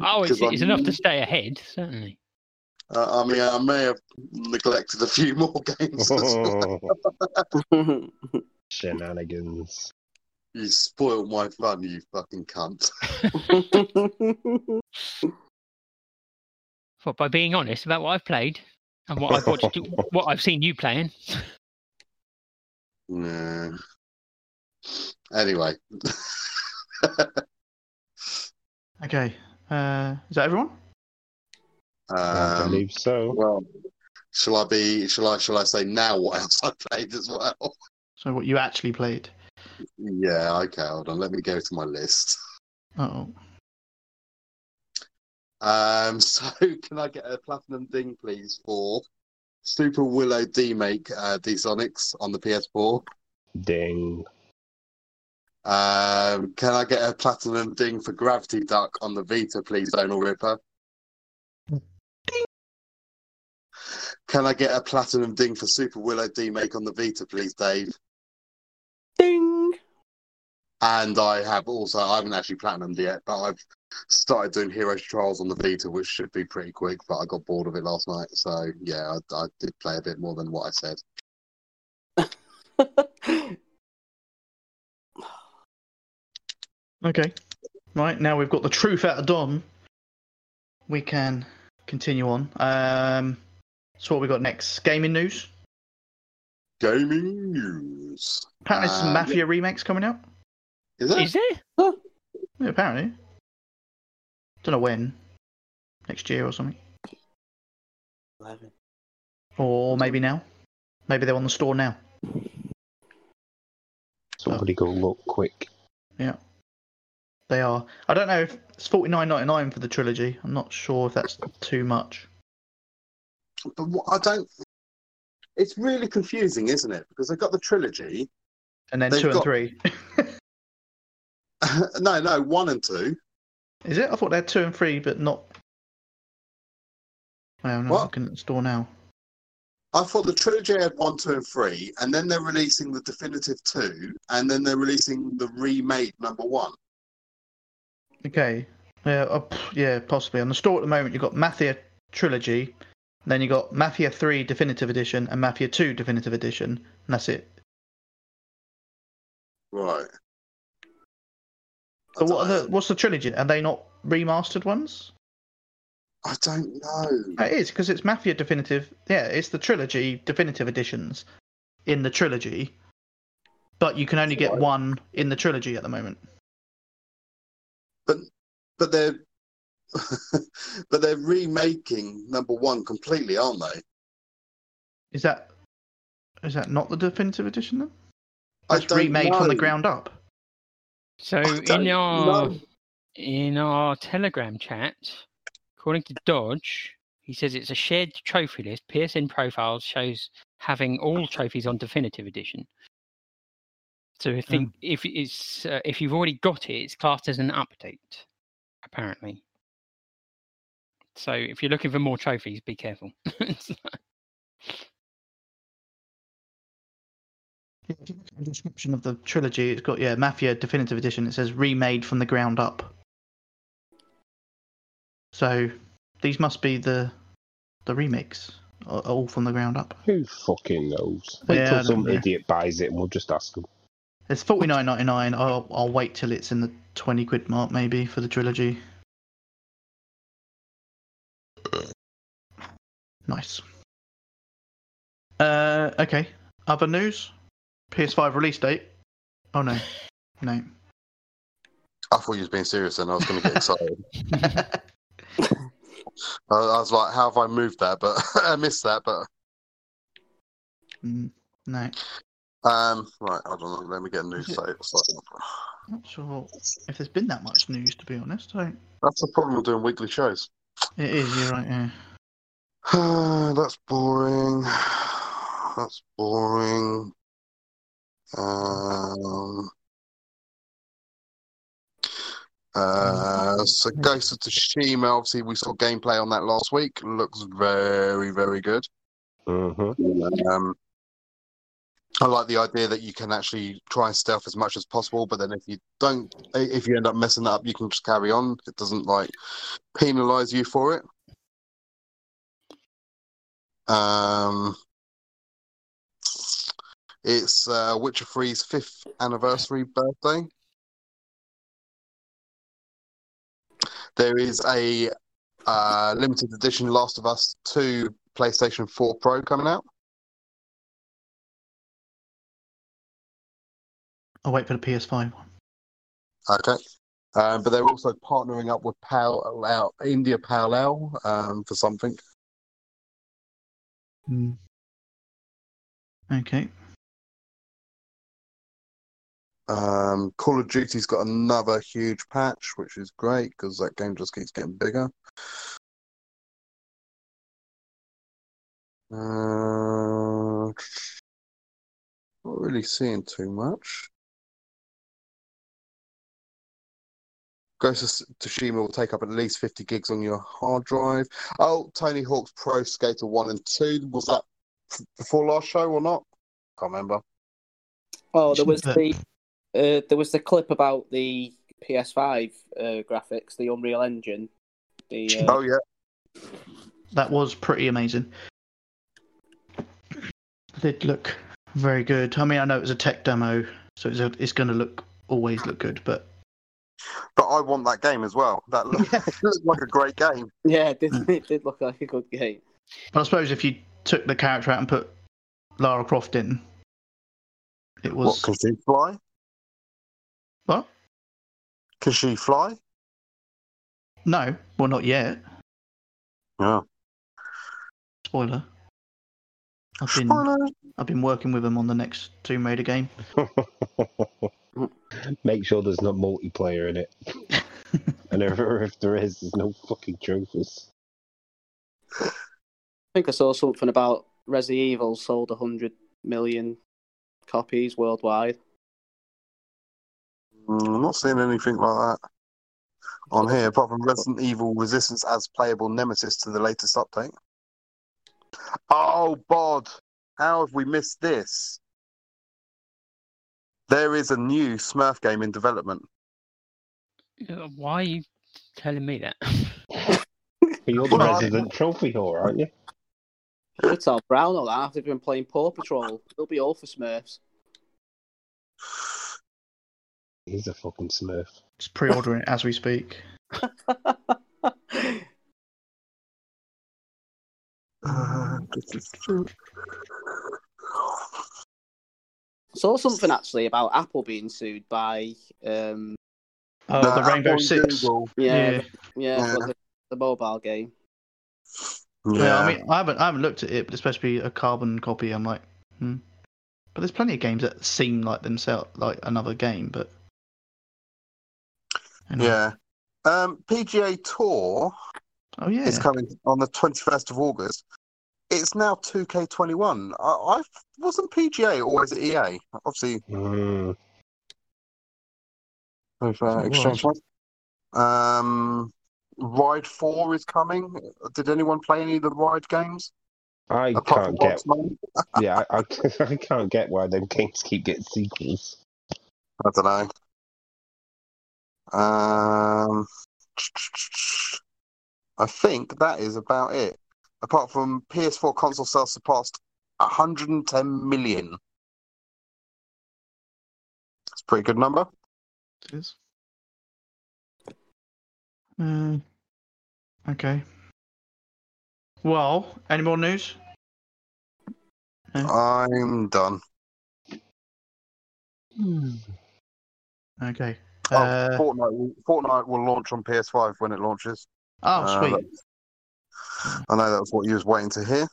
Speaker 4: Oh, it's,
Speaker 5: 'Cause I'm-
Speaker 4: it's enough to stay ahead, certainly.
Speaker 5: Uh, I mean, I may have neglected a few more games. as well.
Speaker 7: Shenanigans.
Speaker 5: You spoiled my fun, you fucking cunt.
Speaker 4: What, by being honest about what I've played and what I've watched, what I've seen you playing.
Speaker 5: Yeah. Anyway,
Speaker 3: Okay. Uh, is that everyone?
Speaker 7: I
Speaker 5: um,
Speaker 7: believe so.
Speaker 5: well, shall I be? Shall I? Shall I say now what else I played as well?
Speaker 3: So what you actually played?
Speaker 5: Yeah. Okay. Hold on. Let me go to my list.
Speaker 3: Oh,
Speaker 5: Um. So, can I get a platinum ding, please, for Super Willow D Make uh, D Sonics on the PS4?
Speaker 7: Ding.
Speaker 5: Um, can I get a platinum ding for Gravity Duck on the Vita, please, Donal Ripper? Can I get a platinum ding for Super Willow D Make on the Vita, please, Dave?
Speaker 6: Ding!
Speaker 5: And I have also, I haven't actually platinumed yet, but I've started doing Heroes Trials on the Vita, which should be pretty quick, but I got bored of it last night. So, yeah, I, I did play a bit more than what I said.
Speaker 3: okay. Right now we've got the truth out of Don. We can continue on. Um, so what we got next? Gaming news.
Speaker 5: Gaming news.
Speaker 3: Apparently, there's some
Speaker 5: Uh,
Speaker 3: Mafia remakes coming out.
Speaker 5: Is it?
Speaker 4: Is there?
Speaker 3: Yeah, apparently. Don't know when. Next year or something. Or maybe now. Maybe they're on the store now.
Speaker 7: Somebody go look quick.
Speaker 3: They are. I don't know if it's forty nine ninety nine for the trilogy. I'm not sure if that's too much.
Speaker 5: But what I don't. It's really confusing, isn't it? Because they've got the trilogy.
Speaker 3: And then
Speaker 5: They've
Speaker 3: two and
Speaker 5: got-
Speaker 3: three.
Speaker 5: no, no, one and two.
Speaker 3: Is it? I thought they had two and three, but not. Well, no, I'm
Speaker 5: What?
Speaker 3: looking at the store now.
Speaker 5: I thought the trilogy had one, two, and three, and then they're releasing the definitive two, and then they're releasing the remade number one.
Speaker 3: Okay. Yeah, uh, p- yeah, possibly. On the store at the moment, you've got Mafia Trilogy, then you got Mafia 3 Definitive Edition and Mafia 2 Definitive Edition, and that's it.
Speaker 5: Right.
Speaker 3: So
Speaker 5: I
Speaker 3: what
Speaker 5: don't-
Speaker 3: are the, what's the trilogy? Are they not remastered ones?
Speaker 5: I don't know.
Speaker 3: No, It is, because it's Mafia Definitive. Yeah, it's the trilogy Definitive Editions in the trilogy, but you can only get one in the trilogy at the moment.
Speaker 5: But they're but they're remaking number one completely, aren't they?
Speaker 3: Is that is that not the Definitive Edition then?
Speaker 5: I
Speaker 3: That's
Speaker 5: don't
Speaker 3: remade from the
Speaker 5: know.
Speaker 3: ground up.
Speaker 4: So
Speaker 5: I don't
Speaker 4: in our
Speaker 5: know.
Speaker 4: in our Telegram chat, according to Dodge, he says it's a shared trophy list. PSN profiles shows having all trophies on definitive edition. So I think if it's uh, if you've already got it, it's classed as an update, apparently. So if you're looking for more trophies, be careful.
Speaker 3: Yeah, if you look at the description of the trilogy, it's got yeah, Mafia Definitive Edition. It says remade from the ground up. So these must be the the remakes, a- all from the ground up.
Speaker 7: Who fucking knows? Wait
Speaker 3: Yeah, I
Speaker 7: till
Speaker 3: don't
Speaker 7: some
Speaker 3: know.
Speaker 7: idiot buys it and we'll just ask them.
Speaker 3: It's forty nine ninety nine. I'll I'll wait till it's in the twenty quid mark maybe for the trilogy. Nice. Uh, okay. Other news: PS5 release date. Oh no, no.
Speaker 5: I thought you was being serious, and I was going to get excited.
Speaker 3: Mm,
Speaker 5: I, I was like, "How have I moved that?" But I missed that. But
Speaker 3: Mm, no.
Speaker 5: um, right, hold on. Let me get a new site. or something.
Speaker 3: Not sure if there's been that much news, to be honest. I,
Speaker 5: That's the problem with doing weekly shows.
Speaker 3: it is, you're right, yeah.
Speaker 5: That's boring. That's boring. Um, uh, so Ghost of Tsushima, obviously we saw gameplay on that last week. Looks very, very good.
Speaker 7: Mm-hmm.
Speaker 5: Um, I like the idea that you can actually try and stealth as much as possible, but then if you don't, if you end up messing that up, you can just carry on. It doesn't like penalize you for it. Um, it's uh, Witcher 3's fifth anniversary birthday. There is a uh, limited edition Last of Us 2 PlayStation 4 Pro coming out.
Speaker 3: I'll wait for the PS5 one.
Speaker 5: Okay. Um, but they're also partnering up with Pal Al, India Pal Al, um, for something.
Speaker 3: Mm. Okay.
Speaker 5: Um, Call of Duty's got another huge patch, which is great because that game just keeps getting bigger. Uh, not really seeing too much. Ghost of Tsushima will take up at least 50 gigs on your hard drive. Oh, Tony Hawk's Pro Skater 1 and 2. Was that f- before last show or not? Can't remember.
Speaker 6: Oh, there was
Speaker 3: But-
Speaker 6: the uh, there was the clip about the PS5 uh, graphics, the Unreal Engine. The uh,
Speaker 5: Oh, yeah.
Speaker 3: That was pretty amazing. It did look very good. I mean, I know it was a tech demo, so it's, a- it's going to look always look good, but
Speaker 5: But I want that game as well. That looked, it looked like a great game.
Speaker 6: yeah, it did, it did look like a good game.
Speaker 3: But I suppose if you took the character out and put Lara Croft in, it was
Speaker 5: What, can she fly?
Speaker 3: What?
Speaker 5: Can she fly?
Speaker 3: no, well, not yet.
Speaker 5: Yeah.
Speaker 3: Spoiler. I've been
Speaker 5: Spoiler.
Speaker 3: I've been working with him on the next Tomb Raider game.
Speaker 7: Make sure there's not multiplayer in it. and if, if there is, there's no fucking trophies.
Speaker 6: I think I saw something about Resi Evil sold 100 million copies worldwide.
Speaker 5: Mm, I'm not seeing anything like that on here, apart from Resident Evil Resistance as playable nemesis to the latest update. Oh, Bod, how have we missed this? There is a new Smurf game in development.
Speaker 4: Uh, Why are you telling me that?
Speaker 7: You're the
Speaker 5: Well, I-
Speaker 7: resident trophy whore, aren't you?
Speaker 6: You should tell Brown all that. They've been playing Paw Patrol. It'll be all for Smurfs.
Speaker 7: He's a fucking smurf.
Speaker 3: Just pre-ordering it as we speak.
Speaker 6: saw something actually about Apple being sued by um
Speaker 3: Oh,
Speaker 5: No,
Speaker 3: the Rainbow
Speaker 5: Apple and
Speaker 3: Six.
Speaker 5: Google.
Speaker 3: Yeah.
Speaker 6: yeah yeah,
Speaker 5: Yeah.
Speaker 6: for The, the mobile game.
Speaker 3: Yeah. I mean, I haven't I haven't looked at it, but it's supposed to be a carbon copy. I'm like, hmm. But there's plenty of games that seem like themselves like another game, but Anyway.
Speaker 5: Yeah. Um, PGA Tour
Speaker 3: Oh yeah.
Speaker 5: is coming on the 21st of August. It's now 2K21. I, I wasn't PGA or was it EA? Obviously,
Speaker 7: Mm.
Speaker 5: they've
Speaker 3: It
Speaker 5: uh,
Speaker 3: was.
Speaker 5: exchanged one. Um, Ride 4 is coming. Did anyone play any of the Ride games?
Speaker 7: I
Speaker 5: Apart from
Speaker 7: can't get.
Speaker 5: Boxman,
Speaker 7: Yeah, I, I, I can't get why them games keep getting sequels.
Speaker 5: I don't know. Um, I think that is about it. Apart from PS4 console sales surpassed 110 million. It's a pretty good number.
Speaker 3: It is. Uh, okay. Well, any more news?
Speaker 5: I'm done.
Speaker 3: Uh, Okay.
Speaker 5: Oh,
Speaker 3: Uh,
Speaker 5: Fortnite, will, Fortnite will launch on PS5 when it launches.
Speaker 3: oh,
Speaker 5: uh,
Speaker 3: sweet.
Speaker 5: I know that's what you was waiting to hear.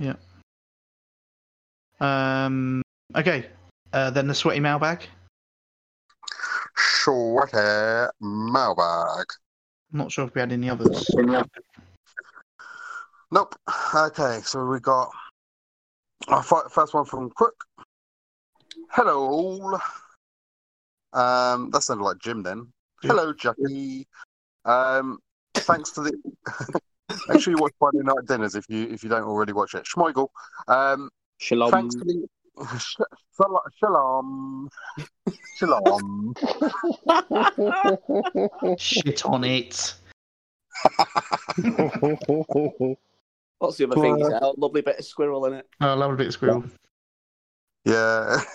Speaker 5: Uh,
Speaker 3: Um, okay. Uh, then the sweaty mailbag.
Speaker 5: Short hair mailbag.
Speaker 3: I'm not sure if we had any others.
Speaker 5: Nope. Okay, so we got our fi- first one from Crook. Hello, all. Um, that sounded like Jim then.
Speaker 3: Yeah.
Speaker 5: Hello, Jackie. Um, thanks to the. Make sure you watch Friday Night Dinners if you if you don't already watch it. Schmeigel. Um,
Speaker 6: Shalom.
Speaker 5: thanks to the. Sh- shal- Shalom. Shalom.
Speaker 3: Shit on it.
Speaker 6: What's the other thing? He's out. Lovely bit of squirrel in it.
Speaker 3: Oh, I love a bit of squirrel.
Speaker 5: Yeah.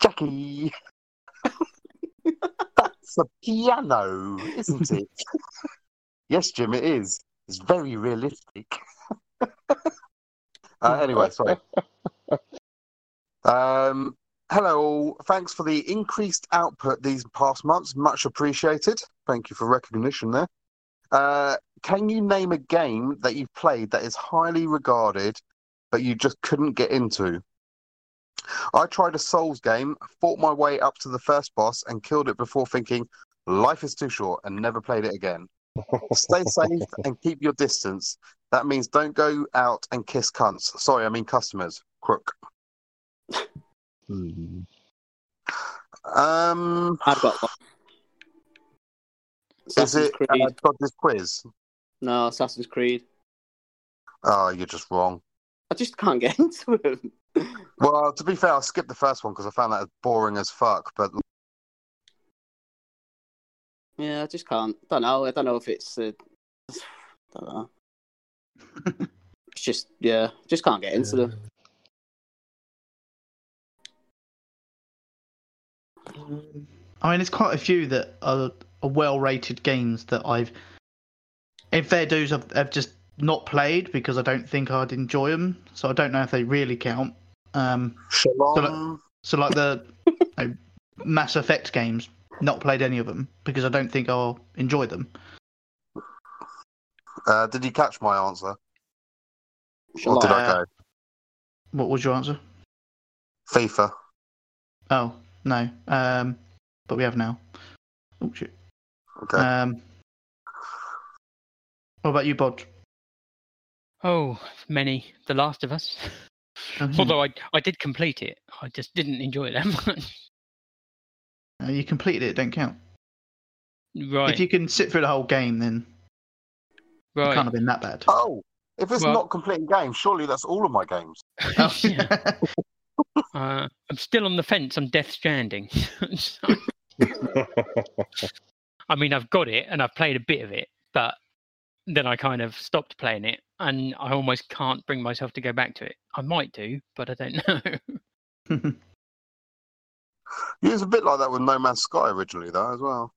Speaker 5: Jackie. That's a piano, isn't it? yes, Jim, it is. It's very realistic. uh, anyway, sorry. Um, hello. Thanks for the increased output these past months. Much appreciated. Thank you for recognition there. Uh, can you name a game that you've played that is highly regarded but you just couldn't get into. I tried a Souls game, fought my way up to the first boss, and killed it before thinking, life is too short, and never played it again. Stay safe and keep your distance. That means don't go out and kiss cunts. Sorry, I mean customers. Crook.
Speaker 7: Hmm.
Speaker 5: Um,
Speaker 6: I've got one.
Speaker 5: is
Speaker 6: Assassin's
Speaker 5: it uh,
Speaker 6: Creed.
Speaker 5: Dodge's quiz?
Speaker 6: No, Assassin's Creed.
Speaker 5: Oh, you're just wrong.
Speaker 6: I just can't get into it.
Speaker 5: Well, to be fair, I skipped the first one because I found that as boring as fuck. But
Speaker 6: Yeah, I just can't. Don't know. I don't know if it's. Uh, don't know. it's just yeah, just can't get into them.
Speaker 3: I mean, there's quite a few that are, are well-rated games that I've, in fair dues, I've, I've just not played because I don't think I'd enjoy them. So I don't know if they really count. Um,
Speaker 5: Shalom.
Speaker 3: so like the like, Mass Effect games, not played any of them because I don't think I'll enjoy them.
Speaker 5: Uh, did you catch my answer? Or
Speaker 6: Shalom.
Speaker 5: did I go?
Speaker 3: What was your answer?
Speaker 5: FIFA.
Speaker 3: Oh no, um, but we have now. Oh shit.
Speaker 5: Okay.
Speaker 3: Um, what about you, Bod?
Speaker 4: Oh, many. The Last of Us. Although I, I did complete it, I just didn't enjoy it that much.
Speaker 3: Uh, you completed it, don't count.
Speaker 4: right,
Speaker 3: If you can sit through the whole game, then it
Speaker 4: right.
Speaker 3: can't have been that bad.
Speaker 5: Oh, if it's
Speaker 4: Well-
Speaker 5: not completing games, surely that's all of my games.
Speaker 4: Oh, Yeah. Uh, I'm still on the fence on Death Stranding. So, I mean, I've got it and I've played a bit of it, but then I kind of stopped playing it and I almost can't bring myself to go back to it. I might do, but I don't know.
Speaker 5: It was a bit like that with No Man's Sky originally, though, as well.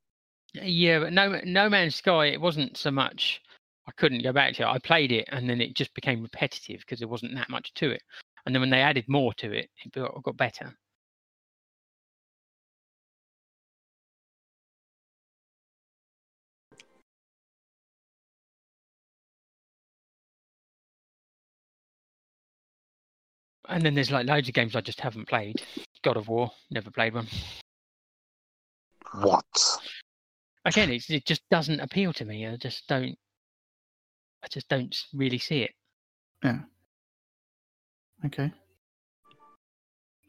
Speaker 4: yeah, but no, no Man's Sky, it wasn't so much I couldn't go back to it. I played it and then it just became repetitive because there wasn't that much to it. And then when they added more to it, it got got better. And then there's like loads of games I just haven't played. God of War, never played one.
Speaker 5: What?
Speaker 4: again, it's, it just doesn't appeal to me. I just don't. I just don't s- really see it.
Speaker 3: okay.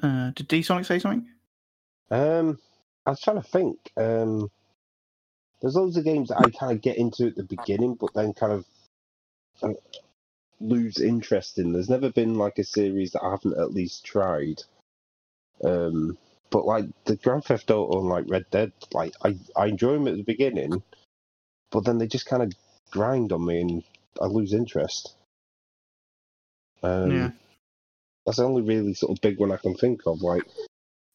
Speaker 3: Uh, did D Sonic say something?
Speaker 7: um, I was trying to think. Um, there's loads of games that I kind of get into at the beginning, but then kind of uh, lose interest in. There's never been like a series that I haven't at least tried. Um, but like the Grand Theft Auto and like Red Dead, like I I enjoy them at the beginning, but then they just kind of grind on me and I lose interest. Um,
Speaker 3: Yeah.
Speaker 7: That's the only really sort of big one I can think of. Like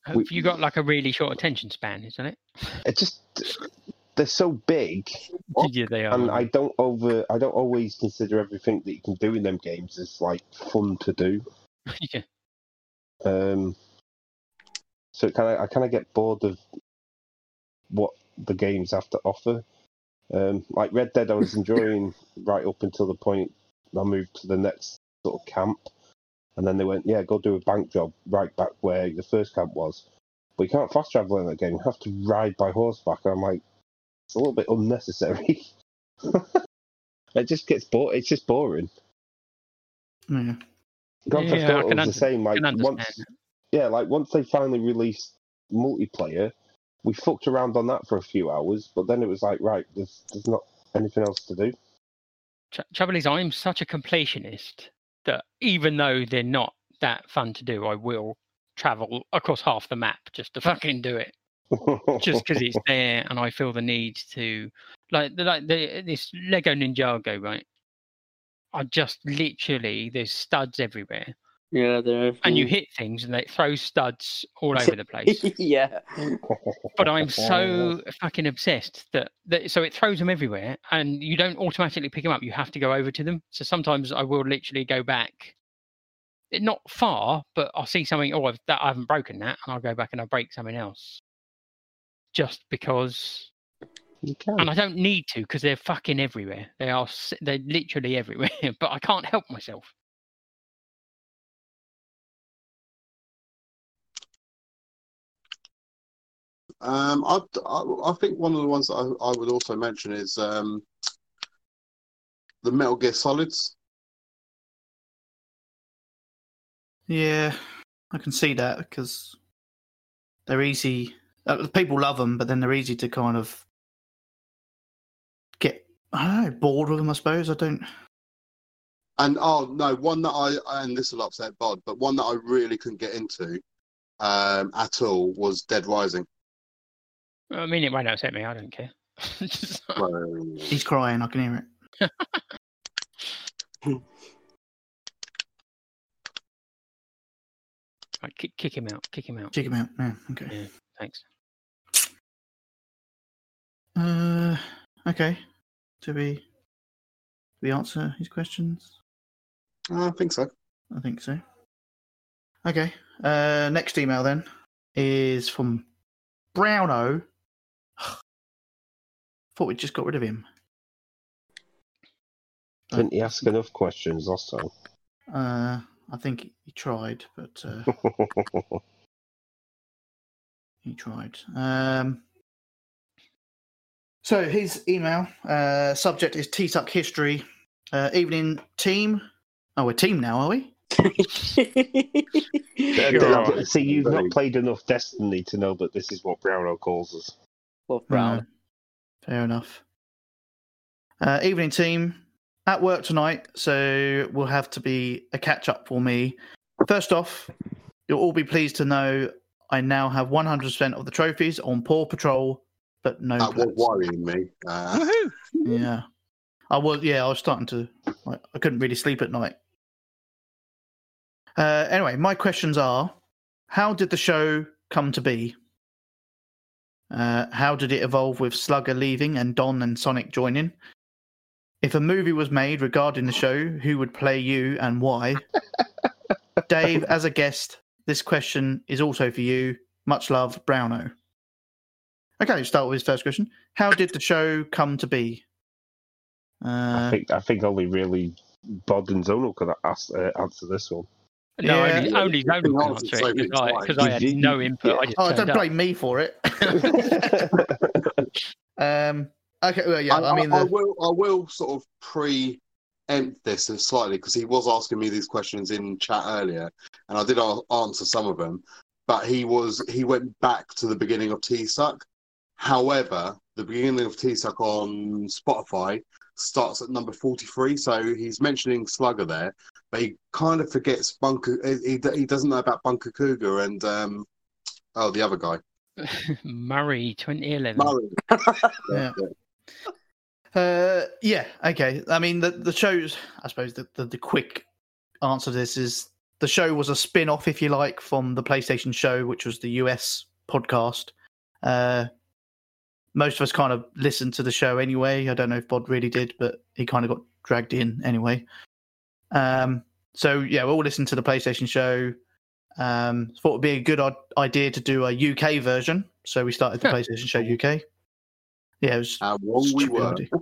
Speaker 4: Have you got like a really short attention span, isn't it?
Speaker 7: it just they're so big Well,
Speaker 4: yeah, they are.
Speaker 7: and i don't over i don't always consider everything that you can do in them games as like fun to do
Speaker 4: yeah.
Speaker 7: um so it kind of i kind of get bored of what the games have to offer um like red dead i was enjoying right up until the point i moved to the next sort of camp and then they went yeah go do a bank job right back where the first camp was but you can't fast travel in that game you have to ride by horseback and i'm like it's a little bit unnecessary it just gets bored it's just boring
Speaker 3: Yeah.
Speaker 7: Grand
Speaker 4: Yeah,
Speaker 7: Theft
Speaker 4: I
Speaker 7: Auto was
Speaker 4: can
Speaker 7: the
Speaker 4: under-
Speaker 7: same. Like
Speaker 4: can understand
Speaker 7: once, yeah, like once they finally released multiplayer, we fucked around on that for a few hours, but then it was like, right, there's there's not anything else to do.
Speaker 4: Tr- trouble is, I'm such a completionist that even though they're not that fun to do, I will travel across half the map just to fucking do it, just because it's there and I feel the need to, like, the, like the, this Lego Ninjago, right? I just literally there's studs everywhere,
Speaker 6: Yeah, there.
Speaker 4: and you hit things and they throw studs all over the place.
Speaker 6: yeah.
Speaker 4: but I'm so fucking obsessed that, that so it throws them everywhere, and you don't automatically pick them up. You have to go over to them. So sometimes I will literally go back, eh, not far, but I'll see something. Oh, I've, that I haven't broken that, and I'll go back and I'll break something else, just because.
Speaker 7: You can.
Speaker 4: And I don't need to because they're fucking everywhere. They are. s- They're literally everywhere. but I can't help myself.
Speaker 5: Um, I, I, I think one of the ones that I, I would also mention is um, the Metal Gear Solids.
Speaker 3: Yeah, I can see that because they're easy. Uh, people love them, but then they're easy to kind of get. I don't know, bored with them. I suppose I don't.
Speaker 5: And oh no, one that I and this will upset Bod, but one that I really couldn't get into um, at all was Dead Rising.
Speaker 4: I mean, it might upset me. I don't care. Just-
Speaker 3: He's crying. I can hear it.
Speaker 4: like, kick, kick him out. Kick him out.
Speaker 3: Check him out. Yeah. Okay.
Speaker 4: Yeah, thanks.
Speaker 3: Uh. Okay. Do we? Do we answer his questions?
Speaker 5: I think so.
Speaker 3: I think so. Okay. Uh, next email then is from Browno. Thought we just got rid of him.
Speaker 7: Didn't you ask enough questions last time?
Speaker 3: Uh, I think he tried, but uh, he tried. Um, so his email uh, subject is T Tuck history. Uh, evening team. Oh, we're team now, are we?
Speaker 4: Sure.
Speaker 7: See, you've not played enough Destiny to know that this is what Browno calls us.
Speaker 6: Love Brown.
Speaker 3: No, fair enough. Uh, evening team at work tonight, so we'll have to be a catch up for me. First off, you'll all be pleased to know I now have 100% of the trophies on Paw Patrol, but no.
Speaker 5: That was
Speaker 3: plats.
Speaker 5: worrying me. Uh,
Speaker 8: Woohoo!
Speaker 3: Yeah, I was. Yeah, I was starting to. Like, I couldn't really sleep at night. Uh, anyway, my questions are: How did the show come to be? Uh, how did it evolve with Slugger leaving and Don and Sonic joining? If a movie was made regarding the show, who would play you and why? Dave, as a guest, this question is also for you. Much love, Browno. Okay, start with his first question. How did the show come to be?
Speaker 7: I
Speaker 3: Uh,
Speaker 7: think I think only really Bod and Zonal could ask, uh, answer this one.
Speaker 4: No,
Speaker 3: Yeah.
Speaker 4: only only
Speaker 5: Yeah,
Speaker 4: Zola can
Speaker 5: I'll
Speaker 4: answer
Speaker 5: say
Speaker 4: it
Speaker 5: it's
Speaker 4: because I,
Speaker 5: fine.
Speaker 4: 'cause I had
Speaker 7: You-
Speaker 4: no
Speaker 7: you-
Speaker 4: input. I
Speaker 7: yeah.
Speaker 4: just
Speaker 3: oh,
Speaker 4: turned
Speaker 3: don't
Speaker 4: up.
Speaker 3: blame me for it. um, okay, well, yeah, I,
Speaker 5: I,
Speaker 3: mean,
Speaker 5: I, I
Speaker 3: the,
Speaker 5: will. I will sort of pre-empt this slightly because he was asking me these questions in chat earlier, and I did a- answer some of them. But he was he went back to the beginning of T Suck. However, the beginning of T Suck on Spotify starts at number 43. So he's mentioning Slugger there, but he kind of forgets Bunker. He, he, he doesn't know about Bunker Cougar and, um, oh, the other guy,
Speaker 4: Murray 2011.
Speaker 5: Murray.
Speaker 3: Yeah. Uh, yeah. Okay. I mean, the the shows. I suppose the, the the quick answer to this is the show was a spin off, if you like, from the PlayStation show, which was the US podcast. Uh, most of us kind of listened to the show anyway. I don't know if Bod really did, but he kind of got dragged in anyway. Um, so yeah, we all listened to the PlayStation show. Um, thought it'd be a good i- idea to do a UK version, so we started the
Speaker 4: Yeah.
Speaker 3: PlayStation Show UK. Yeah, it was
Speaker 5: How wrong we
Speaker 3: stupid
Speaker 5: were.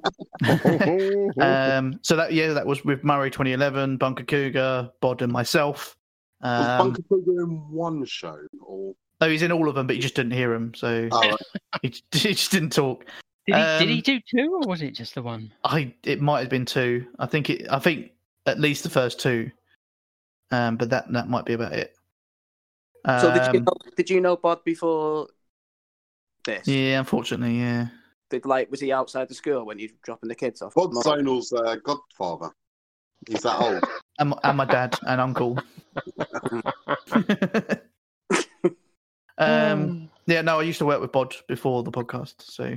Speaker 3: idea. um, so that yeah, that was with Murray 2011, Bunker Cougar, Bod, and myself.
Speaker 5: Was
Speaker 3: Um,
Speaker 5: Bunker Cougar in one show? Or...
Speaker 3: oh, he's in all of them, but you just didn't hear him, so
Speaker 6: Ah.
Speaker 5: Oh, right.
Speaker 3: he, he just didn't talk.
Speaker 4: Did he, did he
Speaker 3: Um,
Speaker 4: do two or was it just the one?
Speaker 3: I it might have been two. I think it. I think at least the first two. Um, but that that might be about it. Um,
Speaker 6: So did you know, did you know Bod before this?
Speaker 3: yeah, unfortunately, yeah.
Speaker 6: Did like was he outside the school when you were dropping the kids off?
Speaker 5: Bob Zonal's uh, godfather. He's that old.
Speaker 3: and, my- and my dad and uncle. um, yeah, no, I used to work with Bod before the podcast, so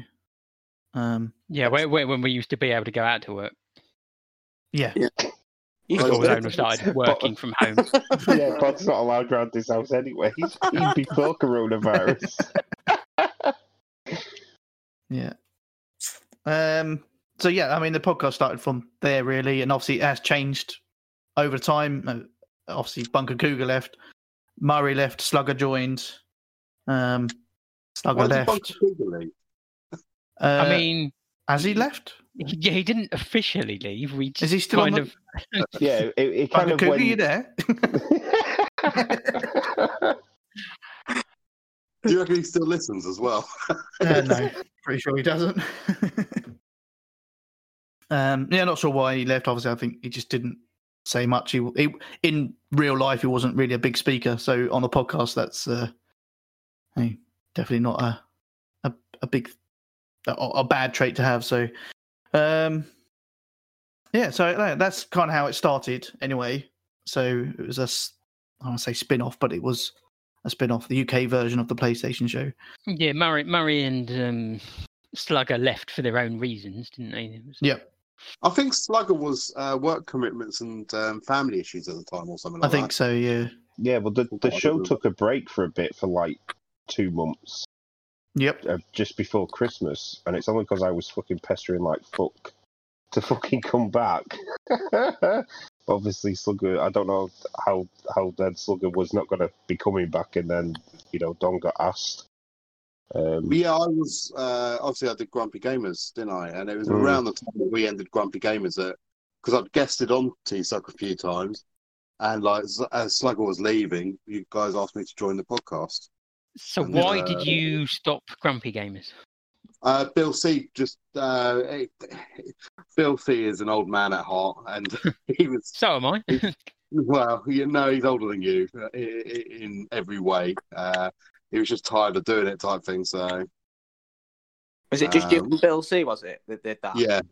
Speaker 3: um,
Speaker 4: Yeah, where, where, when we used to be able to go out to work,
Speaker 3: yeah,
Speaker 6: You
Speaker 5: Well,
Speaker 4: all
Speaker 5: it's-
Speaker 4: zone started working from home.
Speaker 7: yeah, Bod's not allowed round this house anyway. He's been before coronavirus.
Speaker 3: yeah. Um, so yeah, I mean, the podcast started from there really, and obviously it has changed over time. Uh, Obviously, Bunker Cougar left, Murray left, Slugger joined, um, Slugger
Speaker 5: Why did Bunker
Speaker 3: left.
Speaker 5: Cougar leave?
Speaker 3: Uh,
Speaker 4: I mean,
Speaker 3: has he left?
Speaker 4: he- yeah, he didn't officially leave. We
Speaker 3: Is
Speaker 4: just
Speaker 3: he still on
Speaker 4: kind
Speaker 3: the
Speaker 4: of
Speaker 7: Yeah, it, it kind
Speaker 3: Bunker
Speaker 7: of
Speaker 3: Cougar?
Speaker 7: went.
Speaker 3: You there?
Speaker 5: Do you reckon he still listens as well?
Speaker 3: Uh, no, pretty sure he doesn't. um, yeah, not sure why he left. Obviously, I think he just didn't say much. He, he in real life he wasn't really a big speaker, so on the podcast that's uh, hey, definitely not a a, a big a, a bad trait to have. So, um, yeah, so uh, that's kind of how it started, anyway. So it was a s- I want to say spin off, but it was a spin off, the UK version of the PlayStation show.
Speaker 4: yeah. Murray, Murray and um, Slugger left for their own reasons, didn't they? It was-
Speaker 3: Yeah.
Speaker 5: I think Slugger was uh, work commitments and um, family issues at the time or something
Speaker 3: I
Speaker 5: like
Speaker 3: think so. Yeah.
Speaker 7: yeah, well, the, the show took a break for a bit for like two months,
Speaker 3: Yep.
Speaker 7: uh, just before Christmas, and it's only because I was fucking pestering like fuck to fucking come back. Obviously, Slugger. I don't know how how then Slugger was not going to be coming back, and then you know Don got asked.
Speaker 5: that.
Speaker 7: Um,
Speaker 5: Yeah, I was, uh, obviously, I did Grumpy Gamers, didn't I? And it was
Speaker 7: Mm.
Speaker 5: around the time that we ended Grumpy Gamers because I'd guested on T-Suck a few times. And like as- as Slugger was leaving, you guys asked me to join the podcast.
Speaker 4: So
Speaker 5: And,
Speaker 4: why
Speaker 5: uh,
Speaker 4: did you stop Grumpy Gamers?
Speaker 5: Uh, Bill C just uh, it- Bill C is an old man at heart, and he was
Speaker 4: So am I.
Speaker 5: Well, you know, he's older than you uh, i- i- in every way. Uh, he was just tired of doing it, type thing. So,
Speaker 6: Was it just you
Speaker 5: Um,
Speaker 6: and Bill C? Was it that did that?
Speaker 5: yeah,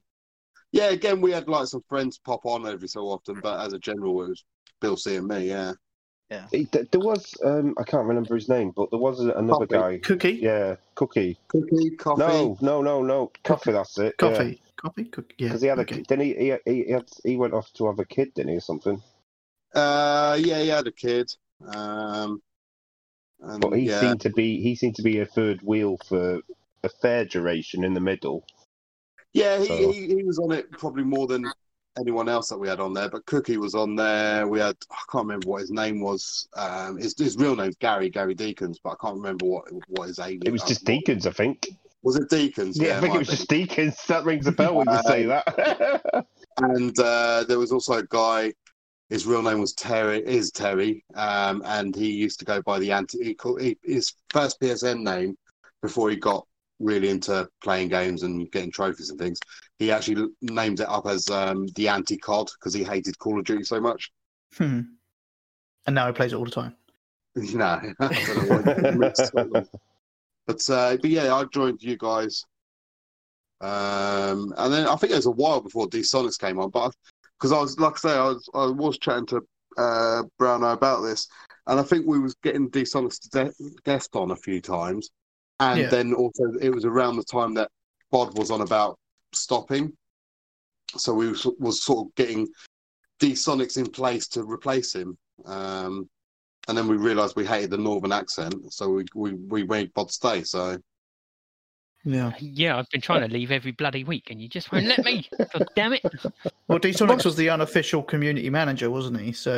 Speaker 5: yeah. Again, we had like some friends pop on every so often, but as a general, it was Bill C and me. Yeah,
Speaker 7: it- th- there was um, I can't remember his name, but there was another
Speaker 5: Coffee.
Speaker 7: guy.
Speaker 3: Cookie.
Speaker 7: Yeah, Cookie.
Speaker 5: cookie, coffee.
Speaker 7: No, no, no, no. Coffee. That's it.
Speaker 3: Coffee. Coffee. Cookie. Yeah.
Speaker 7: Because he had a
Speaker 3: okay.
Speaker 7: kid. Then he he he, he, had, he went off to have a kid, didn't he, or something?
Speaker 5: Uh, yeah, he had a kid. Um, and
Speaker 7: But he
Speaker 5: yeah,
Speaker 7: seemed to be he seemed to be a third wheel for a fair duration in the middle.
Speaker 5: yeah, he,
Speaker 7: So-
Speaker 5: he he was on it probably more than anyone else that we had on there. But Cookie was on there. We had I can't remember what his name was. Um, his his real name's Gary Gary Deacons, but I can't remember what what his age.
Speaker 7: It was just
Speaker 5: uh, what-
Speaker 7: Deacons, I think.
Speaker 5: Was it Deacons?
Speaker 7: Yeah, I think it
Speaker 5: might
Speaker 7: was
Speaker 5: be.
Speaker 7: just Deacons. That rings a bell when you say that.
Speaker 5: And uh, there was also a guy. His real name was Terry. Is Terry, um, and he used to go by the anti. He called, he, his first PSN name before he got really into playing games and getting trophies and things. He actually l- named it up as um, the anti COD because he hated Call of Duty so much.
Speaker 3: Hmm. And now he plays it all the time.
Speaker 5: no, I don't know why he mixed it up. but uh, but yeah, I joined you guys Um, and then I think it was a while before Sonics came on, but because I, was like I say, I was I was chatting to uh, Browno about this, and I think we was getting Sonics to de- guest on a few times, and
Speaker 3: Yeah.
Speaker 5: then also it was around the time that Bod was on about stopping, so we was, was sort of getting Sonics in place to replace him. Um, and then we realised we hated the northern accent, so we we, we made Bod stay. So
Speaker 3: Yeah.
Speaker 4: Yeah, I've been trying to leave every bloody week, and you just won't let me. God damn it!
Speaker 3: Well, Sonics was the unofficial community manager, wasn't he? So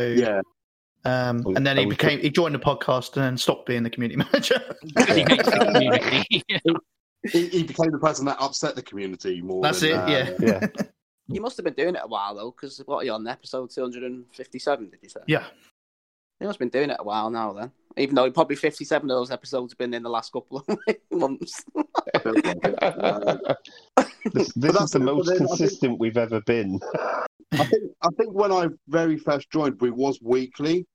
Speaker 3: Um, and then he
Speaker 7: I was-
Speaker 3: became he joined the podcast and then stopped being the community manager.
Speaker 4: 'Cause he hates the community.
Speaker 5: he, he became the person that upset the community more.
Speaker 3: That's
Speaker 5: than,
Speaker 3: it.
Speaker 5: uh,
Speaker 3: yeah.
Speaker 7: yeah.
Speaker 6: You must have been doing it a while though, because what are you on episode two hundred and fifty-seven? Did you say?
Speaker 3: Yeah.
Speaker 6: He must have been doing it a while now then. Even though probably fifty-seven of those episodes have been in the last couple of months.
Speaker 7: this this is
Speaker 5: that's-
Speaker 7: the
Speaker 5: but
Speaker 7: most
Speaker 5: then I think-
Speaker 7: consistent we've ever been.
Speaker 5: I think I think when I very first joined, we was weekly,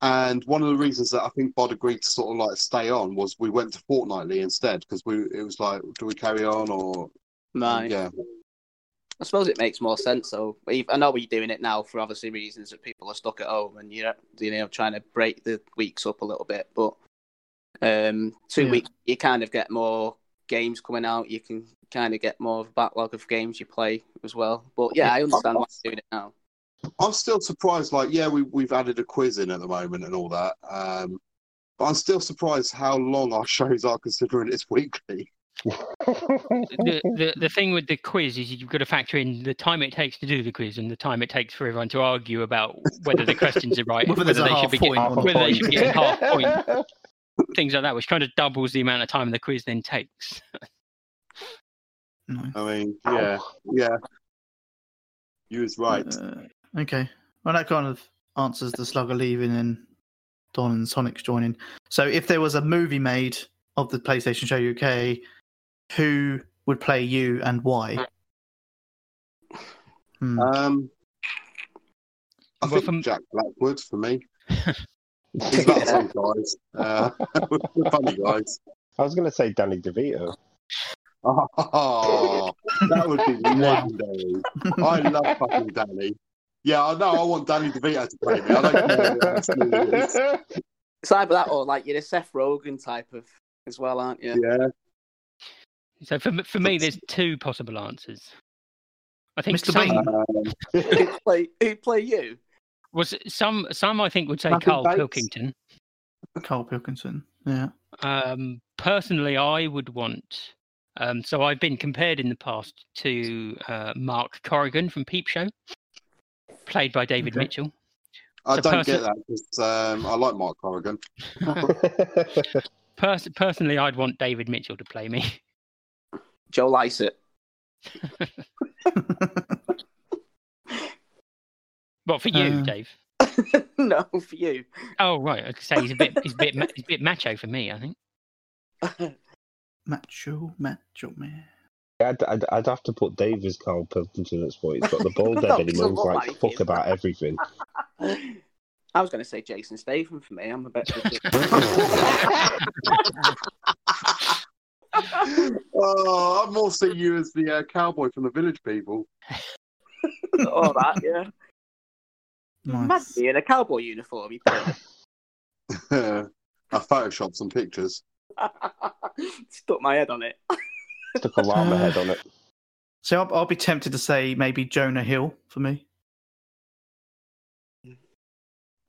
Speaker 5: and one of the reasons that I think Bod agreed to sort of like stay on was we went to fortnightly instead because we it was like, do we carry on or
Speaker 6: Right.
Speaker 5: yeah?
Speaker 6: I suppose it makes more sense. So we- I know we're doing it now for obviously reasons that people are stuck at home and you're you know trying to break the weeks up a little bit. But um, two
Speaker 3: Yeah.
Speaker 6: weeks you kind of get more games coming out. You can kind of get more of a backlog of games you play as well. But yeah, I understand why you're doing it now.
Speaker 5: I'm still surprised. Like, yeah, we we've added a quiz in at the moment and all that, um, but I'm still surprised how long our shows are considering it's weekly.
Speaker 4: the, the the thing with the quiz is you've got to factor in the time it takes to do the quiz and the time it takes for everyone to argue about whether the questions are right,
Speaker 3: Whether
Speaker 4: whether,
Speaker 3: there's a
Speaker 4: they
Speaker 3: half
Speaker 4: should be
Speaker 3: point
Speaker 4: getting,
Speaker 3: or not.
Speaker 4: whether they should be getting half point, things like that, which kind of doubles the amount of time the quiz then takes.
Speaker 3: No.
Speaker 5: I mean, yeah, yeah. You was right.
Speaker 3: Uh, okay. Well, that kind of answers the slugger leaving and Don and Sonic's joining. So, if there was a movie made of the PlayStation Show UK, who would play you and why? Hmm.
Speaker 5: Um, I
Speaker 4: Well,
Speaker 5: think
Speaker 4: from-
Speaker 5: Jack Blackwood for me. He's about the same guys. Uh, we're funny guys.
Speaker 7: I was going to say Danny DeVito.
Speaker 5: Oh, that would be legendary. I love fucking Danny. Yeah, I know. I want Danny DeVito to play me. I don't care what else he is.
Speaker 6: It's either that or like you're a Seth Rogen type of as well, aren't you?
Speaker 5: Yeah,
Speaker 4: So for m- for me, there's two possible answers. I think
Speaker 3: Mr.
Speaker 4: some
Speaker 3: Bean.
Speaker 5: um,
Speaker 6: Who play who play you?
Speaker 4: was some some I think would say
Speaker 5: Matthew
Speaker 4: Carl
Speaker 5: Bates.
Speaker 4: Pilkington.
Speaker 3: Carl Pilkinson. Yeah.
Speaker 4: Um, personally, I would want. Um, so I've been compared in the past to uh, Mark Corrigan from Peep Show, played by David
Speaker 3: Okay.
Speaker 4: Mitchell.
Speaker 5: I
Speaker 4: So
Speaker 5: don't
Speaker 4: person-
Speaker 5: get that because um, I like Mark Corrigan.
Speaker 4: Pers- personally, I'd want David Mitchell to play me.
Speaker 6: Joe Lycett.
Speaker 4: What for you,
Speaker 3: Uh,
Speaker 4: Dave?
Speaker 6: no, for you.
Speaker 4: Oh right, I could say he's a bit he's a bit ma- he's a bit macho for me. I think.
Speaker 3: Macho, macho man.
Speaker 7: I'd, I'd, I'd have to put Dave as Carl Pilkington at point. He's got the bald head
Speaker 6: No,
Speaker 7: and he
Speaker 6: he doesn't
Speaker 7: moves
Speaker 6: look
Speaker 7: like
Speaker 6: like
Speaker 7: fuck
Speaker 6: him.
Speaker 7: about everything.
Speaker 6: I was going to say Jason Statham for me. I'm a bit.
Speaker 5: oh, I'm more seeing you as the uh, cowboy from the Village People.
Speaker 6: All that, yeah.
Speaker 3: Nice.
Speaker 6: Imagine you in a cowboy uniform. you'd be-
Speaker 5: I photoshopped some pictures.
Speaker 6: Stuck my head on it.
Speaker 7: Stuck a llama head on it.
Speaker 3: So, I'll, I'll be tempted to say maybe Jonah Hill for me.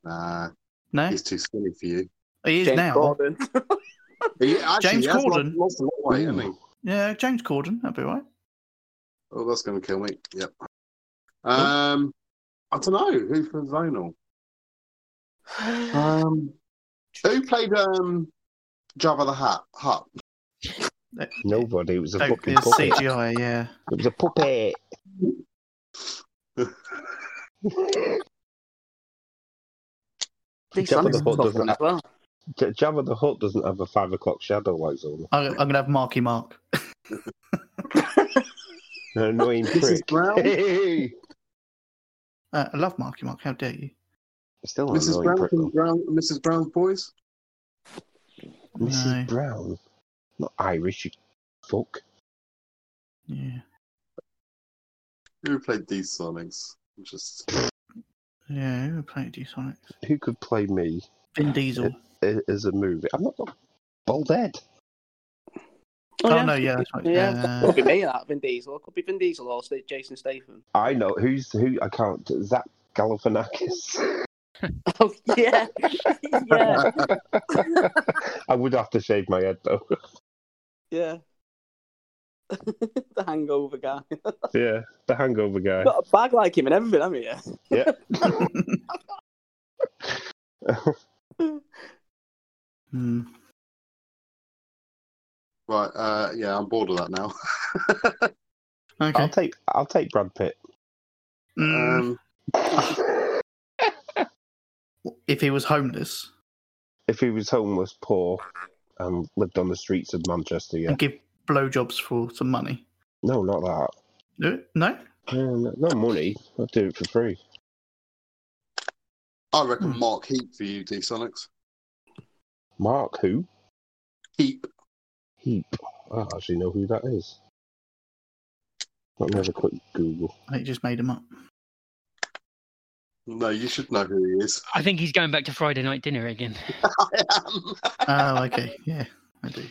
Speaker 5: Nah,
Speaker 3: No, Oh,
Speaker 5: he's too skinny for you.
Speaker 3: he is
Speaker 6: James
Speaker 3: now.
Speaker 6: Gordon.
Speaker 5: He, actually,
Speaker 3: James
Speaker 5: he has lost-
Speaker 3: Corden?
Speaker 5: lost a lot of weight, hasn't he?
Speaker 3: Yeah, James Corden. That'd be right.
Speaker 5: Oh, that's going to kill me. Yep.
Speaker 3: Oh.
Speaker 5: Um, I don't know who's for Zonal. Um, who played um Jabba the Hat? Hut.
Speaker 7: Nobody. It was a
Speaker 3: Oh,
Speaker 7: fucking
Speaker 3: it's
Speaker 7: puppet.
Speaker 3: CGI. Yeah.
Speaker 7: It was a puppet.
Speaker 6: These
Speaker 7: Jabba
Speaker 6: songs
Speaker 7: the
Speaker 6: are
Speaker 7: Hutt
Speaker 6: tough
Speaker 7: doesn't
Speaker 6: ones
Speaker 7: have-
Speaker 6: as well.
Speaker 7: J- Jabba the Hutt doesn't have a five o'clock shadow like Zola.
Speaker 3: I, I'm gonna have Marky Mark.
Speaker 7: An annoying
Speaker 5: Mrs.
Speaker 7: prick.
Speaker 5: Brown.
Speaker 7: Hey!
Speaker 3: Uh, I love Marky Mark. How dare you?
Speaker 7: Still an
Speaker 5: Mrs.
Speaker 7: annoying
Speaker 5: Brown,
Speaker 7: prick.
Speaker 5: from
Speaker 7: though.
Speaker 5: Brown. Mrs. Brown's boys.
Speaker 7: Mrs.
Speaker 3: No.
Speaker 7: Brown. Not Irish, you fuck.
Speaker 3: Yeah.
Speaker 5: Who played these Sonics? I'm Just
Speaker 3: Yeah, who played you, Sonic?
Speaker 7: Who could play me
Speaker 3: Vin Diesel.
Speaker 7: i- as a movie? I'm not Bald Ed.
Speaker 3: Oh, no, yeah, that's right.
Speaker 6: Yeah,
Speaker 3: Uh,
Speaker 6: could be me that Vin Diesel. It could be Vin Diesel or Sta- Jason Statham.
Speaker 7: I know who's who. I can't. Zach Galifianakis.
Speaker 6: Oh yeah, yeah,
Speaker 7: I would have to shave my head though.
Speaker 6: yeah. the Hangover guy.
Speaker 7: yeah, the Hangover guy.
Speaker 6: Got a bag like him and everything, haven't you?
Speaker 3: hmm.
Speaker 5: right. Uh, yeah, I'm bored of that now.
Speaker 3: Okay.
Speaker 7: I'll take. I'll take Brad Pitt.
Speaker 3: Mm,
Speaker 5: um,
Speaker 3: if he was homeless
Speaker 7: if he was homeless, poor, and lived on the streets of Manchester, yeah.
Speaker 3: and give blowjobs for some money.
Speaker 7: No, not that.
Speaker 3: No? No?
Speaker 7: Yeah, no, no money. I'd do it for free.
Speaker 5: I reckon
Speaker 3: Hmm.
Speaker 5: Mark Heap for you, D Sonics.
Speaker 7: Mark who?
Speaker 5: Heap.
Speaker 7: Heap. I don't actually know who that is. Let me have a quick Google.
Speaker 3: I just made him up.
Speaker 5: No, you should know who he is.
Speaker 4: I think he's going back to Friday night dinner again.
Speaker 5: I am.
Speaker 3: Oh, okay. Yeah, I do.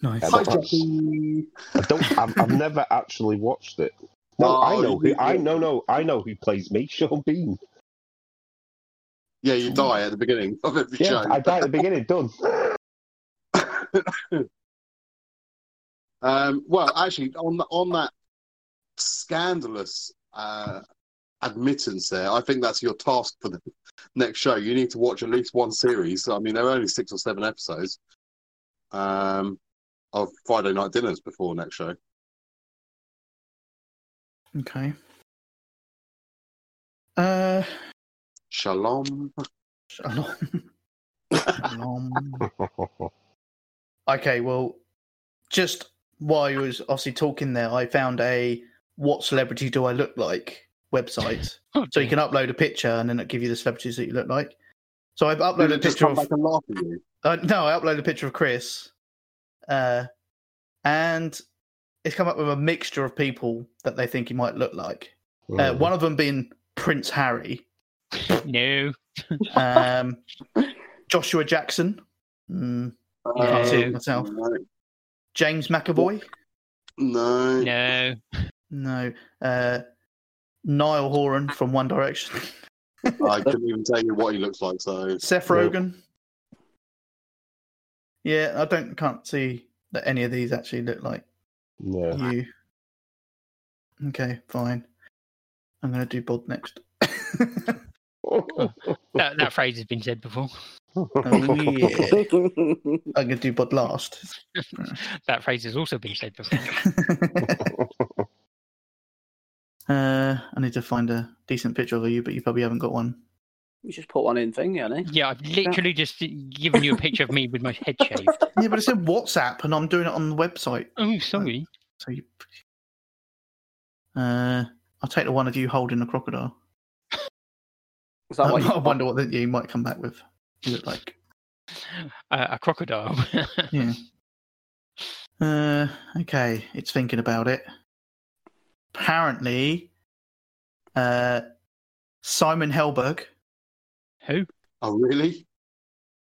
Speaker 3: Nice.
Speaker 7: Yeah,
Speaker 5: Hi,
Speaker 7: but that's-
Speaker 5: Jackie.
Speaker 7: I don't. I've, I've never actually watched it. No,
Speaker 5: Oh,
Speaker 7: I know who.
Speaker 5: you-
Speaker 7: I no no. I know who plays me. Sean Bean.
Speaker 5: Yeah, you die at the beginning of every
Speaker 7: Yeah,
Speaker 5: show.
Speaker 7: I died at the beginning. Done.
Speaker 5: Um, well, actually, on on that scandalous uh, admittance there, I think that's your task for the next show. You need to watch at least one series. I mean, there are only six or seven episodes um, of Friday night dinners before next show.
Speaker 3: Okay. Uh,
Speaker 5: Shalom.
Speaker 3: shalom. Shalom.
Speaker 7: Uh,
Speaker 3: Okay, well, just while I was obviously talking there, I found a "What celebrity do I look like?" website,
Speaker 4: Oh,
Speaker 3: so you
Speaker 4: dear.
Speaker 3: can upload a picture and then it'll give you the celebrities that you look like. So I've uploaded a
Speaker 5: Just
Speaker 3: picture
Speaker 5: come
Speaker 3: of
Speaker 5: back and laugh at you.
Speaker 3: uh, no, I uploaded a picture of Chris, uh, and it's come up with a mixture of people that they think he might look like. Uh, one of them being Prince Harry,
Speaker 4: no.
Speaker 3: um, Joshua Jackson, mm, can't see it
Speaker 5: Um,
Speaker 3: myself. James McAvoy.
Speaker 5: No. no.
Speaker 4: No.
Speaker 3: No. Uh, Niall Horan from One Direction.
Speaker 5: I couldn't even tell you what he looks like. So
Speaker 3: Seth
Speaker 7: No.
Speaker 3: Rogen. Yeah, I don't can't see that any of these actually look like
Speaker 7: Yeah.
Speaker 3: you. Okay, fine. I'm gonna do Bod next.
Speaker 4: That, that phrase has been said before.
Speaker 3: oh yeah. I'm gonna do Bod last.
Speaker 4: That phrase has also been said before.
Speaker 3: uh, I need to find a decent picture of you, but you probably haven't got one.
Speaker 6: you just put one in thing, you know.
Speaker 4: Yeah, I've literally just uh, given you a picture of me with my head shaved.
Speaker 3: Yeah, but it's in WhatsApp, and I'm doing it on the website.
Speaker 4: Oh, sorry.
Speaker 3: So you. Uh, I'll take the one of you holding a crocodile. Um,
Speaker 6: Is that what
Speaker 3: I
Speaker 6: you
Speaker 3: wonder what that you might come back with. You look like.
Speaker 4: Uh, a crocodile.
Speaker 3: Yeah. Uh, okay, it's thinking about it. Apparently, uh, Simon Helberg.
Speaker 4: Who?
Speaker 5: oh really?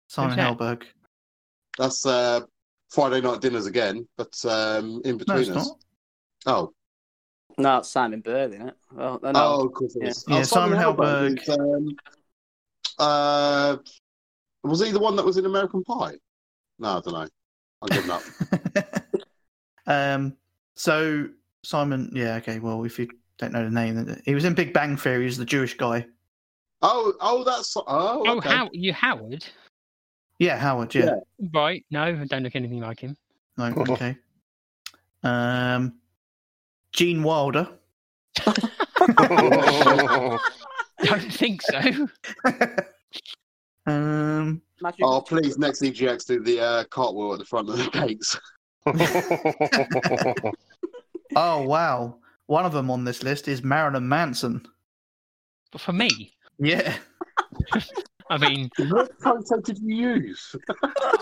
Speaker 3: Simon
Speaker 4: that?
Speaker 3: Helberg.
Speaker 5: That's uh, Friday night dinners again, but um, in
Speaker 3: No,
Speaker 5: between
Speaker 3: it's
Speaker 5: us.
Speaker 3: not.
Speaker 5: Oh,
Speaker 6: No, it's Simon Bird, isn't it? Well, no,
Speaker 5: oh, of course it
Speaker 6: Yeah.
Speaker 5: is.
Speaker 3: Yeah,
Speaker 5: oh,
Speaker 3: Simon Helberg.
Speaker 5: is, um, uh, was he the one that was in American Pie? No, I don't know. I'm giving up.
Speaker 3: um. So Simon. Yeah. Okay. Well, if you don't know the name, then- he was in Big Bang Theory. He's the Jewish guy.
Speaker 5: oh, oh, that's oh,
Speaker 4: Oh,
Speaker 5: okay.
Speaker 4: How- you Howard?
Speaker 3: Yeah, Howard. Yeah.
Speaker 4: Right. No, I don't look anything like him.
Speaker 3: No. Okay. Um. Gene Wilder.
Speaker 4: Don't think so.
Speaker 3: um,
Speaker 6: Imagine
Speaker 5: Oh, please, next EGX do the uh, cartwheel at the front of the gates.
Speaker 3: oh wow, one of them on this list is Marilyn Manson.
Speaker 4: But for me,
Speaker 3: Yeah,
Speaker 4: I mean,
Speaker 5: what photo did you use?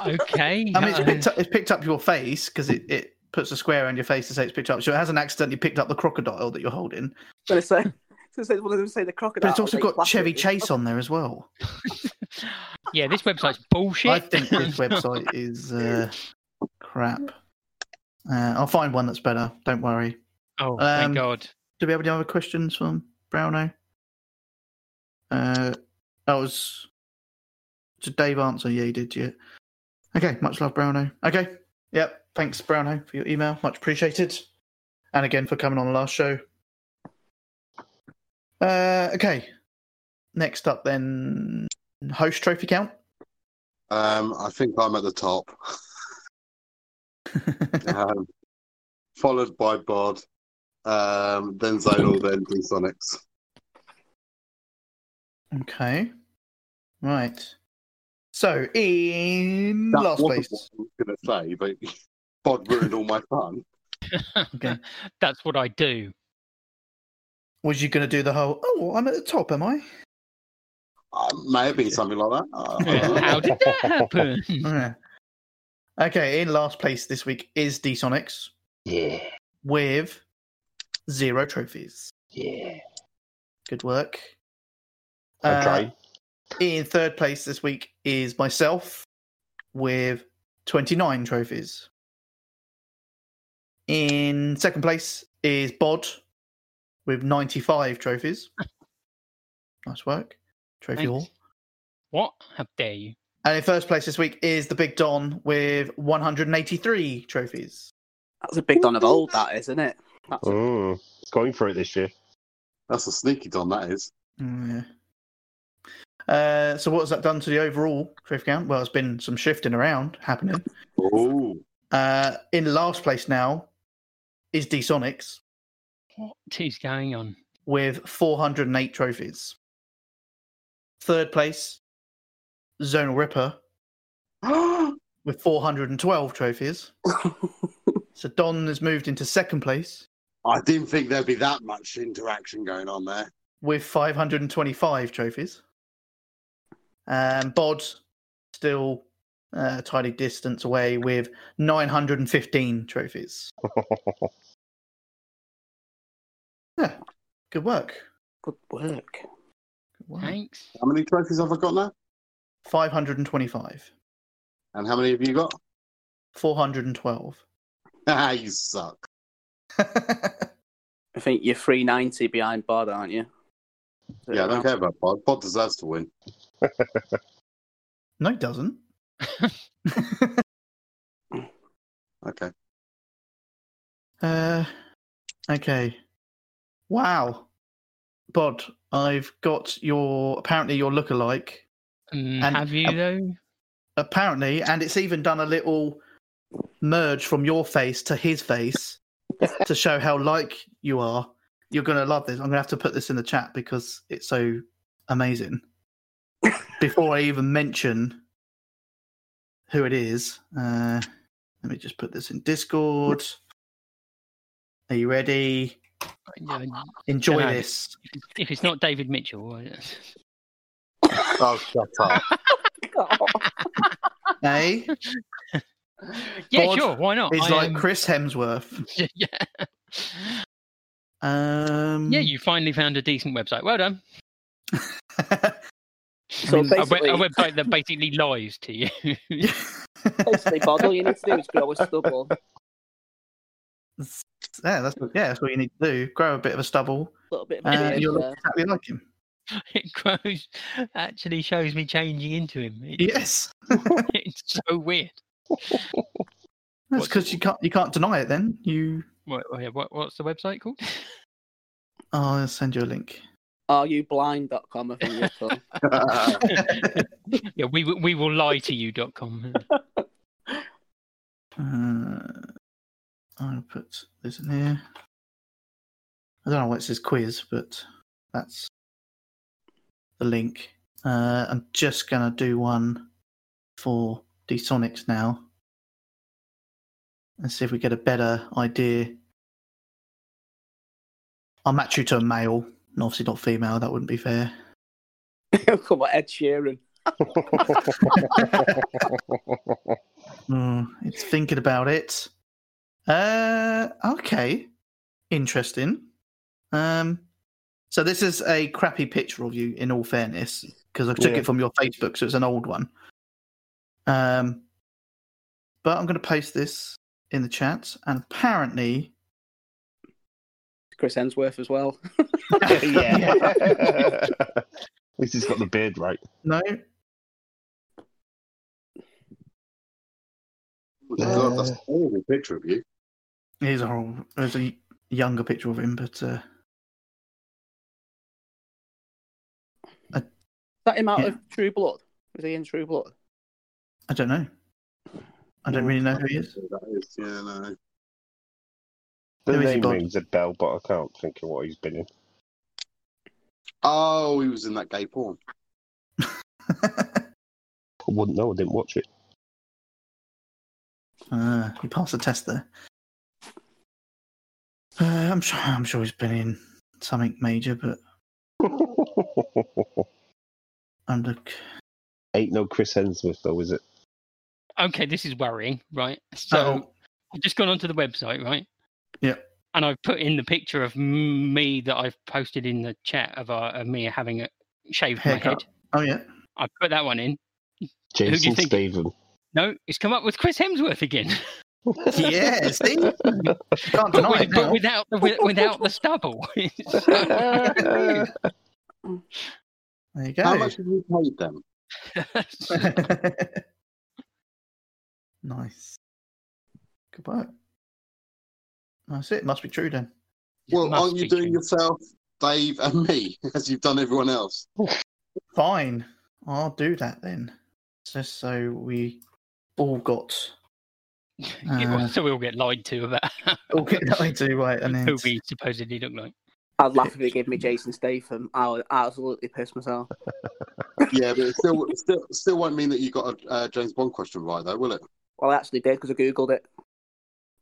Speaker 4: okay.
Speaker 3: I mean it's
Speaker 4: uh,
Speaker 3: picked up, it's picked up your face because it, it puts a square on your face to say it's picked up. So it hasn't accidentally picked up the crocodile that you're holding.
Speaker 6: Gonna say, gonna say, what gonna say the crocodile.
Speaker 3: But it's also
Speaker 6: like
Speaker 3: got
Speaker 6: plastic.
Speaker 3: Chevy Chase on there as well.
Speaker 4: um, yeah, this website's bullshit.
Speaker 3: I think this website is uh, crap. Uh, I'll find one that's better. Don't worry.
Speaker 4: Oh,
Speaker 3: Um,
Speaker 4: thank God.
Speaker 3: Do we have any other questions from Browno? Uh, that was. Did Dave answer? Yeah, he did. Yeah. Okay. Much love, Browno. Okay. Yep. Thanks, Browno, for your email. Much appreciated. And again for coming on the last show. Uh, okay. Next up, then, host trophy count.
Speaker 5: Um, I think I'm at the top, um, followed by Bod, um, then Zonal, then D Sonics.
Speaker 3: okay. Right. So in
Speaker 5: That
Speaker 3: last
Speaker 5: wasn't
Speaker 3: place.
Speaker 5: what I was going to say, but Bod ruined all my fun.
Speaker 3: Okay.
Speaker 4: That's what I do.
Speaker 3: Was you going to do the whole? Oh, I'm at the top, am I?
Speaker 5: Uh, may have been something like that. Uh, I don't know.
Speaker 4: How did that happen?
Speaker 3: Yeah. Okay, in last place this week is Sonics
Speaker 7: Yeah,
Speaker 3: with zero trophies.
Speaker 7: yeah.
Speaker 3: Good work.
Speaker 7: I'm
Speaker 3: Uh,
Speaker 7: trying.
Speaker 3: In third place this week is myself with 29 trophies. In second place is Bod with 95 trophies. nice work. Trophy
Speaker 4: Thanks.
Speaker 3: haul.
Speaker 4: What? How dare you?
Speaker 3: And in first place this week is the Big Don with 183 trophies.
Speaker 6: That's a big don of old, that is, isn't it? That's a,
Speaker 7: Mm, it's going for it this year.
Speaker 5: That's a sneaky Don, that is.
Speaker 3: Mm, yeah. Uh, so what has that done to the overall trophy count? Well, it's been some shifting around happening.
Speaker 5: Oh,
Speaker 3: Uh, in last place now is Sonics
Speaker 4: What is going on?
Speaker 3: with 408 trophies. Third place, Zonal Ripper with 412 trophies. So Don has moved into second place
Speaker 5: I didn't think there'd be that much interaction going on there.
Speaker 3: with 525 trophies. Um, Bod still uh, tidy distance away with 915 trophies. yeah, good work.
Speaker 6: good work.
Speaker 3: Good work.
Speaker 4: Thanks.
Speaker 5: How many trophies have I got now?
Speaker 3: 525,
Speaker 5: And how many have you got?
Speaker 3: 412.
Speaker 5: Ah, you suck.
Speaker 6: I think you're 390 behind Bod, aren't you? Is it
Speaker 5: Yeah, I don't
Speaker 6: around-
Speaker 5: care about Bod. Bod deserves to win.
Speaker 3: no, it doesn't.
Speaker 5: Okay.
Speaker 3: Uh, okay. Wow. Bod, I've got your apparently your lookalike.
Speaker 4: Mm,
Speaker 3: And-
Speaker 4: have you,
Speaker 3: um,
Speaker 4: though?
Speaker 3: Apparently, and it's even done a little merge from your face to his face to show how like you are. You're gonna love this. I'm gonna have to put this in the chat because it's so amazing. Before I even mention who it is, uh, let me just put this in Discord. Are you ready?
Speaker 4: Yeah,
Speaker 3: Enjoy
Speaker 4: Yeah.
Speaker 3: this.
Speaker 4: If it's not David Mitchell, I-
Speaker 5: Oh, shut up.
Speaker 3: Eh?
Speaker 4: yeah,
Speaker 3: Bod
Speaker 4: sure, why not?
Speaker 3: It's
Speaker 4: I
Speaker 3: like
Speaker 4: am-
Speaker 3: Chris Hemsworth.
Speaker 4: yeah.
Speaker 3: Um,
Speaker 4: yeah, you finally found a decent website. Well done.
Speaker 6: So
Speaker 4: A, web,
Speaker 6: basically,
Speaker 4: a website that basically lies to you.
Speaker 6: basically, Bod, all you need to do is grow a stubble. A
Speaker 3: yeah, that's yeah, that's what you need to do. Grow a bit of a stubble,
Speaker 6: little bit of uh,
Speaker 3: and
Speaker 6: beard
Speaker 3: you'll look
Speaker 6: there.
Speaker 3: exactly like him.
Speaker 4: it grows, actually shows me changing into him. It-
Speaker 3: Yes,
Speaker 4: It's so weird.
Speaker 3: that's
Speaker 4: What's
Speaker 3: because you can't you can't deny it. Then you,
Speaker 4: What, oh what, what's the website called?
Speaker 3: oh, I'll send you a link.
Speaker 6: Are you blind.com? I think you're called.
Speaker 4: yeah, we, will- we will lie to you.com.
Speaker 3: Uh, I'll put this in here. I don't know what it says quiz, but that's the link. Uh, I'm just gonna do one for Sonics now, and see if we get a better idea. I'll match you to a male, and obviously not female. That wouldn't be fair.
Speaker 6: Come on, Ed Sheeran.
Speaker 3: Mm, it's thinking about it. Uh, okay, interesting. Um, so this is a crappy picture review. In all fairness, because I took
Speaker 7: Yeah.
Speaker 3: it from your Facebook, so it's an old one. Um, but I'm going to paste this in the chat, and apparently,
Speaker 6: Chris Hensworth as well.
Speaker 7: yeah. At least he's got the beard right.
Speaker 3: no,
Speaker 5: God, that's a horrible picture of you.
Speaker 3: it is a horrible. There's a younger picture of him, but uh,
Speaker 6: that him out
Speaker 3: Yeah.
Speaker 6: of True Blood? Is he in True Blood?
Speaker 3: I don't know. I don't really know who he is.
Speaker 5: That is, yeah, no.
Speaker 7: The
Speaker 3: Who is he,
Speaker 7: name
Speaker 3: Bob?
Speaker 7: rings a bell, but I can't think of what he's been in.
Speaker 5: Oh, he was in that gay porn.
Speaker 7: I wouldn't know. I didn't watch it.
Speaker 3: Uh, he passed the test there. Uh, I'm sure. I'm sure he's been in something major, but I'm look.
Speaker 7: Ain't no Chris Hemsworth though, is it?
Speaker 4: Okay, this is worrying, right? So I've just gone onto the website, right?
Speaker 3: Uh-huh. Yeah.
Speaker 4: And I've put in the picture of m- me that I've posted in the chat of, uh, of me having a shaved my head.
Speaker 3: Haircut. oh, oh yeah.
Speaker 4: I put that one in. do you
Speaker 7: Jason
Speaker 4: think-
Speaker 7: Statham.
Speaker 4: No, it's come up with Chris Hemsworth again,
Speaker 3: Yeah. See, you can't
Speaker 4: but,
Speaker 3: deny
Speaker 4: with,
Speaker 3: it
Speaker 4: but
Speaker 3: now.
Speaker 4: without the with, without the stubble.
Speaker 3: There you go.
Speaker 5: How much have you paid them?
Speaker 3: nice. Good work. That's it. Must be true then.
Speaker 5: Well,
Speaker 4: Must
Speaker 5: aren't you
Speaker 4: be
Speaker 5: doing
Speaker 4: true.
Speaker 5: yourself, Dave, and me, as you've done everyone else?
Speaker 3: Fine. I'll do that then. Just so we all got Uh,
Speaker 4: so we'll get lied to about
Speaker 3: all get that do right, and then
Speaker 4: who we supposedly look like.
Speaker 6: I'd laugh if they gave me Jason Statham. I would absolutely piss myself.
Speaker 5: Yeah, but it still, still, still won't mean that you got a uh, James Bond question right, though, will it?
Speaker 6: Well, I actually did because I googled it,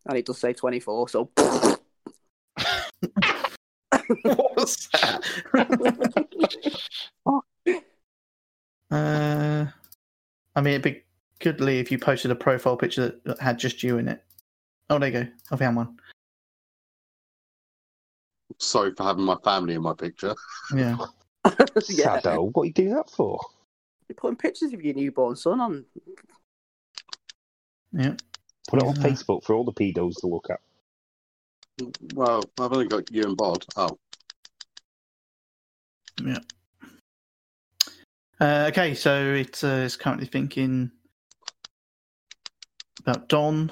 Speaker 6: and it does say 24. So
Speaker 3: what was that? uh, I mean, it'd be goodly if you posted a profile picture that- that had just you in it. Oh, there you go. I found one.
Speaker 5: Sorry for having my family in my picture.
Speaker 3: Yeah.
Speaker 6: yeah,
Speaker 7: Sado, what are you doing that for?
Speaker 6: you're putting pictures of your newborn son on.
Speaker 3: Yeah.
Speaker 7: Put it on
Speaker 3: Yeah.
Speaker 7: Facebook for all the pedos to look at.
Speaker 5: Well, I've only got you and Bod. Oh,
Speaker 3: Uh, okay, so it's, uh, it's currently thinking about Don.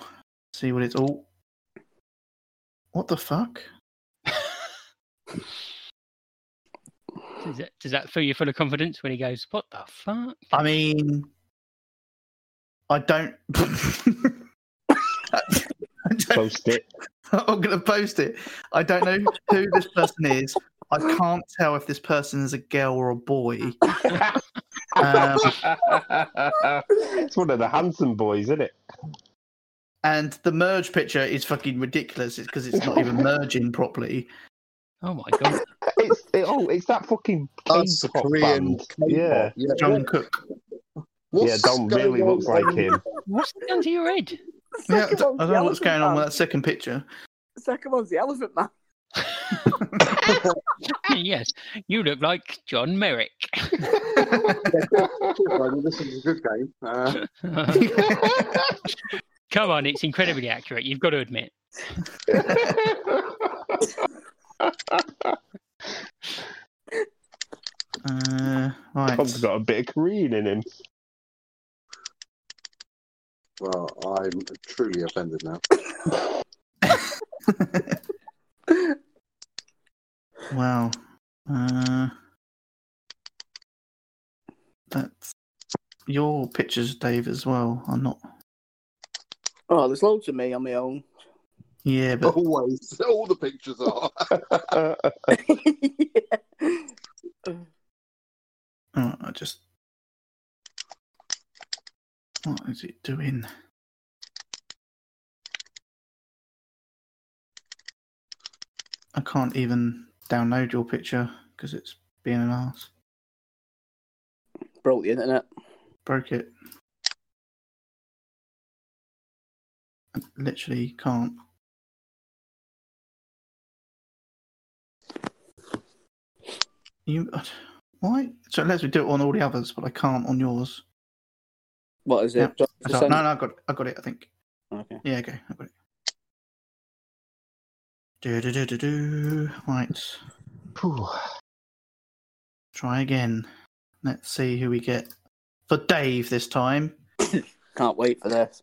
Speaker 3: See what it's all. What the fuck?
Speaker 4: Does that, does that fill you full of confidence when he goes, "What the fuck"?
Speaker 3: I mean, I don't. I don't
Speaker 7: Post it.
Speaker 3: I'm going to post it. I don't know who this person is. I can't tell if this person is a girl or a boy. Um,
Speaker 7: it's one of the handsome boys, isn't it?
Speaker 3: and the merge picture is fucking ridiculous because it's not even merging properly.
Speaker 4: Oh my god!
Speaker 7: It's it, oh, it's that fucking
Speaker 5: that's a
Speaker 7: K-pop
Speaker 5: Korean.
Speaker 7: band.
Speaker 5: K-pop.
Speaker 7: Yeah,
Speaker 5: yeah.
Speaker 3: John Cook.
Speaker 7: yeah. Don
Speaker 5: going
Speaker 7: really looks
Speaker 5: on
Speaker 7: like
Speaker 5: in-
Speaker 7: him.
Speaker 4: What's done to your head?
Speaker 3: Yeah, I don't know what's going on with that second picture.
Speaker 6: The second one's the Elephant Man.
Speaker 4: yes, you look like John Merrick.
Speaker 5: Right, well, this is a good game. Uh,
Speaker 4: Come on, it's incredibly accurate. You've got to admit.
Speaker 3: Uh, right.
Speaker 7: Tom's got a bit of Korean in him.
Speaker 5: well, I'm truly offended now.
Speaker 3: Wow. Uh, that's your pictures, Dave, as well. I'm not.
Speaker 6: Oh, there's loads of me on my own.
Speaker 3: Yeah, but
Speaker 5: Always, all the pictures are.
Speaker 7: Uh,
Speaker 3: Uh, Oh, I just. What is it doing? I can't even download your picture because it's being an arse.
Speaker 6: Broke the internet.
Speaker 3: Broke it. I literally can't You why? So it lets me do it on all the others, but I can't on yours.
Speaker 6: What is it?
Speaker 3: Yeah.
Speaker 6: Do you want me to
Speaker 3: So, no,
Speaker 6: send-
Speaker 3: no, I got, I got it. I think.
Speaker 6: Okay.
Speaker 3: Yeah, okay, I got it. Do do do do do. Right,
Speaker 7: Phew.
Speaker 3: try again. Let's see who we get for Dave this time.
Speaker 6: Can't wait for this.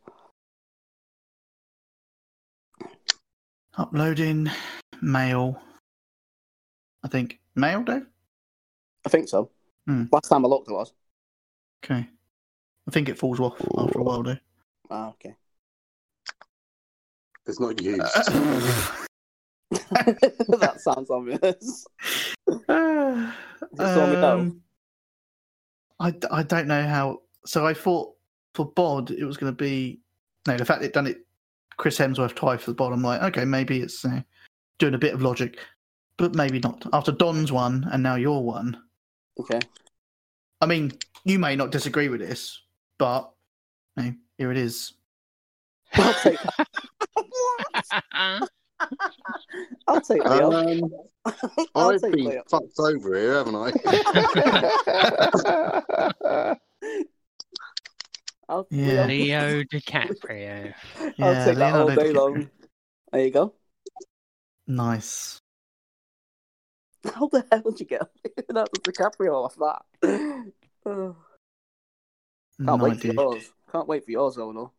Speaker 3: Uploading mail. I think mail, Dave.
Speaker 6: I think so.
Speaker 3: Hmm.
Speaker 6: Last time I looked, it was.
Speaker 3: Okay. I think it falls off after a while, though.
Speaker 6: Ah, okay.
Speaker 5: It's not used.
Speaker 6: that sounds obvious. It's on the go.
Speaker 3: Um, I, d- I don't know how. So I thought for Bod it was going to be no. The fact it done it, Chris Hemsworth twice for Bod. I'm like, okay, maybe it's uh, doing a bit of logic, but maybe not. After Don's one and now your one.
Speaker 6: Okay.
Speaker 3: I mean, you may not disagree with this, but you know, here it is.
Speaker 6: I'll take, I'll take the L.
Speaker 5: Um,
Speaker 6: I'll
Speaker 5: I've
Speaker 6: take
Speaker 5: been
Speaker 6: the
Speaker 5: fucked over here, haven't I?
Speaker 7: uh,
Speaker 6: I'll,
Speaker 3: Yeah.
Speaker 6: the L.
Speaker 4: Leo DiCaprio.
Speaker 6: I'll
Speaker 3: Yeah,
Speaker 6: take that all
Speaker 3: Leonardo
Speaker 6: day
Speaker 3: DiCaprio.
Speaker 6: long. There you go.
Speaker 3: Nice.
Speaker 6: How the hell did you get Leonardo DiCaprio off that? Oh,
Speaker 3: No
Speaker 6: Can't wait for
Speaker 3: idea.
Speaker 6: yours. Can't wait for yours, Ono.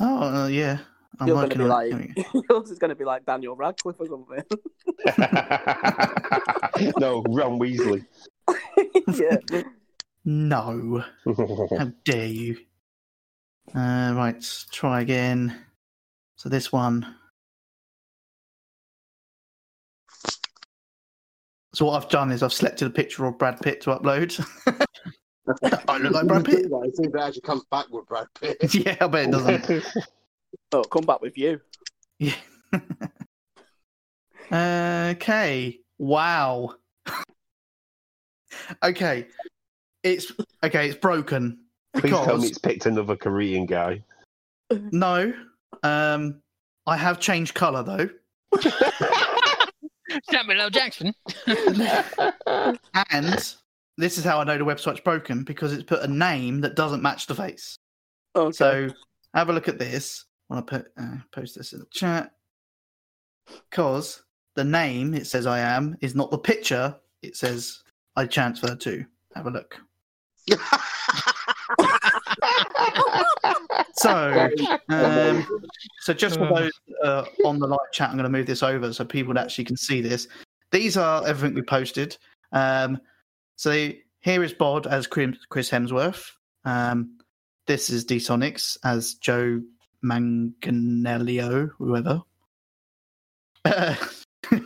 Speaker 3: Oh uh, yeah, I'm
Speaker 6: You're gonna
Speaker 3: working
Speaker 6: be
Speaker 3: on it. Here we
Speaker 6: like
Speaker 3: go.
Speaker 6: yours is gonna be like Daniel Radcliffe or something.
Speaker 7: no, Ron Weasley.
Speaker 6: yeah.
Speaker 3: No. How dare you? Uh, right, try again. So this one. So what I've done is I've selected a picture of Brad Pitt to upload. I look like Brad Pitt.
Speaker 5: I think that actually comes back with Brad Pitt.
Speaker 3: Yeah, I bet it doesn't.
Speaker 6: Oh, come back with you.
Speaker 3: Okay. Wow. okay. It's okay. It's broken
Speaker 7: Please tell me
Speaker 3: because
Speaker 7: it's picked another Korean guy.
Speaker 3: no. Um, I have changed color though.
Speaker 4: Samuel L. Jackson.
Speaker 3: And this is how I know the website's broken because it's put a name that doesn't match the face.
Speaker 6: Okay.
Speaker 3: So have a look at this when I put uh, post this in the chat because the name it says I am is not the picture it says I transfer to. Have a look.
Speaker 5: Uh,
Speaker 3: So, um, so just for
Speaker 4: Ugh.
Speaker 3: those uh, on the live chat, I'm going to move this over so people actually can see this. These are everything we posted. Um, so here is Bod as Chris Chris Hemsworth. Um, this is Dsonics as Joe Manganello, whoever. Uh,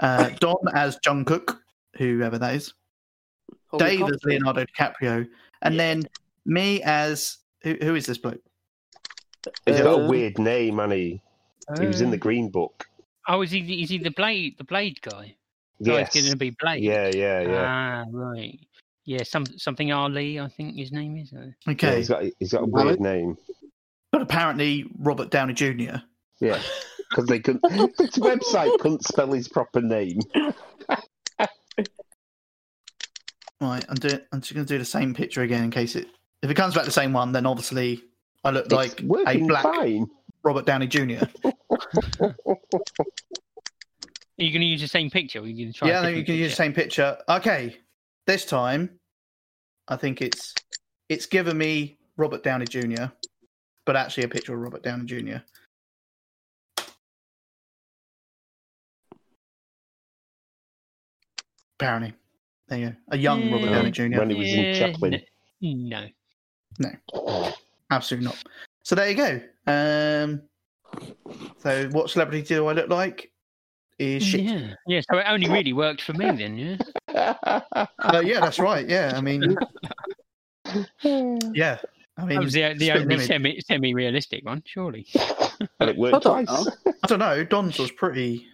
Speaker 3: uh, Don as Jungkook, whoever that is.
Speaker 6: Holy
Speaker 3: Dave
Speaker 6: cow.
Speaker 3: as Leonardo DiCaprio, and then me as who, who is this bloke?
Speaker 7: He's got a
Speaker 6: Uh,
Speaker 7: weird name, and he, he was in the
Speaker 4: Um, Uh,
Speaker 7: Green Book.
Speaker 4: Oh, is he? Is he the blade? The blade guy? Oh,
Speaker 7: Yes.
Speaker 4: it's going to be Blade.
Speaker 7: Yeah, yeah, yeah.
Speaker 4: Ah, right. Yeah, some something Ali, I think his name is. uh,
Speaker 7: yeah.
Speaker 3: Okay,
Speaker 7: He's got he's got a
Speaker 5: Alan?
Speaker 7: weird name.
Speaker 3: but apparently Robert Downey Jr.
Speaker 7: Yeah, because they couldn't. The website couldn't spell his proper name.
Speaker 3: Right, I'm doing. I'm just going to do the same picture again in case it. If it comes back the same one, then obviously I look
Speaker 7: It's
Speaker 3: like a
Speaker 7: working
Speaker 3: black
Speaker 7: fine.
Speaker 3: Robert Downey Jr.
Speaker 4: Are you going to use the same picture? Or are you going to try? a
Speaker 3: yeah, no, you
Speaker 4: different
Speaker 3: can use the
Speaker 4: picture?
Speaker 3: same picture. Okay, this time, I think it's it's given me Robert Downey Jr. But actually, a picture of Robert Downey Jr. Apparently, there you go. A young Robert
Speaker 4: Yeah.
Speaker 3: Downey Jr.
Speaker 7: When he was in Chaplin.
Speaker 4: n- No.
Speaker 3: Absolutely not. So there you go. Um, so what celebrity do I look like? Is shit. Yeah.
Speaker 4: Yeah. Yeah. So it only really worked for me then. Yeah.
Speaker 3: Uh, yeah, that's right. Yeah, I mean, yeah, I
Speaker 4: That
Speaker 3: mean,
Speaker 4: was the, the
Speaker 3: spitting
Speaker 4: only
Speaker 3: image.
Speaker 4: semi semi realistic one, surely.
Speaker 7: and it
Speaker 6: I
Speaker 7: worked
Speaker 6: don't
Speaker 7: twice.
Speaker 3: I don't know. Don's was pretty.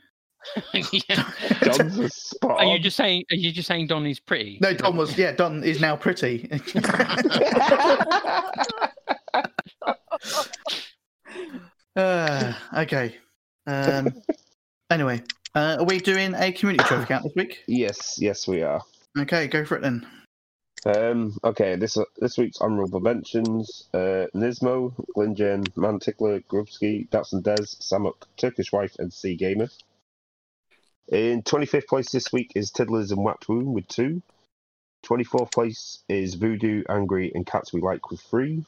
Speaker 4: Yeah.
Speaker 7: John's a spot.
Speaker 4: Are you
Speaker 7: on.
Speaker 4: just saying? Are you just saying Don is pretty?
Speaker 3: Um, No, Don was. Yeah, Don is now pretty. uh, okay. Um. Anyway, uh, are we we doing a community trophy count this week?
Speaker 7: Yes, yes, we are.
Speaker 3: Okay, go for it then.
Speaker 7: Um, okay, this this week's honourable mentions: uh, Nismo, Glingen, Mantikler, Grubsky, Datsun Des, Samuk, Turkish Wife, and Sea Gamer. In 25th place this week is Tiddlers and Whacked Wound with two. 24th place is Voodoo, Angry, and Cats We Like with three.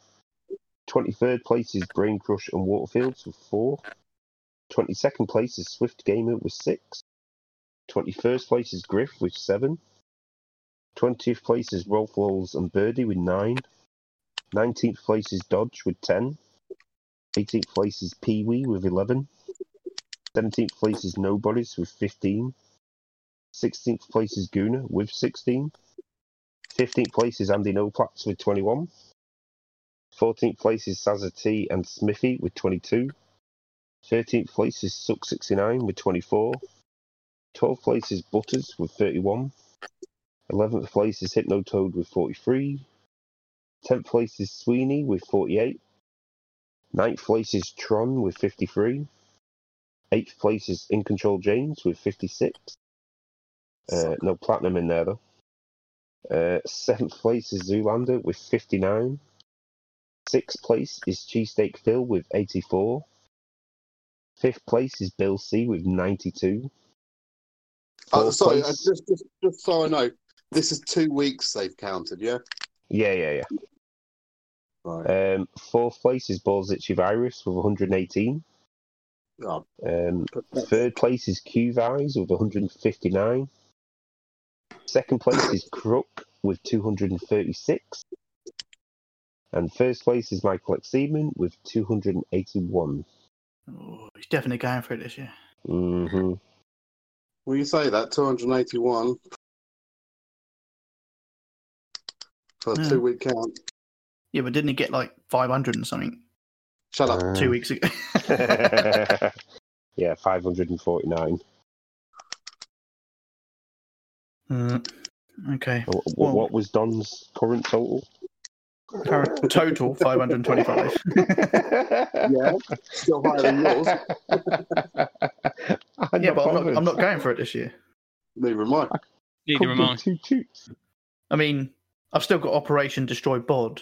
Speaker 7: 23rd place is Brain Crush and Waterfields with four. 22nd place is Swift Gamer with six. 21st place is Griff with seven. 20th place is Rolf Walls and Birdie with 9. 19th place is Dodge with 10. 18th place is Pee Wee with 11. 17th place is Nobodies with 15. 16th place is Guna with 16. 15th place is Andy Noplats with 21. 14th place is Sazza T and Smithy with 22. 13th place is Suck69 with 24. 12th place is Butters with 31. 11th place is Hypno Toad with 43. 10th place is Sweeney with 48. 9th place is Tron with 53. 8th place is In Control James with 56. Uh, no platinum in there, though. Uh, 7th place is Zoolander with 59. 6th place is Cheesesteak Phil with 84. 5th place is Bill C with 92.
Speaker 5: Uh,
Speaker 7: Fourth
Speaker 5: sorry, uh,
Speaker 7: place-
Speaker 5: just, just, just so I know, this is two weeks they've counted, yeah?
Speaker 7: Yeah, yeah, yeah.
Speaker 5: Right.
Speaker 7: Um, fourth place is Balzitchy Virus with 118.
Speaker 5: Oh,
Speaker 7: Um,
Speaker 5: but that's-
Speaker 7: third place is Qvise with 159. Second place is Crook with 236. And first place is Michael X. Seaman with 281.
Speaker 3: Ooh, Oh, he's definitely going for it this year.
Speaker 7: hmm
Speaker 5: Well, you say that 281 for a
Speaker 3: Yeah.
Speaker 5: two week count.
Speaker 3: Yeah, but didn't he get like 500 and something
Speaker 5: Shut up.
Speaker 3: two weeks ago?
Speaker 7: yeah, 549.
Speaker 3: Mm, okay.
Speaker 7: What,
Speaker 3: Well-
Speaker 7: what was Don's current total?
Speaker 3: Current total 525.
Speaker 5: yeah, still higher than yours.
Speaker 7: I'm
Speaker 3: yeah,
Speaker 7: not
Speaker 3: but I'm not, I'm
Speaker 7: bothered.
Speaker 3: not going for it this year.
Speaker 5: Neither am I.
Speaker 4: Neither
Speaker 7: Could
Speaker 4: am
Speaker 7: be
Speaker 4: I.
Speaker 7: two toots.
Speaker 3: I mean, I've still got Operation Destroy Bod.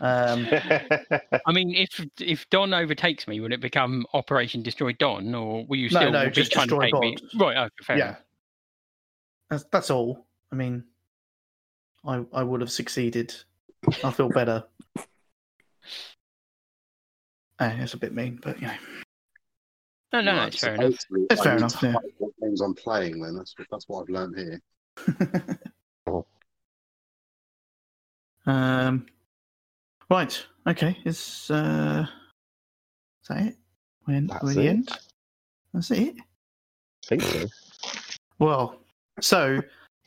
Speaker 3: Um,
Speaker 4: I mean, if if Don overtakes me, will it become Operation Destroy Don, or will you
Speaker 3: No,
Speaker 4: still
Speaker 3: no,
Speaker 4: be
Speaker 3: just
Speaker 4: trying to
Speaker 3: Destroy
Speaker 4: take me? Right, okay, fair
Speaker 3: yeah.
Speaker 4: enough.
Speaker 3: That's, that's all. I mean, I, I would have succeeded. I feel better. Eh, it's a bit mean, but you know.
Speaker 4: No, no, no,
Speaker 5: Right,
Speaker 4: it's
Speaker 5: so
Speaker 4: fair enough.
Speaker 5: basically,
Speaker 3: It's
Speaker 5: I
Speaker 3: fair
Speaker 5: need
Speaker 3: enough,
Speaker 5: to
Speaker 3: yeah.
Speaker 5: fight What games I'm playing, then that's what, that's what I've learned here.
Speaker 3: um, right. Okay. Is uh, is that it? When
Speaker 7: That's
Speaker 3: we're in the
Speaker 7: it.
Speaker 3: end. That's it.
Speaker 7: think so.
Speaker 3: Well, so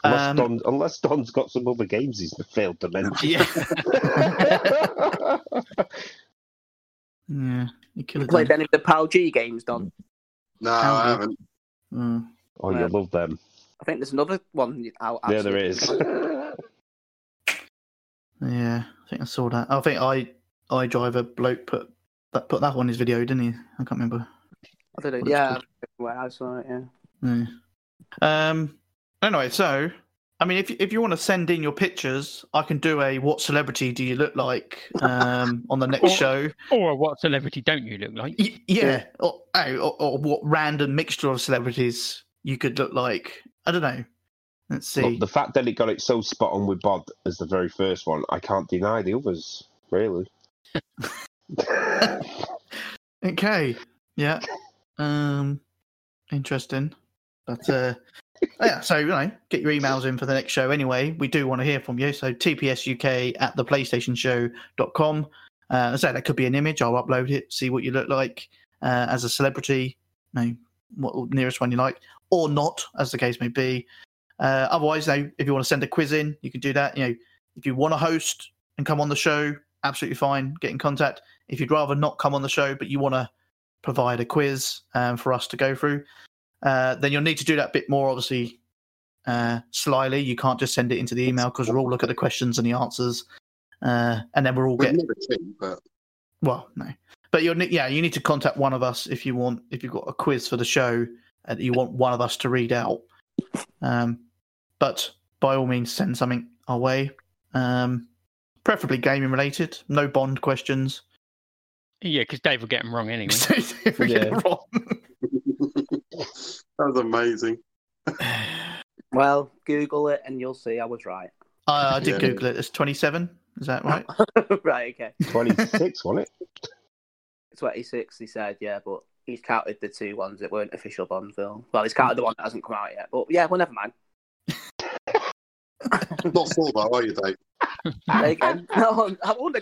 Speaker 7: Unless,
Speaker 3: um,
Speaker 7: Don, unless Don's got some other games he's failed to mention.
Speaker 3: yeah, yeah, you could
Speaker 6: You
Speaker 3: have
Speaker 6: played
Speaker 3: done.
Speaker 6: any of the PUBG games, Don?
Speaker 5: No,
Speaker 3: How
Speaker 5: I
Speaker 3: do-
Speaker 5: haven't.
Speaker 3: Mm.
Speaker 7: oh, you
Speaker 6: Right.
Speaker 7: love them.
Speaker 6: I think there's another one out.
Speaker 7: Yeah, there
Speaker 6: actually.
Speaker 7: is.
Speaker 3: Yeah, I think I saw that. I think I I driver bloke put that put that on his video, didn't he? I can't remember.
Speaker 6: I don't know.
Speaker 3: Well, it's
Speaker 6: Yeah, well, I saw it. Yeah.
Speaker 3: Yeah. Um. Anyway, so I mean, if if you want to send in your pictures, I can do a "What celebrity do you look like?" um on the next
Speaker 4: Or-
Speaker 3: show.
Speaker 4: Or what celebrity don't you look like?
Speaker 3: Y- yeah, or, oh, or or what random mixture of celebrities you could look like. I don't know. Let's see.
Speaker 7: Look, the fact that it got it so spot on with Bod as the very first one, I can't deny the others, really.
Speaker 3: Okay. Yeah. Um. Interesting. But uh, yeah. So you know, get your emails in for the next show. Anyway, we do want to hear from you. So tpsuk at the playstationshow.com. Uh, as I say that could be an image. I'll upload it. See what you look like uh, as a celebrity. You know, what nearest one you like, or not, as the case may be. Uh, otherwise, you know, if you want to send a quiz in, you can do that. You know, if you want to host and come on the show, absolutely fine. Get in contact. If you'd rather not come on the show, but you want to provide a quiz um, for us to go through, uh, then you'll need to do that bit more, obviously, uh, slyly. You can't just send it into the email because we'll all look at the questions and the answers, uh, and then we'll all
Speaker 5: We've
Speaker 3: get
Speaker 5: never cheated, but
Speaker 3: well, no, but you'll need, yeah, you need to contact one of us if you want if you've got a quiz for the show that you want one of us to read out. Um, but by all means, send something our way. Um, preferably gaming related. No Bond questions.
Speaker 4: Yeah, because Dave will get them wrong anyway.
Speaker 3: If we get it
Speaker 7: Yeah.
Speaker 3: wrong.
Speaker 5: that was amazing.
Speaker 6: Well, Google it and you'll see I was right.
Speaker 3: Uh, I did
Speaker 5: Yeah.
Speaker 3: Google it. It's 27. Is that right?
Speaker 6: right, okay.
Speaker 7: 26, wasn't it?
Speaker 6: 26, he said, yeah, but he's counted the two ones that weren't official Bond film. Well, he's counted the one that hasn't come out yet. But yeah, well, never mind.
Speaker 5: Not full though, are you, Dave?
Speaker 6: There you go. No, I wonder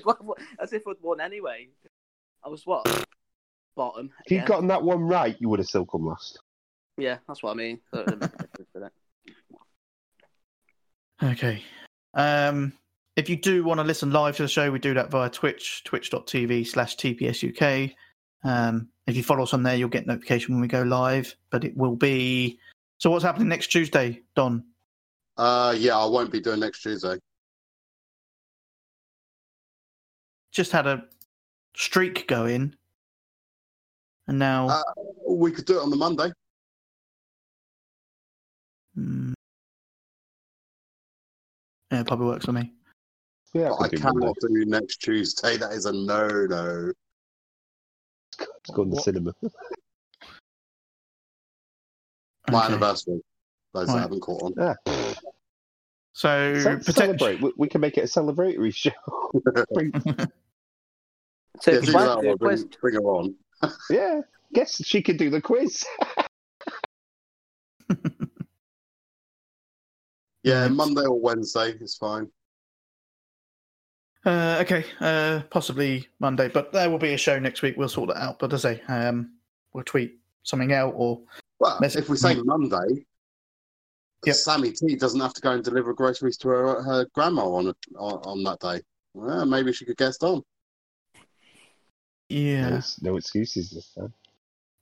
Speaker 6: as if I'd won anyway. I was what bottom.
Speaker 7: If you'd
Speaker 6: yeah.
Speaker 7: gotten that one right, you would have still come last.
Speaker 6: Yeah, that's what I mean. um, So it doesn't make a difference, does it?
Speaker 3: Okay. Um, if you do want to listen live to the show, we do that via Twitch, twitch.tv slash TPSUK. Um, if you follow us on there, you'll get notification when we go live, but it will be. So, what's happening next Tuesday, Don?
Speaker 5: Uh, yeah, I won't be doing next Tuesday.
Speaker 3: Just had a streak going, and now.
Speaker 5: Uh, we could do it on the Monday.
Speaker 3: Hmm. yeah, it probably works for me.
Speaker 7: Yeah,
Speaker 5: But I
Speaker 7: I could do Monday.
Speaker 5: cannot do next Tuesday. That is a no no.
Speaker 7: Let's go in the
Speaker 4: What?
Speaker 7: cinema.
Speaker 5: My
Speaker 3: Okay.
Speaker 5: anniversary. Those
Speaker 3: Right.
Speaker 5: that haven't caught on.
Speaker 7: Yeah.
Speaker 3: So,
Speaker 7: Ce-
Speaker 3: potent-
Speaker 7: Celebrate. We, we can make it a celebratory show. Bring-
Speaker 6: So
Speaker 5: yeah,
Speaker 6: if
Speaker 5: do
Speaker 6: you
Speaker 5: that
Speaker 6: want to do a
Speaker 5: one. Bring,
Speaker 6: quiz,
Speaker 5: bring her on.
Speaker 7: yeah, guess she could do the quiz.
Speaker 5: Yeah,
Speaker 3: Right.
Speaker 5: Monday or Wednesday is fine.
Speaker 3: Uh, okay, uh, possibly Monday, but there will be a show next week. We'll sort that out. But as I say, um, we'll tweet something out or
Speaker 5: Well,
Speaker 3: Let's-
Speaker 5: if we say Monday,
Speaker 3: Yep.
Speaker 5: Sammy T doesn't have to go and deliver groceries to her, her grandma on, on on that day. Well, maybe she could guest on.
Speaker 3: yeah.
Speaker 7: No, ex- no excuses this time.
Speaker 3: uh,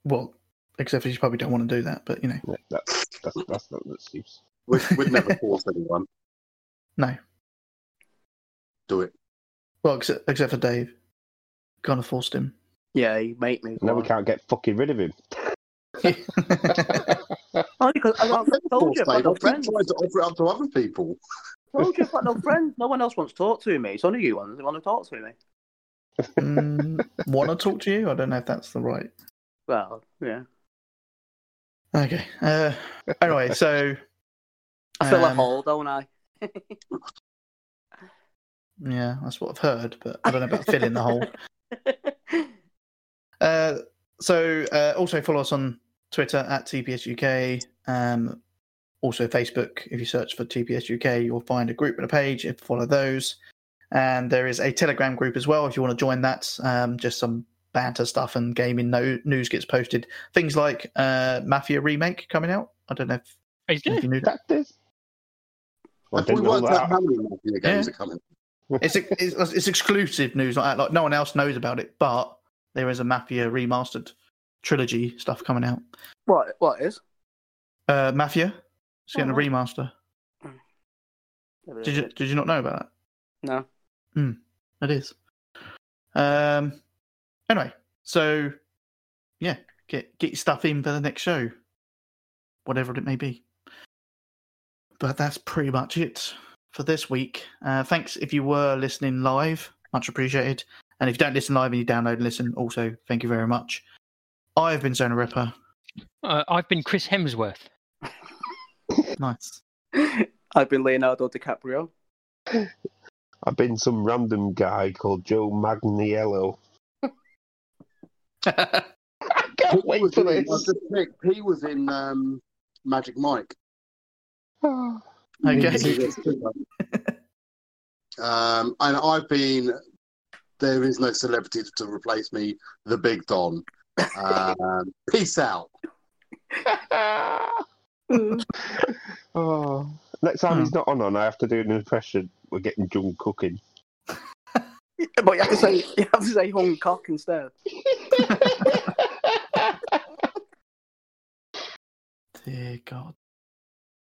Speaker 3: Well, except for you probably don't want to do that. But you know,
Speaker 7: Yeah, that's, that's, that's not an excuse.
Speaker 5: We'd, we'd never force anyone.
Speaker 3: No.
Speaker 5: Do it.
Speaker 3: well, ex- except for Dave, kind of forced him.
Speaker 6: yeah, you make me.
Speaker 7: Now we
Speaker 6: go on.
Speaker 7: can't get fucking rid of him.
Speaker 6: Oh, because I don't- I told you
Speaker 5: Force Dave.
Speaker 6: I've got no
Speaker 5: I've been
Speaker 6: friends.
Speaker 5: trying to offer it up to other people.
Speaker 6: told you I've got no friends. No one else wants to talk to me. It's only you ones that want to talk to me.
Speaker 3: want to Mm, talk to you? I don't know if that's the right.
Speaker 6: Well, yeah.
Speaker 3: Okay. Uh, anyway, so
Speaker 6: I feel a
Speaker 3: Um,
Speaker 6: hole, don't I?
Speaker 3: yeah, that's what I've heard, but I don't know about filling the hole. Uh, so uh, also follow us on Twitter at TPSUK. Um, also Facebook. If you search for TPSUK, you'll find a group and a page. If you follow those, and there is a Telegram group as well. If you want to join that, um, just some banter stuff and gaming no- news gets posted. Things like uh, Mafia remake coming out. I don't know if,
Speaker 4: Is there?
Speaker 3: if you knew that.
Speaker 7: That is. Well, I
Speaker 5: If we
Speaker 7: didn't know
Speaker 5: worked
Speaker 7: that.
Speaker 5: out how many Mafia games are coming.
Speaker 3: It's, it's it's exclusive news, not out- like no one else knows about it. But there is a Mafia remastered trilogy stuff coming out.
Speaker 6: what? What is?
Speaker 3: Uh, Mafia. It's getting
Speaker 6: Oh,
Speaker 3: a remaster. Did you did you not know about Hmm,
Speaker 6: No.
Speaker 3: that? It is. Um. Anyway, so yeah, get get your stuff in for the next show, whatever it may be. But that's pretty much it for this week. Uh, thanks if you were listening live, much appreciated. And if you don't listen live and you download and listen, also thank you very much. I have been Zona Ripper.
Speaker 4: Uh, I've been Chris Hemsworth.
Speaker 3: Nice.
Speaker 6: I've been Leonardo DiCaprio.
Speaker 7: I've been some random guy called Joe Magniello. I can't
Speaker 5: He was
Speaker 7: wait for
Speaker 5: in- I
Speaker 7: this.
Speaker 5: just picked- He was in um, Magic Mike.
Speaker 3: Okay.
Speaker 5: Um, and I've been. There is no celebrity to replace me, the Big Don. Um, peace out.
Speaker 7: oh. Next time he's not on, on, I have to do an impression. We're getting drunk cooking.
Speaker 6: But you have to say you have to say Hong Kong instead.
Speaker 3: Dear God.